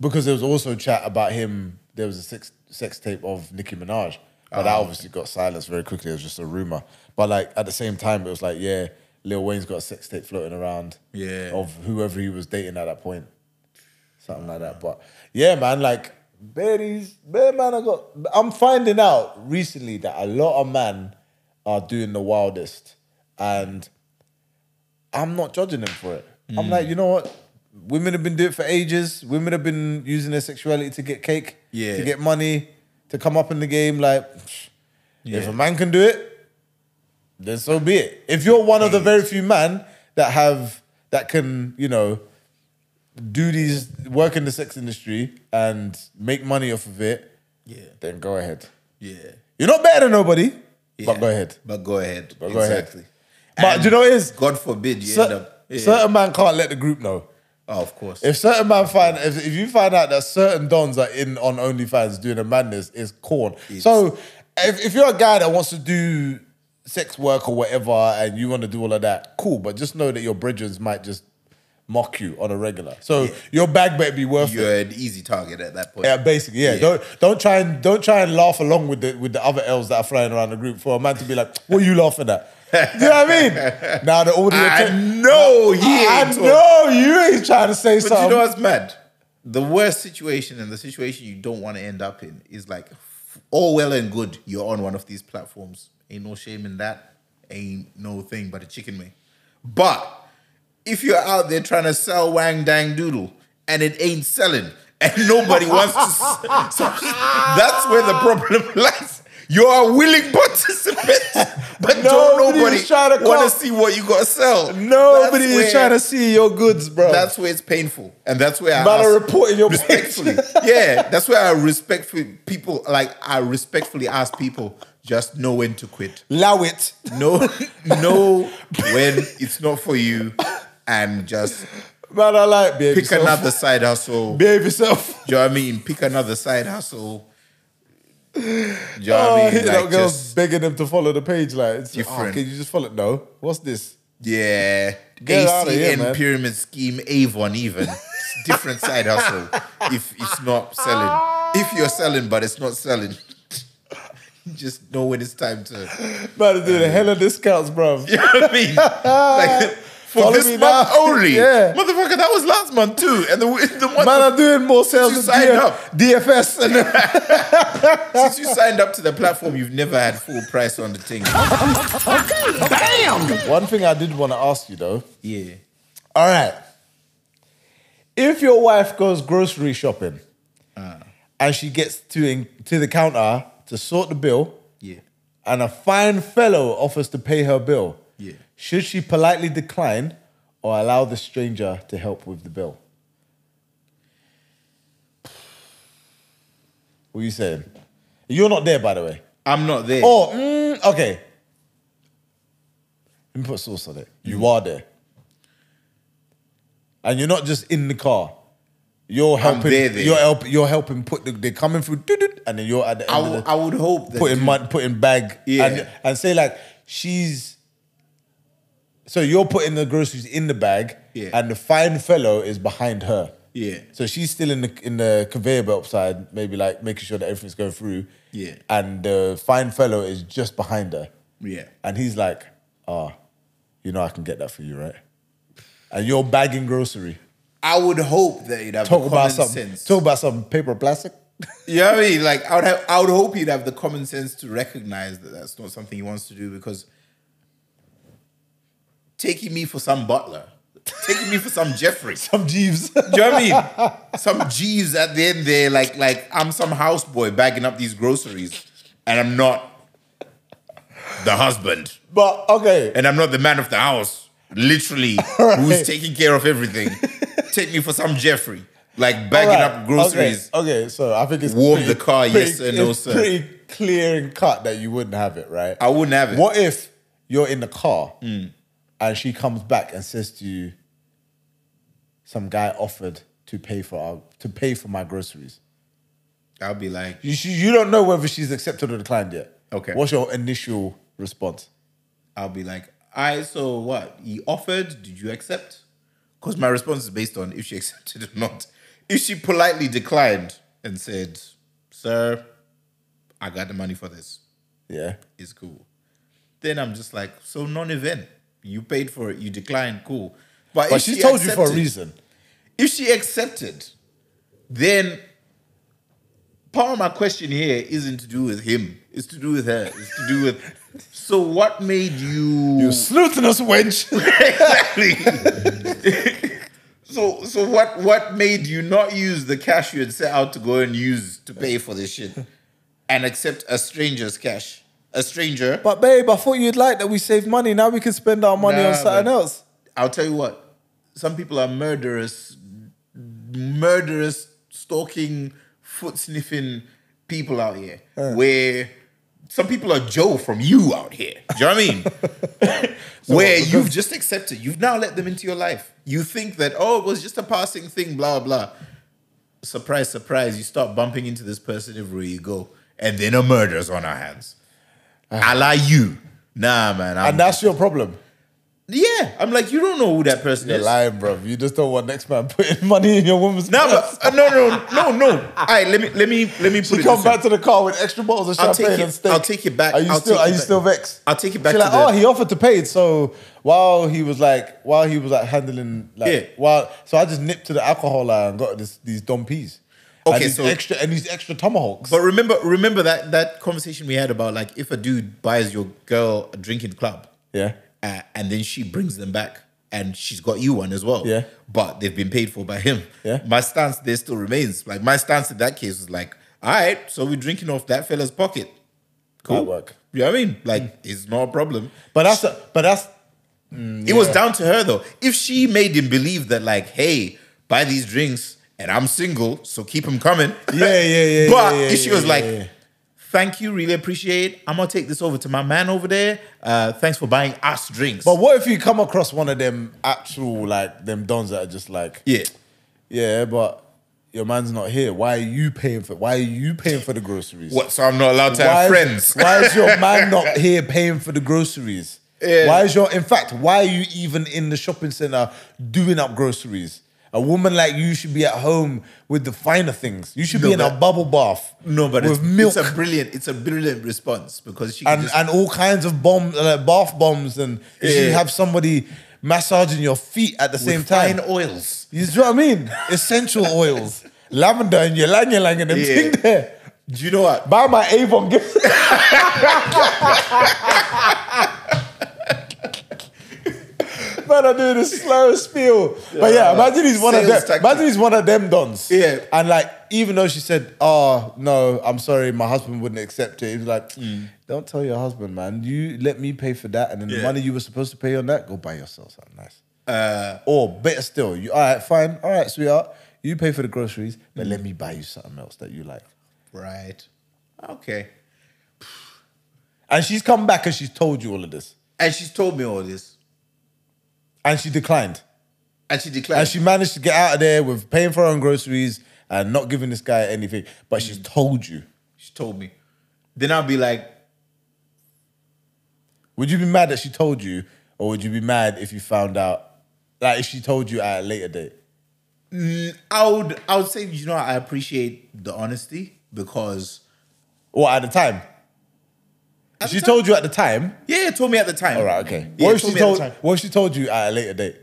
S5: because there was also chat about him, there was a sex sex tape of Nicki Minaj, but
S3: Ah.
S5: that obviously got silenced very quickly. It was just a rumor. But like at the same time, it was like, yeah, Lil Wayne's got a sex tape floating around,
S3: Yeah.
S5: of whoever he was dating at that point, something like that. But yeah, man, like. Berries, bear man, I got. I'm finding out recently that a lot of men are doing the wildest, and I'm not judging them for it. I'm like, you know what? Women have been doing it for ages. Women have been using their sexuality to get cake,
S3: Yeah.
S5: to get money, to come up in the game. Like, if a man can do it, then so be it. If you're one of the very few men that have that can, you know, do these work in the sex industry and make money off of it,
S3: Yeah.
S5: then go ahead.
S3: Yeah.
S5: You're not better than nobody,
S3: Yeah.
S5: but go ahead.
S3: But go ahead.
S5: But go ahead.
S3: exactly.
S5: But do you know what it is?
S3: God forbid you end
S5: Cer-
S3: up. Yeah.
S5: Certain man can't let the group know.
S3: oh, of course.
S5: If certain man find if, if you find out that certain dons are in on OnlyFans doing a madness, it's corn. so if, if you're a guy that wants to do sex work or whatever and you want to do all of that, cool. But just know that your bridges might just mock you on a regular. So your bag better be worth it.
S3: You're an easy target at that point.
S5: Yeah, basically, yeah.
S3: Yeah.
S5: Don't don't try and don't try and laugh along with the with the other L's that are flying around the group for a man to be like, "What are you laughing at?" you know what I mean? Now the audio.
S3: I
S5: tech-
S3: know he
S5: I
S3: ain't
S5: know you ain't trying to say
S3: But
S5: something.
S3: you know what's mad? The worst situation and the situation you don't want to end up in is like f- all well and good. You're on one of these platforms. Ain't no shame in that. Ain't no thing but a chicken wing. But if you're out there trying to sell Wang Dang Doodle and it ain't selling and nobody wants to, s- so that's where the problem lies. You are a willing participant, but don't
S5: Nobody
S3: nobody
S5: is trying to
S3: want
S5: come.
S3: to see what you got to sell. That's
S5: Nobody is
S3: where-
S5: trying to see your goods, bro.
S3: that's where it's painful, and that's where I
S5: matter
S3: ask-
S5: reporting your
S3: respectfully.
S5: picture.
S3: yeah, that's where I respectfully people like I respectfully ask people just know when to quit.
S5: Allow it.
S3: Know know when it's not for you, and just
S5: Man, I like behave
S3: pick
S5: yourself.
S3: another side hustle. Do
S5: Behave yourself.
S3: you know what I mean? Pick another side hustle. Do you know
S5: Oh,
S3: what I mean?
S5: hitting
S3: Like,
S5: up girls,
S3: just-
S5: begging them to follow the page. Like, it's, oh,
S3: Different.
S5: can you just follow? No. What's this?
S3: Yeah.
S5: Get out of here,
S3: ACN
S5: man.
S3: pyramid scheme, Avon even. It's different side hustle if it's not selling. If you're selling but it's not selling, you just know when it's time to
S5: Man, they're doing a hell of discounts, bro.
S3: you know what I mean? Like for
S5: Follow
S3: this
S5: me
S3: month
S5: now.
S3: only.
S5: Yeah.
S3: Motherfucker, that was last month too. And the, the one
S5: Man, I'm doing more sales
S3: Just
S5: than
S3: sign
S5: DF-
S3: up.
S5: DFS. And then,
S3: since you signed up to the platform, you've never had full price on the thing.
S5: one thing I did want to ask you though.
S3: Yeah.
S5: All right. If your wife goes grocery shopping Uh. and she gets to to the counter to sort the bill
S3: Yeah.
S5: and a fine fellow offers to pay her bill,
S3: Yeah.
S5: should she politely decline or allow the stranger to help with the bill? What are you saying? You're not there, by the way.
S3: I'm not there.
S5: Oh, mm, okay. Let me put sauce on it. You
S3: Mm-hmm.
S5: are there. And you're not just in the car. You're helping.
S3: there, there.
S5: You're help, You're helping put the. They're coming through, doo-doo, and then you're at the
S3: I,
S5: end
S3: w-
S5: of the,
S3: I would hope that.
S5: putting mud, putting bag,
S3: Yeah.
S5: and and say like she's. So you're putting the groceries in the bag,
S3: Yeah.
S5: and the fine fellow is behind her.
S3: Yeah.
S5: So she's still in the in the conveyor belt side, maybe like making sure that everything's going through.
S3: Yeah.
S5: And the fine fellow is just behind her.
S3: Yeah.
S5: And he's like, ah, you know I can get that for you, right? And you're bagging grocery.
S3: I would hope that you'd have
S5: Talk
S3: the
S5: about
S3: common
S5: something.
S3: sense.
S5: Talk about some paper plastic.
S3: You know what I mean? Like I would have, I would hope he'd have the common sense to recognize that that's not something he wants to do because taking me for some butler, taking me for some Jeffrey.
S5: Some Jeeves.
S3: Do you know what I mean? Some G's at the end there, like like I'm some houseboy bagging up these groceries, and I'm not the husband,
S5: but okay.
S3: and I'm not the man of the house, literally,
S5: Right.
S3: who's taking care of everything. Take me for some Jeffrey, like bagging
S5: Alright,
S3: up groceries.
S5: Okay, okay, so I think it's
S3: Warm the car, yes
S5: pretty-
S3: and no,
S5: it's
S3: sir.
S5: Pretty clear and cut that you wouldn't have it, right?
S3: I wouldn't have it. Hmm.
S5: What if you're in the car and she comes back and says to you, "Some guy offered to pay for our, to pay for my groceries."
S3: I'll be like,
S5: You she, you don't know whether she's accepted or declined yet.
S3: Okay.
S5: What's your initial response?
S3: I'll be like, I so what? He offered, did you accept? Because my response is based on if she accepted or not. If she politely declined and said, Sir, I got the money for this,
S5: Yeah.
S3: it's cool. Then I'm just like, so non-event. You paid for it, you declined, cool. But,
S5: But
S3: if
S5: she's
S3: she
S5: told you for a
S3: accepted-
S5: reason.
S3: if she accepted, then part of my question here isn't to do with him. It's to do with her. It's to do with. So what made you?
S5: You sleuthing us, wench.
S3: exactly. so so what what made you not use the cash you had set out to go and use to pay for this shit, and accept a stranger's cash? A stranger.
S5: but babe, I thought you'd like that we saved money. Now we can spend our money
S3: Nah,
S5: on something
S3: but-
S5: else.
S3: I'll tell you what. Some people are murderous, murderous, stalking, foot sniffing people out here. Where some people are Joe from you out here. Do you know what I mean? Where
S5: what,
S3: you've just accepted, you've now let them into your life. You think that oh, it was just a passing thing, blah blah. Surprise, surprise! You start bumping into this person everywhere you go, and then a murder's on our hands. I like you, nah, man. I'm,
S5: Uh-huh. And that's your problem.
S3: yeah, I'm like you don't know who that person
S5: You're
S3: is.
S5: lying, bro. You just don't want next man putting money in your woman's.
S3: No,
S5: purse.
S3: but, uh, no, no, no, no. All right, let me, let me, let me put
S5: She
S3: it.
S5: come
S3: this
S5: back
S3: way.
S5: to the car with extra bottles of
S3: I'll take
S5: champagne
S3: it-
S5: and steak.
S3: I'll take it back.
S5: Are you
S3: I'll
S5: still?
S3: take
S5: Are
S3: it
S5: you
S3: back.
S5: still vexed?
S3: I'll take it back
S5: She
S3: to
S5: like,
S3: the-
S5: oh, he offered to pay it. So while he was like, while he was like handling, like,
S3: Yeah.
S5: while so I just nipped to the alcohol line and got this, these dompees. And
S3: Okay,
S5: these
S3: so-
S5: extra and these extra tomahawks.
S3: But remember, remember that that conversation we had about like if a dude buys your girl a drinking club,
S5: yeah,
S3: uh, and then she brings them back, and she's got you one as well.
S5: Yeah.
S3: but they've been paid for by him.
S5: Yeah.
S3: my stance there still remains. Like my stance in that case is like, all right, so we're drinking off that fella's pocket.
S5: cool. work. Mm.
S3: You know what I mean? Like it's not a problem.
S5: But that's a, but that's
S3: It was down to her though. If she made him believe that, like, hey, buy these drinks and I'm single, so keep them coming.
S5: Yeah, yeah, yeah,
S3: but
S5: yeah, yeah,
S3: if she was
S5: yeah,
S3: like,
S5: yeah, yeah.
S3: thank you, really appreciate it. I'm gonna take this over to my man over there. Uh, thanks for buying us drinks.
S5: but what if you come across one of them actual like them dons that are just like
S3: yeah.
S5: Yeah, but your man's not here. Why are you paying for? Why are you paying for the groceries?
S3: What? So I'm not allowed to
S5: Why
S3: have
S5: is,
S3: friends.
S5: why is your man not here paying for the groceries? Why is your? In fact, why are you even in the shopping center doing up groceries? A woman like you should be at home with the finer things. You should
S3: No,
S5: be in a
S3: but-
S5: bubble bath.
S3: no, but
S5: with
S3: it's,
S5: milk
S3: it's a brilliant, it's a brilliant response because she can
S5: and,
S3: just,
S5: and all kinds of bomb uh, bath bombs, and you should
S3: Yeah.
S5: have somebody massaging your feet at the same
S3: with
S5: time.
S3: fine oils.
S5: You see what I mean? Essential oils. Lavender and ylang ylang and them
S3: Yeah.
S5: thing there.
S3: Do you know what?
S5: Buy my Avon gift.
S6: man are doing this slow spiel. But yeah, imagine he's one of them.
S3: Sales tactic.
S6: Imagine he's one of them dons.
S3: Yeah.
S5: And like, even though she said, "Oh no, I'm sorry, my husband wouldn't accept it," he was like, "Don't tell your husband, man. You let me pay for that, and then the
S3: Yeah.
S5: money you were supposed to pay on that, go buy yourself something nice." or better still, you all right, fine, all right, sweetheart, you pay for the groceries, but let me buy you something else that you like.
S3: Right. Okay.
S5: And she's come back and she's told you all of this,
S3: And she's told me all this.
S5: and she declined,
S3: And she declared.
S5: and she managed to get out of there with paying for her own groceries and not giving this guy anything, but she's told you.
S3: she told me. Then I'll be like,
S5: Would you be mad that she told you, or would you be mad if you found out, like if she told you at a later date?
S3: I would I would say, you know, I appreciate the honesty because
S5: Or at the time?
S3: At
S5: she
S3: the time?
S5: told you at the time.
S3: yeah, yeah, told me at the time.
S5: All right, okay.
S3: Yeah,
S5: what if
S3: told
S5: she
S3: me at the
S5: told?
S3: time.
S5: What if she told you at a later date?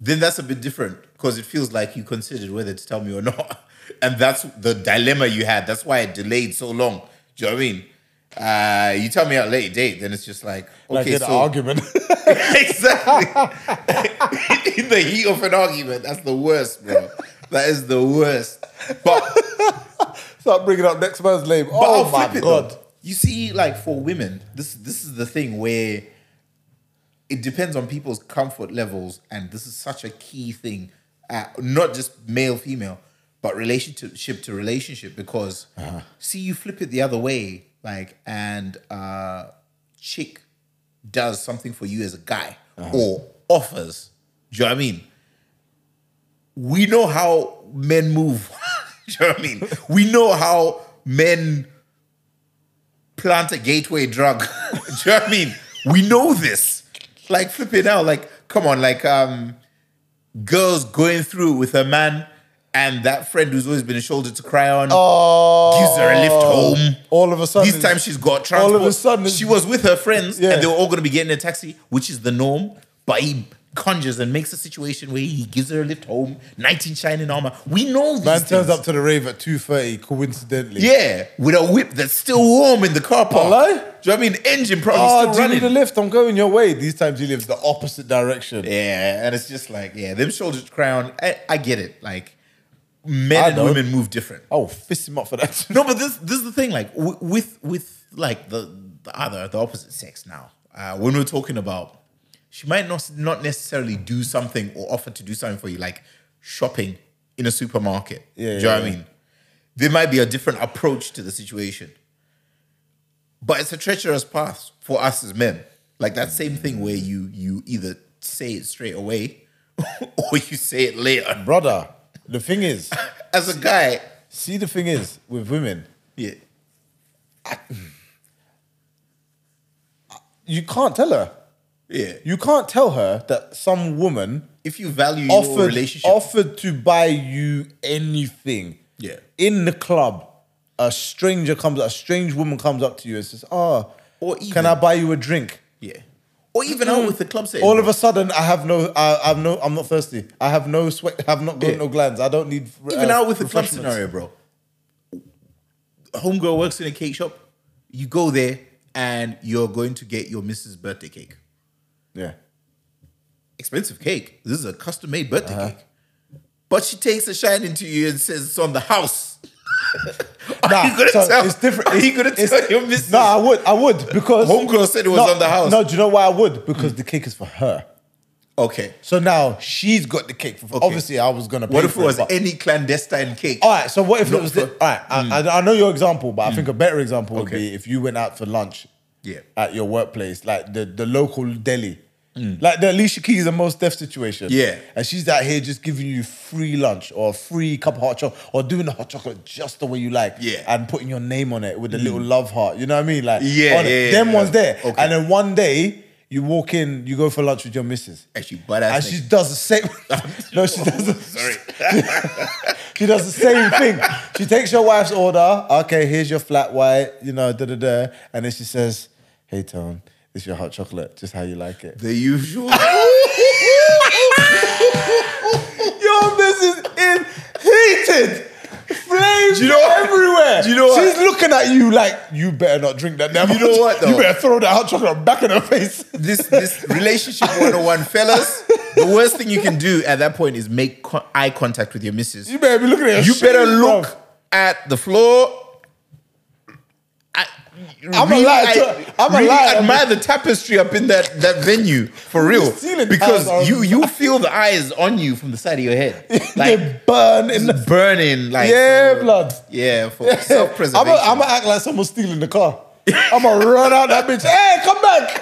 S3: Then that's a bit different because it feels like you considered whether to tell me or not. And that's the dilemma you had. That's why it delayed so long. Do you know what I mean? Uh, you tell me at a late date, then it's just like
S5: Like
S3: okay,
S5: in an
S3: so
S5: argument.
S3: exactly. In the heat of an argument, that's the worst, bro. That is the worst. But,
S5: Start bringing up next man's name.
S3: but
S5: oh
S3: I'll
S5: my
S3: flip it though.
S5: god!
S3: You see, like for women, this this is the thing where it depends on people's comfort levels, and this is such a key thing, uh, not just male female, but relationship to relationship. Because see, you flip it the other way, like, and uh, chick does something for you as a guy or offers. Do you know what I mean? We know how men move. do you know what I mean? We know how men plant a gateway drug. do you know what I mean? We know this. Like flipping out, like, come on, like um girls going through with a man and that friend who's always been a shoulder to cry on gives her a lift home.
S5: Oh. All of a sudden,
S3: This time she's got
S5: all
S3: transport.
S5: of a sudden-
S3: she was with her friends,
S5: Yeah.
S3: and they were all going to be getting a taxi, which is the norm. But he conjures and makes a situation where he gives her a lift home. Knight in shining armor. We know these
S5: man
S3: things.
S5: turns up to the rave at two thirty coincidentally.
S3: yeah, with a whip that's still warm in the car park.
S5: Hello?
S3: Do you know what I mean? Engine probably
S5: Oh, do
S3: still
S5: you need a
S3: running.
S5: lift? I'm going your way. These times he lives the opposite direction.
S3: yeah, and it's just like yeah, them shoulders crown. I, I get it. Like men
S5: I
S3: and
S5: know.
S3: women move different.
S5: I will fist Oh, him up for that.
S3: No, but this this is the thing. Like w- with with like the the other the opposite sex now. Uh, when we're talking about, she might not not necessarily do something or offer to do something for you, like shopping in a supermarket.
S5: Yeah,
S3: do you
S5: yeah,
S3: know what
S5: yeah.
S3: I mean? There might be a different approach to the situation, but it's a treacherous path for us as men. Like that same thing where you you either say it straight away or you say it later.
S5: Brother, the thing is,
S3: As a guy,
S5: see, the thing is with women,
S3: yeah,
S5: you can't tell her.
S3: yeah.
S5: You can't tell her that some woman
S3: If you value your
S5: offered,
S3: relationship,
S5: offered to buy you anything.
S3: Yeah.
S5: In the club, a stranger comes, a strange woman comes up to you and says, Oh,
S3: Or
S5: can
S3: even-
S5: I buy you a drink?
S3: Yeah. Or even out with the club setting.
S5: All of a sudden, I have no, I, I've no, I'm not thirsty. I have no sweat. I've not got
S3: Yeah.
S5: no glands. I don't need. uh,
S3: even out with the club
S5: refreshments.
S3: scenario, bro. Homegirl works in a cake shop. You go there and you're going to get your missus' birthday cake.
S5: Yeah.
S3: Expensive cake. This is a custom made birthday
S5: Uh-huh.
S3: cake. But she takes a shine into you and says it's on the house. Are
S5: Nah,
S3: you gonna
S5: so
S3: tell?
S5: it's different.
S3: Are you gonna
S5: It's-
S3: tell your missus?
S5: No, I would. I would because
S3: Homegirl said it was
S5: no,
S3: on the house.
S5: No, do you know why I would? Because the cake is for her.
S3: Okay.
S5: So now she's got the cake. For, Obviously, I was gonna. Pay
S3: What if it
S5: for
S3: was
S5: but- Oh.
S3: any clandestine cake?
S5: All right. So what if it
S3: Not
S5: was?
S3: for- Hmm.
S5: the- all right. I, I, I know your example, but I think a better example would
S3: Okay.
S5: be if you went out for lunch.
S3: Yeah.
S5: At your workplace, like the the local deli. Like the Alicia Keys and most deaf situation.
S3: Yeah.
S5: And she's out here just giving you free lunch or free cup of hot chocolate or doing the hot chocolate just the way you like.
S3: Yeah. Mm.
S5: And putting your name on it with a little love heart. You know what I mean? Like
S3: Yeah,
S5: on it.
S3: yeah, yeah,
S5: them
S3: yeah.
S5: ones there.
S3: Okay.
S5: And then one day you walk in, you go for lunch with your missus.
S3: Actually, butt ass.
S5: And she does the same. no, she does. The, Sorry. she does the same thing. She takes your wife's order. Okay, here's your flat white. You know, da da da. And then she says, "Hey, Tom, this your hot chocolate, just how you like it."
S3: the usual.
S5: Your missus is heated. Flames Do you know
S2: everywhere.
S5: Do you know what?
S2: She's looking at you like you better not drink that. Damn
S5: You know what,
S2: You
S5: though?
S2: better throw that hot chocolate back in her face.
S3: this this relationship 101 fellas the worst thing you can do at that point is make co- eye contact with your missus
S5: You better be looking at. her
S3: you better
S5: shit,
S3: look
S5: bruv.
S3: at the floor I,
S5: I'ma lie to- I'ma
S3: really
S5: lie, I'm-
S3: admire the tapestry up in that, that venue for real
S5: ceiling tiles are-
S3: because you you feel the eyes on you from the side of your head like
S5: they burn in the
S3: it's burning like
S5: yeah,
S3: so-
S5: blood.
S3: yeah for self
S5: I'm
S3: preservation
S5: gonna act like someone's stealing the car. I'm gonna run out that bitch. Hey, come back!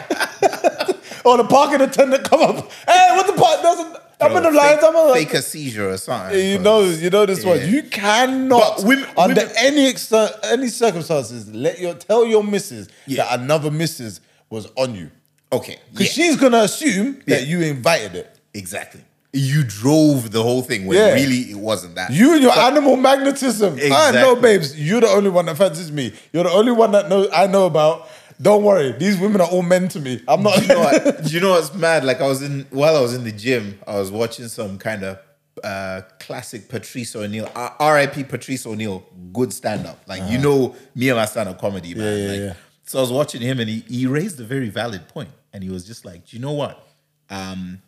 S5: or the parking attendant come up. Hey, what the park doesn't? I'm in the lines. I'm in the
S3: fake a seizure or something
S5: You
S3: cause-
S5: know, you know this one.
S3: Yeah.
S5: You cannot,
S3: But women-
S5: under
S3: women-
S5: any exter- any circumstances, let your tell your missus
S3: Yeah.
S5: that another missus was on you
S3: okay yeah.
S5: because she's gonna assume that
S3: Yeah.
S5: you invited it.
S3: Exactly. You drove the whole thing when
S5: Yeah.
S3: really it wasn't that.
S5: You and your animal magnetism. I
S3: Exactly.
S5: know, babes. You're the only one that fancies me. You're the only one that know I know about. Don't worry, these women are all men to me. I'm not.
S3: Do you know what? do you know what's mad? Like I was in while I was in the gym, I was watching some kind of uh, classic Patrice O'Neill, R- R.I.P. Patrice O'Neill, good stand up. Like you know me and my stand up comedy, man.
S5: Uh-huh. yeah,
S3: like,
S5: yeah.
S3: So I was watching him, and he, he raised a very valid point, and he was just like, "Do you know what? Um,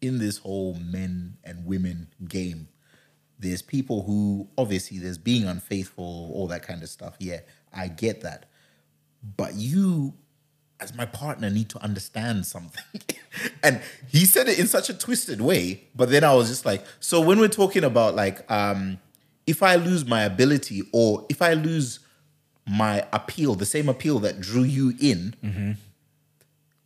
S3: in this whole men and women game, there's people who obviously there's being unfaithful, all that kind of stuff. Yeah, I get that. But you, as my partner, need to understand something. and he said it in such a twisted way. But then I was just like, so when we're talking about like, um, if I lose my ability or if I lose my appeal, the same appeal that drew you in,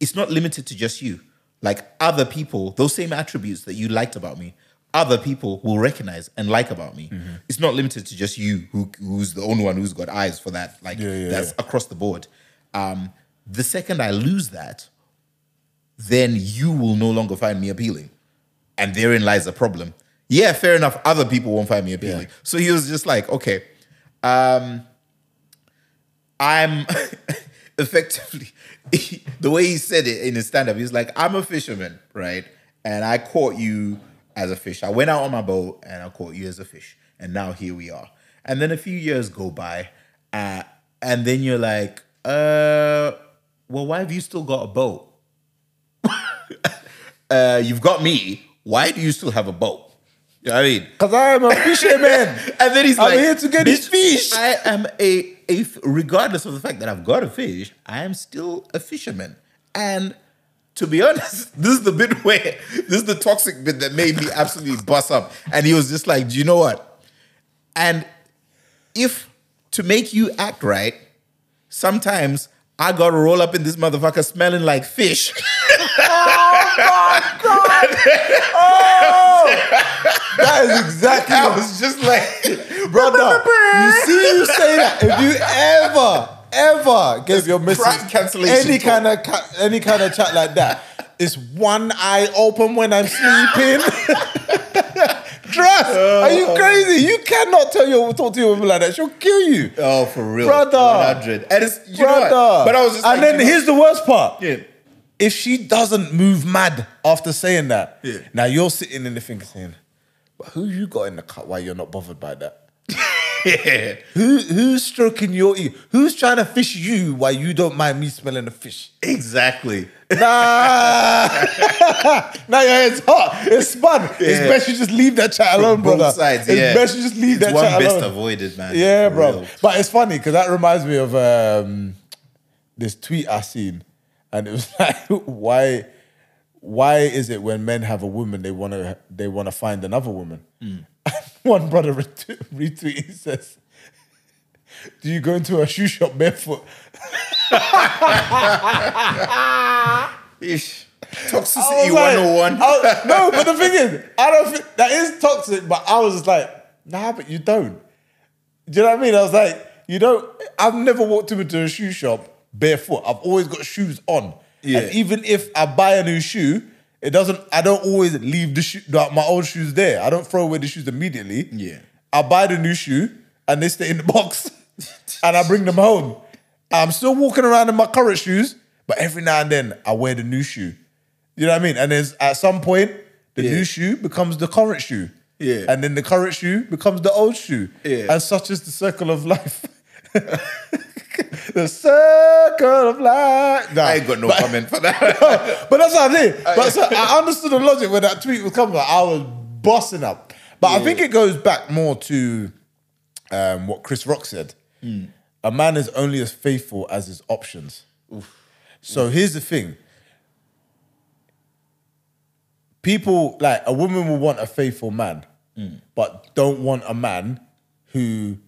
S3: it's not limited to just you. Like other people, those same attributes that you liked about me, other people will recognize and like about me.
S5: Mm-hmm.
S3: It's not limited to just you, who, who's the only one who's got eyes for that. Like
S5: yeah,
S3: that's across the board. Um, the second I lose that, then you will no longer find me appealing. And therein lies the problem. Yeah, fair enough. Other people won't find me appealing. So he was just like, okay, I'm effectively the way he said it in his stand up. He's like, I'm a fisherman, right? And I caught you as a fish. I went out on my boat and I caught you as a fish. And now here we are. And then a few years go by, uh, and then you're like, uh, well, why have you still got a boat? uh, you've got me. Why do you still have a boat? You know what I mean?
S5: Because I am a fisherman.
S3: And then he's
S5: I'm
S3: like,
S5: here to get his
S3: "Bitch,
S5: fish."
S3: I am a, a f- regardless of the fact that I've got a fish, I am still a fisherman. And to be honest, this is the bit where this is the toxic bit that made me absolutely bust up. And he was just like, "Do you know what?" And if to make you act right, sometimes I gotta roll up in this motherfucker smelling like fish.
S5: That is exactly.
S3: I
S5: what-
S3: was just like,
S5: brother. you see, you say that if you ever, ever gave your missus
S3: crap cancellation
S5: any
S3: talk.
S5: kind of ca- any kind of chat like that, it's one eye open when I'm sleeping. Trust? Are you crazy? You cannot tell your talk to your woman like that. She'll kill you.
S3: "Oh, for real,
S5: Brother.
S3: 100." And it's you know what?
S5: Brother.
S3: But I was just like,
S5: and then
S3: "Do you know
S5: here's the worst part.
S3: Yeah.
S5: If she doesn't move mad after saying that,
S3: Yeah.
S5: now you're sitting in the thing saying, but who you got in the cut why you're not bothered by that?
S3: Yeah.
S5: Who who's stroking your ear? Who's trying to fish you while you don't mind me smelling the fish?
S3: Exactly.
S5: Nah, now your head's hot. It's spun. It's
S3: Yeah.
S5: best you just leave that chat alone,
S3: both
S5: brother.
S3: sides,
S5: it's
S3: yeah.
S5: best you just leave
S3: It's
S5: that
S3: one
S5: chat
S3: best
S5: alone.
S3: avoided, man.
S5: Yeah,
S3: For
S5: bro.
S3: real.
S5: But it's funny because that reminds me of um, this tweet I seen, and it was like, why, why is it when men have a woman they want to they want to find another woman?
S3: Mm.
S5: One brother retweet, retweet he says, "Do you go into a shoe shop barefoot?"
S3: Ish.
S5: I was
S3: Toxicity E
S5: like-
S3: 101.
S5: I was- no, but the thing is, I don't think that is toxic, but I was just like, nah, but you don't. Do you know what I mean? I was like, you don't, I've never walked into a shoe shop barefoot. I've always got shoes on.
S3: Yeah.
S5: And even if I buy a new shoe, it doesn't, I don't always leave the shoe, like my old shoes there. I don't throw away the shoes immediately.
S3: Yeah.
S5: I buy the new shoe and they stay in the box and I bring them home. I'm still walking around in my current shoes, but every now and then I wear the new shoe. You know what I mean? And there's at some point, the
S3: Yeah.
S5: new shoe becomes the current shoe.
S3: Yeah.
S5: And then the current shoe becomes the old shoe.
S3: Yeah.
S5: And such is the circle of life. the circle of life. Nah,
S3: I ain't got no
S5: but-
S3: comment for that.
S5: but that's what I did. But so I understood the logic when that tweet was coming. I was busting up. But I think it goes back more to um, what Chris Rock said. A man is only as faithful as his options. So here's the thing. People like a woman will want a faithful man, but don't want a man who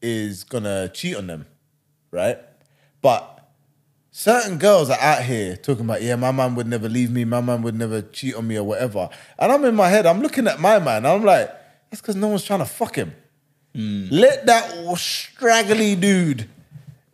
S5: is gonna cheat on them, right? But certain girls are out here talking about, yeah, my man would never leave me, my man would never cheat on me or whatever. And I'm in my head, I'm looking at my man, and I'm like, that's because no one's trying to fuck him. Let that straggly dude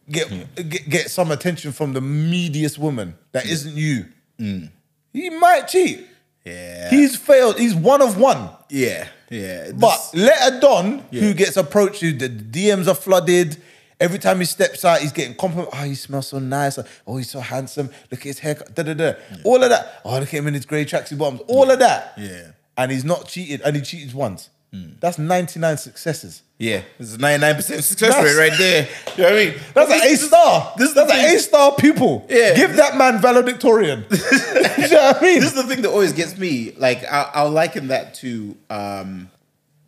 S5: get, get get some attention from the meatiest woman that isn't you. He might cheat.
S3: yeah.
S5: He's failed. He's one of one.
S3: yeah. Yeah.
S5: But let a Don who gets approached, who the DMs are flooded. Every time he steps out, he's getting complimented. Oh, he smells so nice. Oh, he's so handsome. Look at his haircut. Da, da, da. All of that. Oh, look at him in his grey tracksuit bottoms. All of that.
S3: Yeah. Hmm.
S5: And he's not cheated. And he cheated once. That's 99 successes.
S3: yeah. It's a 99% success
S5: That's-
S3: rate right there. You know what I mean?
S5: That's an A star.
S3: this is the
S5: That's an
S3: thing.
S5: A star pupil.
S3: Yeah.
S5: Give that man valedictorian. you know what I mean?
S3: this is the thing that always gets me. Like I, I'll liken that to um,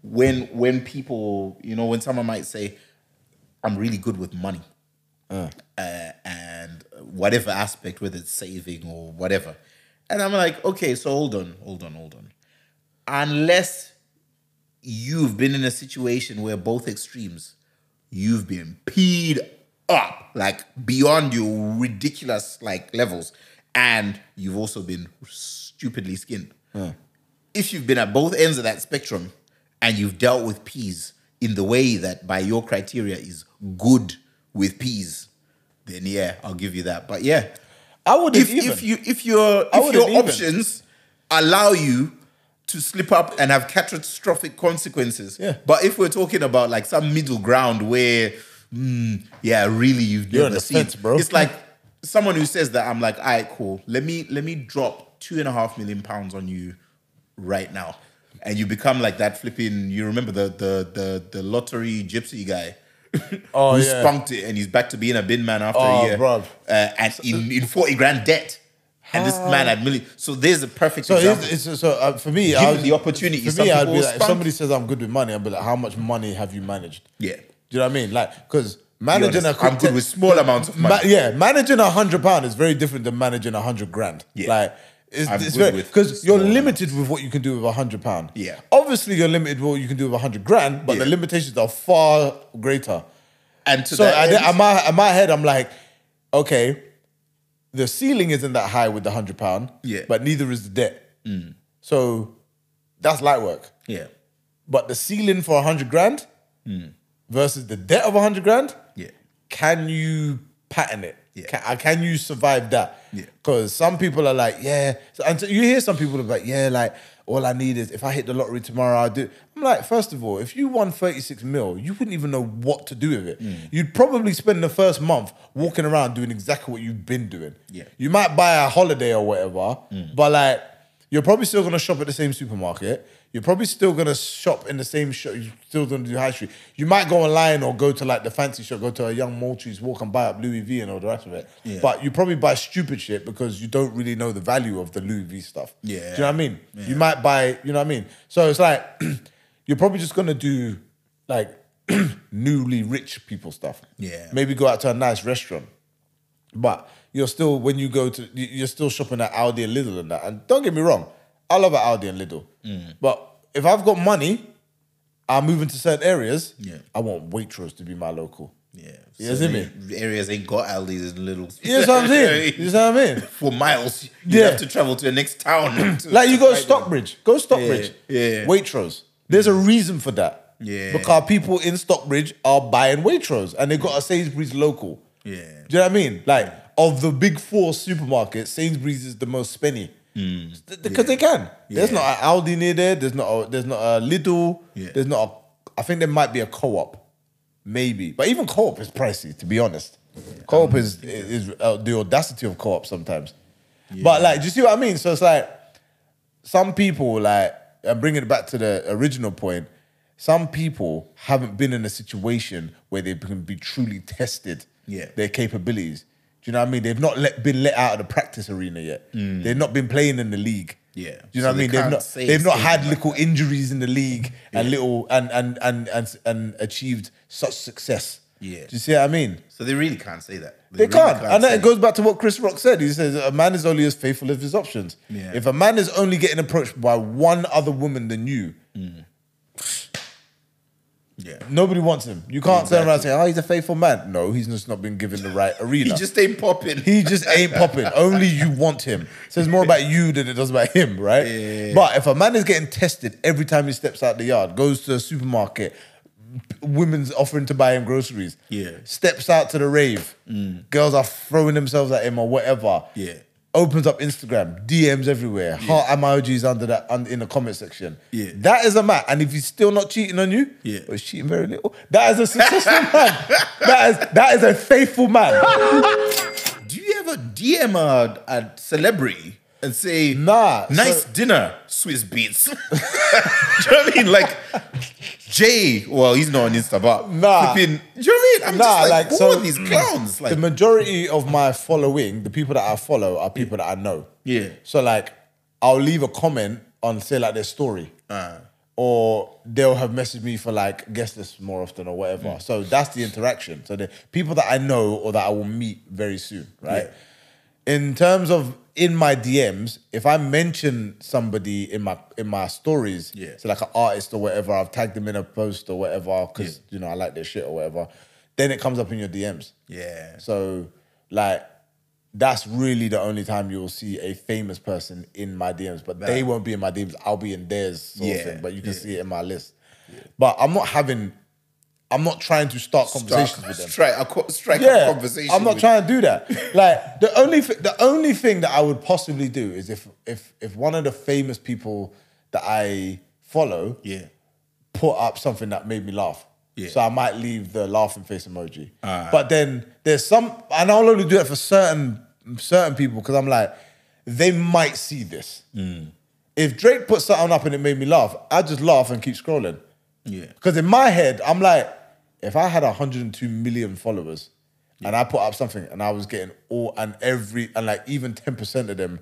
S3: when when people, you know, when someone might say, "I'm really good with money," uh, and whatever aspect, whether it's saving or whatever, and I'm like, okay, so hold on, hold on, hold on. Unless you've been in a situation where both extremes, you've been peed up, like beyond your ridiculous like levels, and you've also been stupidly skinned. If you've been at both ends of that spectrum and you've dealt with peas in the way that by your criteria is good with peas, then yeah, I'll give you that. But yeah,
S5: I wouldn't
S3: if,
S5: even.
S3: if you if your
S5: I
S3: if
S5: wouldn't
S3: your
S5: even.
S3: options allow you to slip up and have catastrophic consequences.
S5: Yeah.
S3: But if we're talking about like some middle ground where, mm, yeah, really you've
S5: You're on
S3: never
S5: the
S3: seen,
S5: fence, bro.
S3: It's like someone who says that I'm like, all right, cool. Let me let me drop two and a half million pounds on you right now, and you become like that flipping. You remember the the the the lottery gypsy guy.
S5: Oh,
S3: who
S5: yeah.
S3: spunked it and he's back to being a bin man after
S5: Oh,
S3: a year,
S5: bruv.
S3: Uh, and in, in forty grand debt, and this man had million. So there's a perfect
S5: So,
S3: example.
S5: it's, it's, so uh, for me,
S3: Give
S5: I
S3: it the opportunity.
S5: For
S3: Some
S5: me, I'd
S3: people
S5: be like, if
S3: spunk.
S5: somebody says I'm good with money, I'd be like, how much money have you managed?
S3: yeah,
S5: Do you know what I mean? Like, because managing
S3: honest,
S5: a quick
S3: I'm good
S5: te-
S3: with small amounts of money.
S5: Ma- yeah, managing a hundred pound is very different than managing a hundred grand.
S3: Yeah.
S5: like it's,
S3: I'm
S5: it's
S3: good
S5: very
S3: with
S5: because you're
S3: small
S5: limited with what you can do with a hundred pound.
S3: Yeah.
S5: obviously you're limited with what you can do with a hundred grand, but the
S3: Yeah.
S5: limitations are far greater.
S3: and to
S5: So
S3: that
S5: I,
S3: end,
S5: in my in my head, I'm like, okay, the ceiling isn't that high with the hundred pound.
S3: Yeah. Mm.
S5: but neither is the debt. So that's light work.
S3: yeah,
S5: But the ceiling for a hundred grand
S3: Mm.
S5: versus the debt of a hundred grand.
S3: yeah,
S5: Can you pattern it?
S3: Yeah.
S5: Can, uh, can you survive that?
S3: Yeah.
S5: Because some people are like, yeah, so, and so you hear some people are like, yeah, like all I need is if I hit the lottery tomorrow, I'll do. I'm like, first of all, if you won 36 mil, you wouldn't even know what to do with it.
S3: Mm.
S5: You'd probably spend the first month walking around doing exactly what you've been doing.
S3: Yeah.
S5: You might buy a holiday or whatever,
S3: Mm.
S5: but like you're probably still gonna shop at the same supermarket. You're probably still gonna shop in the same shop. You're still gonna do high street. You might go online or go to like the fancy shop, go to a young Maltese walk and buy up Louis V and all the rest of it.
S3: Yeah.
S5: But you probably buy stupid shit because you don't really know the value of the Louis V stuff. Do you know what I mean? You might buy, you know what I mean? So it's like you're probably just gonna do like newly rich people stuff.
S3: Yeah.
S5: Maybe go out to a nice restaurant. But you're still when you go to you- you're still shopping at Aldi and Lidl and that. And don't get me wrong, I love Aldi and Lidl. But if I've got money, I'm moving to certain areas.
S3: Yeah.
S5: I want Waitrose to be my local.
S3: yeah.
S5: Yeah, isn't
S3: Certain Areas ain't got alleys and little.
S5: You know what I'm saying? You know what I mean?
S3: For miles, you
S5: Yeah.
S3: have to travel to the next town. to-
S5: Like you go
S3: to find
S5: to
S3: them.
S5: Stockbridge. Go Stockbridge.
S3: Yeah, yeah.
S5: Waitrose. There's a reason for that.
S3: Yeah.
S5: Because people in Stockbridge are buying Waitrose and they got a Sainsbury's local.
S3: Yeah.
S5: Do you know what I mean? Like of the big four supermarkets, Sainsbury's is the most spenny. Because they can. There's
S3: Mm. Yeah.
S5: not an Aldi near there. There's not a there's not a Lidl.
S3: Yeah.
S5: There's not a I think there might be a co-op. Maybe. But even co-op is pricey, to be honest. Co-op
S3: Um,
S5: is is uh, the audacity of co-op sometimes. But like, do you see what I mean? So it's like some people like I'm bringing it back to the original point. Some people haven't been in a situation where they can be truly tested
S3: Yeah.
S5: their capabilities. Do you know what I mean? They've not let, been let out of the practice arena yet. They've not been playing in the league.
S3: Mm. Yeah.
S5: Do you
S3: So
S5: know what I
S3: they
S5: mean? They've
S3: can't
S5: not
S3: say
S5: they've not
S3: it's
S5: had little injuries in the league and little and and and and and achieved such success.
S3: Yeah.
S5: Do you see what I mean?
S4: So they really can't say that.
S5: They
S4: really
S5: can't. and
S4: say
S5: that goes back to what Chris Rock said. He says a man is only as faithful as his options.
S3: Yeah.
S5: If a man is only getting approached by one other woman than you,
S3: Yeah.
S5: nobody wants him. You can't turn around and say, "Oh, he's a faithful man." No, he's just not been given the right
S4: He
S5: arena.
S4: just ain't popping.
S5: He just ain't popping. Only you want him. So it's more about you than it does about him, right? But if a man is getting tested every time he steps out the yard, goes to a supermarket, p- women's offering to buy him groceries,
S3: Yeah.
S5: steps out to the rave,
S4: Mm.
S5: girls are throwing themselves at him or whatever.
S3: Yeah.
S5: Opens up Instagram, DMs everywhere, heart emojis under that un, in the comment section.
S3: Yeah.
S5: that is a man. And if he's still not cheating on you,
S3: Yeah.
S5: or he's cheating very little, that is a successful man. That is that is a faithful man.
S4: Do you ever DM a, a celebrity and say,
S5: Nah,
S4: nice
S5: so-
S4: dinner, Swiss beats? Do you know what I mean? Like, Jay, well, he's not on Insta, but
S5: Nah.
S4: flipping- do you know what I mean? I'm
S5: Nah,
S4: just like,
S5: like,
S4: who
S5: so-
S4: are these clowns? Like,
S5: the majority of my following, the people that I follow, are people that I know.
S4: Yeah.
S5: So like, I'll leave a comment on say like their story,
S4: Uh.
S5: or they'll have messaged me for like guest list more often or whatever.
S4: Mm.
S5: So that's the interaction. So the people that I know or that I will meet very soon, right? In terms of in my DMs, if I mention somebody in my in my stories,
S3: Yeah.
S5: so like an artist or whatever, I've tagged them in a post or whatever because you know I like their shit or whatever, then it comes up in your DMs.
S3: Yeah.
S5: So like that's really the only time you'll see a famous person in my DMs, but they won't be in my DMs. I'll be in theirs, sort of
S3: Yeah,
S5: thing, but you can see it in my list. But I'm not having, I'm not trying to start conversations with them.
S4: strike a, co- strike
S5: yeah,
S4: a conversation.
S5: I'm not
S4: with-
S5: trying to do that. Like the only thi- the only thing that I would possibly do is if if if one of the famous people that I follow
S3: Yeah.
S5: put up something that made me laugh.
S3: Yeah.
S5: So I might leave the laughing face emoji. But then there's some, and I'll only do it for certain certain people because I'm like, they might see this.
S4: Hmm.
S5: If Drake put something up and it made me laugh, I just laugh and keep scrolling.
S3: Yeah.
S5: Because in my head, I'm like, if I had 102 million followers and I put up something and I was getting all and every and like even 10% of them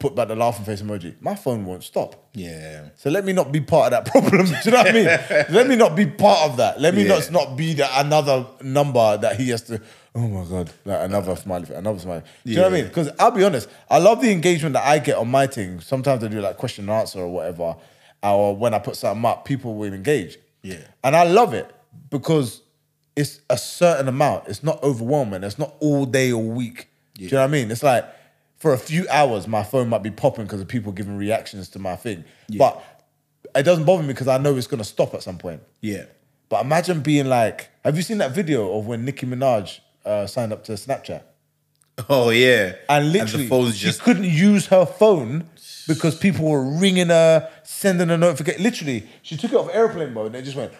S5: put back the laughing face emoji, my phone won't stop.
S3: Yeah.
S5: So let me not be part of that problem. Do you know what I mean? let me not be part of that. Let me not not be the, another number that he has to. Oh my god! Like another smiley, face, another smiley. Do you know what I mean? Because I'll be honest, I love the engagement that I get on my thing. Sometimes I do like question and answer or whatever, or when I put something up, people will engage.
S3: Yeah.
S5: and I love it because it's a certain amount. It's not overwhelming. It's not all day or week. Do you know what I mean? It's like for a few hours, my phone might be popping because of people giving reactions to my thing. But it doesn't bother me because I know it's gonna stop at some point.
S3: Yeah.
S5: But imagine being like, have you seen that video of when Nicki Minaj uh, signed up to Snapchat?
S4: Oh, yeah.
S5: And literally,
S4: the phone's
S5: she
S4: just.
S5: couldn't use her phone because people were ringing her, sending her notification. Literally, she took it off airplane mode and it just went.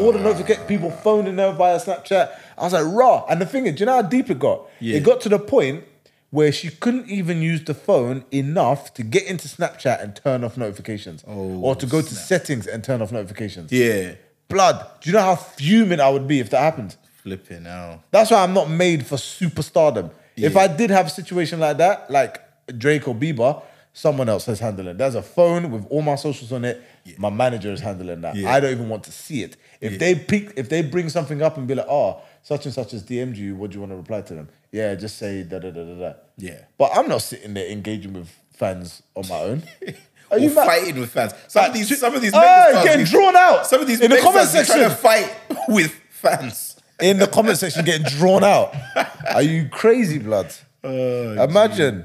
S5: All the notification people phoning her via Snapchat. I was like, raw. And the thing is, do you know how deep it got? It got to the point where she couldn't even use the phone enough to get into Snapchat and turn off notifications,
S4: Oh,
S5: or to go to settings and turn off notifications.
S4: yeah.
S5: Blood. Do you know how fuming I would be if that happened?
S4: Flipping out.
S5: That's why I'm not made for superstardom. If I did have a situation like that, like Drake or Bieber, someone else has handled it. There's a phone with all my socials on it. My manager is handling that. I don't even want to see it. If they pick, if they bring something up and be like, "Oh, such and such has DM'd you. What do you want to reply to them?" Yeah, just say da da da da da.
S3: Yeah.
S5: But I'm not sitting there engaging with fans on my own. Are
S4: Or
S5: you mad?
S4: fighting with fans. Some of
S5: Like,
S4: these, some of these,
S5: hey,
S4: megastars
S5: getting
S4: be-
S5: drawn out
S4: Some of these
S5: in the comment
S4: megastars be
S5: section.
S4: trying to fight with fans.
S5: in the comment section getting drawn out. Are you crazy, blood? Oh, Imagine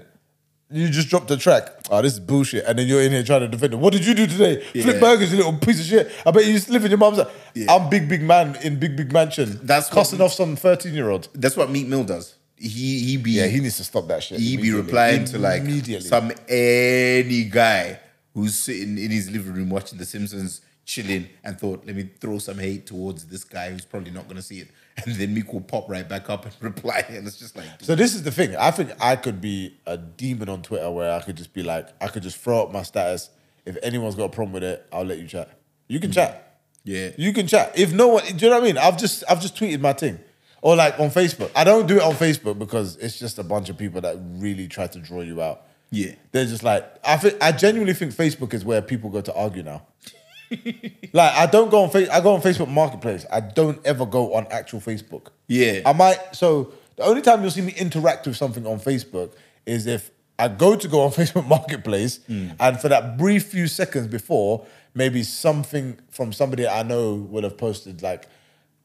S5: you just dropped a track. Oh, this is bullshit. And then you're in here trying to defend it. What did you do today? Flip burgers, you little piece of shit. I bet you live in your mom's. house. I'm big, big man in big, big mansion.
S4: That's what-
S5: cussing off some 13 year old.
S4: That's what Meat Mill does. He he be
S5: Yeah, he needs to stop that shit.
S4: he be
S5: immediately.
S4: replying to like
S5: immediately.
S4: some any guy who's sitting in his living room watching The Simpsons, chilling, and thought, let me throw some hate towards this guy who's probably not going to see it, and then Meek will pop right back up and reply, and it's just like,
S5: So this is the thing. I think I could be a demon on Twitter where I could just be like, I could just throw up my status. If anyone's got a problem with it, I'll let you chat. You can chat.
S4: Yeah.
S5: You can chat. If no one, do you know what I mean? I've just I've just tweeted my thing. Or like on Facebook. I don't do it on Facebook because it's just a bunch of people that really try to draw you out.
S4: Yeah.
S5: They're just like I think I genuinely think Facebook is where people go to argue now. like I don't go on face I go on Facebook Marketplace. I don't ever go on actual Facebook.
S4: Yeah.
S5: I might so the only time you'll see me interact with something on Facebook is if I go to go on Facebook Marketplace
S4: Hmm.
S5: and for that brief few seconds before, maybe something from somebody I know would have posted like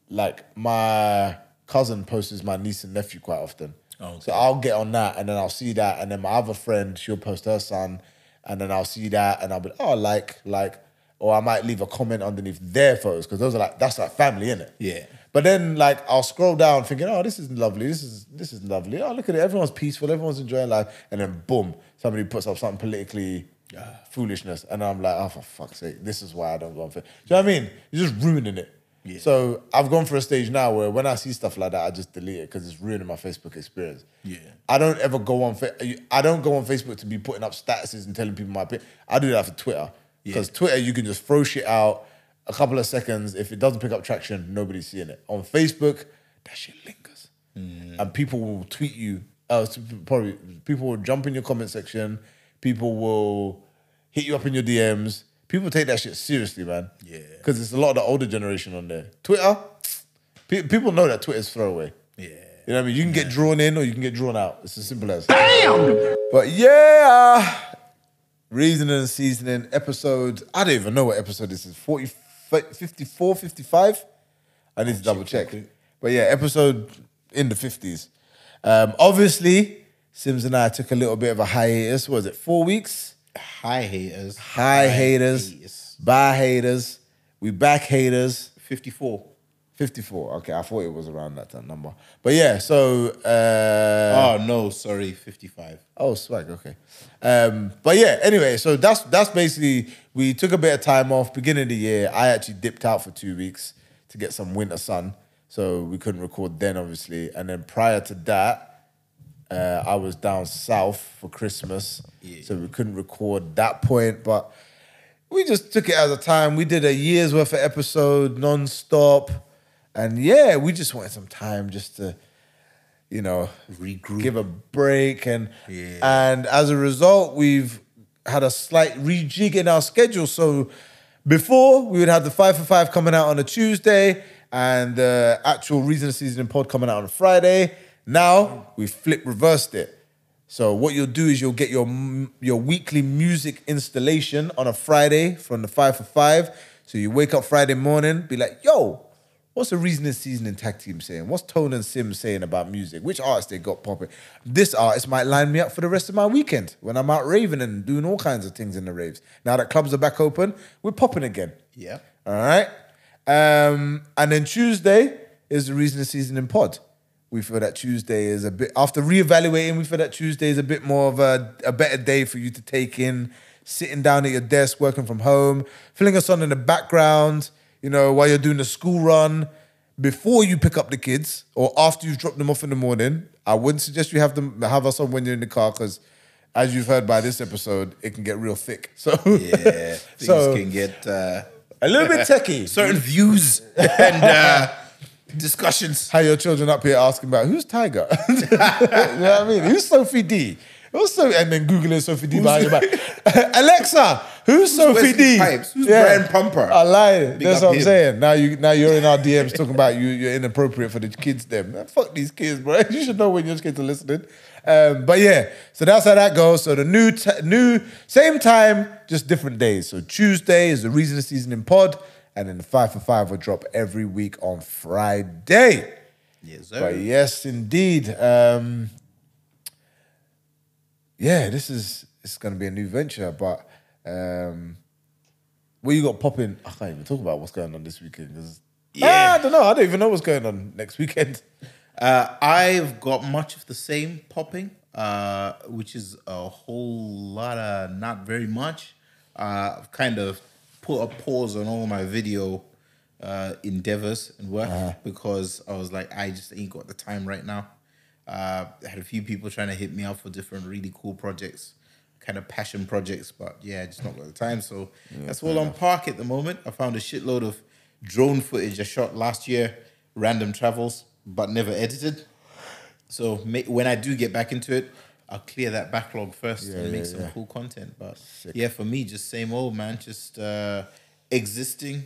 S5: like my cousin posts my niece and nephew quite often.
S4: Okay.
S5: So I'll get on that and then I'll see that and then my other friend she'll post her son and then I'll see that and I'll be like, oh like like or I might leave a comment underneath their photos because those are like that's like family innit?
S4: Yeah.
S5: But then like I'll scroll down thinking, oh this is lovely, this is this is lovely. Oh look at it, everyone's peaceful, everyone's enjoying life, and then boom, somebody puts up something politically. uh, Foolishness, and I'm like, oh for fuck's sake, this is why I don't go on. fa-" Do you know what I mean? You're just ruining it.
S4: Yeah.
S5: So I've gone for a stage now where when I see stuff like that, I just delete it because it's ruining my Facebook experience.
S4: Yeah.
S5: I don't ever go on. Fa- I don't go on Facebook to be putting up statuses and telling people my opinion. I do that for Twitter because Twitter you can just throw shit out a couple of seconds. If it doesn't pick up traction, nobody's seeing it. On Facebook, that shit lingers, and people will tweet you. Uh, probably people will jump in your comment section. People will hit you up in your DMs. People take that shit seriously, man.
S4: Yeah.
S5: because it's a lot of the older generation on there. Twitter, pe- people know that Twitter's throwaway.
S4: Yeah.
S5: You know what I mean? You can get drawn in or you can get drawn out. It's as simple as. Damn! But yeah, Reasoning and Seasoning episode. I don't even know what episode this is. 40, 54, 55? I need to double check. But yeah, episode in the 50s. Um, obviously, Sims and I took a little bit of a hiatus. What was it, four weeks?
S3: Hi haters.
S5: Hi, haters.
S3: haters.
S5: Bye, haters. We back, haters.
S3: 54.
S5: 54. Okay, I thought it was around that, that number. But yeah, so. Uh,
S3: Oh no, sorry, 55.
S5: Oh, swag. Okay. Um, but yeah. Anyway, so that's that's basically we took a bit of time off beginning of the year. I actually dipped out for two weeks to get some winter sun, so we couldn't record then, obviously. And then prior to that, uh, I was down south for Christmas, so we couldn't record that point. But we just took it as a time. We did a year's worth of episode non-stop. and yeah, we just wanted some time just to you know,
S4: Regroup.
S5: give a break, and
S4: Yeah.
S5: and as a result, we've had a slight rejig in our schedule. So before we would have the five for five coming out on a Tuesday, and the actual reason season pod coming out on a Friday. Now we flip reversed it. So what you'll do is you'll get your m- your weekly music installation on a Friday from the five for five. So you wake up Friday morning, be like, yo, What's the reason this season and tag team saying? What's Tone and Sim saying about music? Which artists they got popping? This artist might line me up for the rest of my weekend when I'm out raving and doing all kinds of things in the raves. Now that clubs are back open, we're popping again.
S3: Yeah.
S5: All right. Um, and then Tuesday is the reason the season in pod. We feel that Tuesday is a bit after reevaluating. We feel that Tuesday is a bit more of a, a better day for you to take in, sitting down at your desk, working from home, filling us on in the background. You know, while you're doing the school run, before you pick up the kids or after you've dropped them off in the morning. I wouldn't suggest you have them have us on when you're in the car because, as you've heard by this episode, it can get real thick. So
S4: Yeah. Things
S5: So-
S4: can get uh,
S5: a little bit techie.
S4: certain views and uh, discussions.
S5: how your children up here asking about who's Tiger? you know what I mean? Who's Sophie D? Who's so and then Googling Sophie D behind your back. Alexa, who's, Sophie
S4: Wesley
S5: D?
S4: Pipes? Who's Brian Pumper?
S5: I lied. That's
S4: up
S5: what I'm
S4: him.
S5: saying. Now you now you're in our DMs talking about you you're inappropriate for the kids them. Man, fuck these kids, bro. You should know when your kids are listening. Um, but yeah, so that's how that goes. So the new t- new same time, just different days. So Tuesday is the reason the season in pod, and then the five for five will drop every week on Friday.
S4: Yes,
S3: Oh.
S5: But yes, indeed. Um, yeah, this is it's going to be a new venture. But um, what you got popping? I can't even talk about what's going on this weekend. 'cause- Ah,
S4: Yeah.
S5: I don't know. I don't even know what's going on next weekend.
S4: Uh, I've got much of the same popping, uh, which is a whole lot of not very much. Uh, I've kind of put a pause on all my video uh, endeavors and work because I was like, I just ain't got the time right now. Uh, I had a few people trying to hit me up for different really cool projects.
S3: kind of passion projects, but yeah, just not got the time. So that's all on park at the moment. I found a shitload of drone footage I shot last year, random travels, but never edited. So ma- when I do get back into it, I'll clear that backlog first and make some cool content. But yeah, for me, just same old man, just uh, existing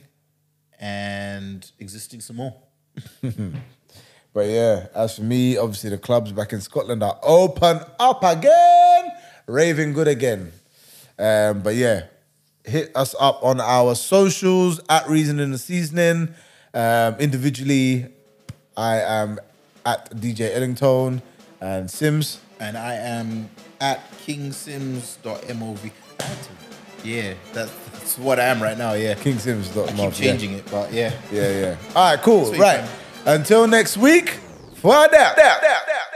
S3: and existing some more.
S5: But yeah, as for me, obviously the clubs back in Scotland are open up again, raving good again. Um, but yeah, hit us up on our socials at Reason and the Seasoning. Um, individually, I am at DJ Ellington and Sims.
S3: and I am at kingsims.mov. Yeah, that's, that's what I am right now. Yeah,
S5: King Sims.
S3: I keep changing it, but yeah.
S5: Yeah, yeah. All right, cool.
S3: Sweet,
S5: right.
S3: man.
S5: Until next week, for that.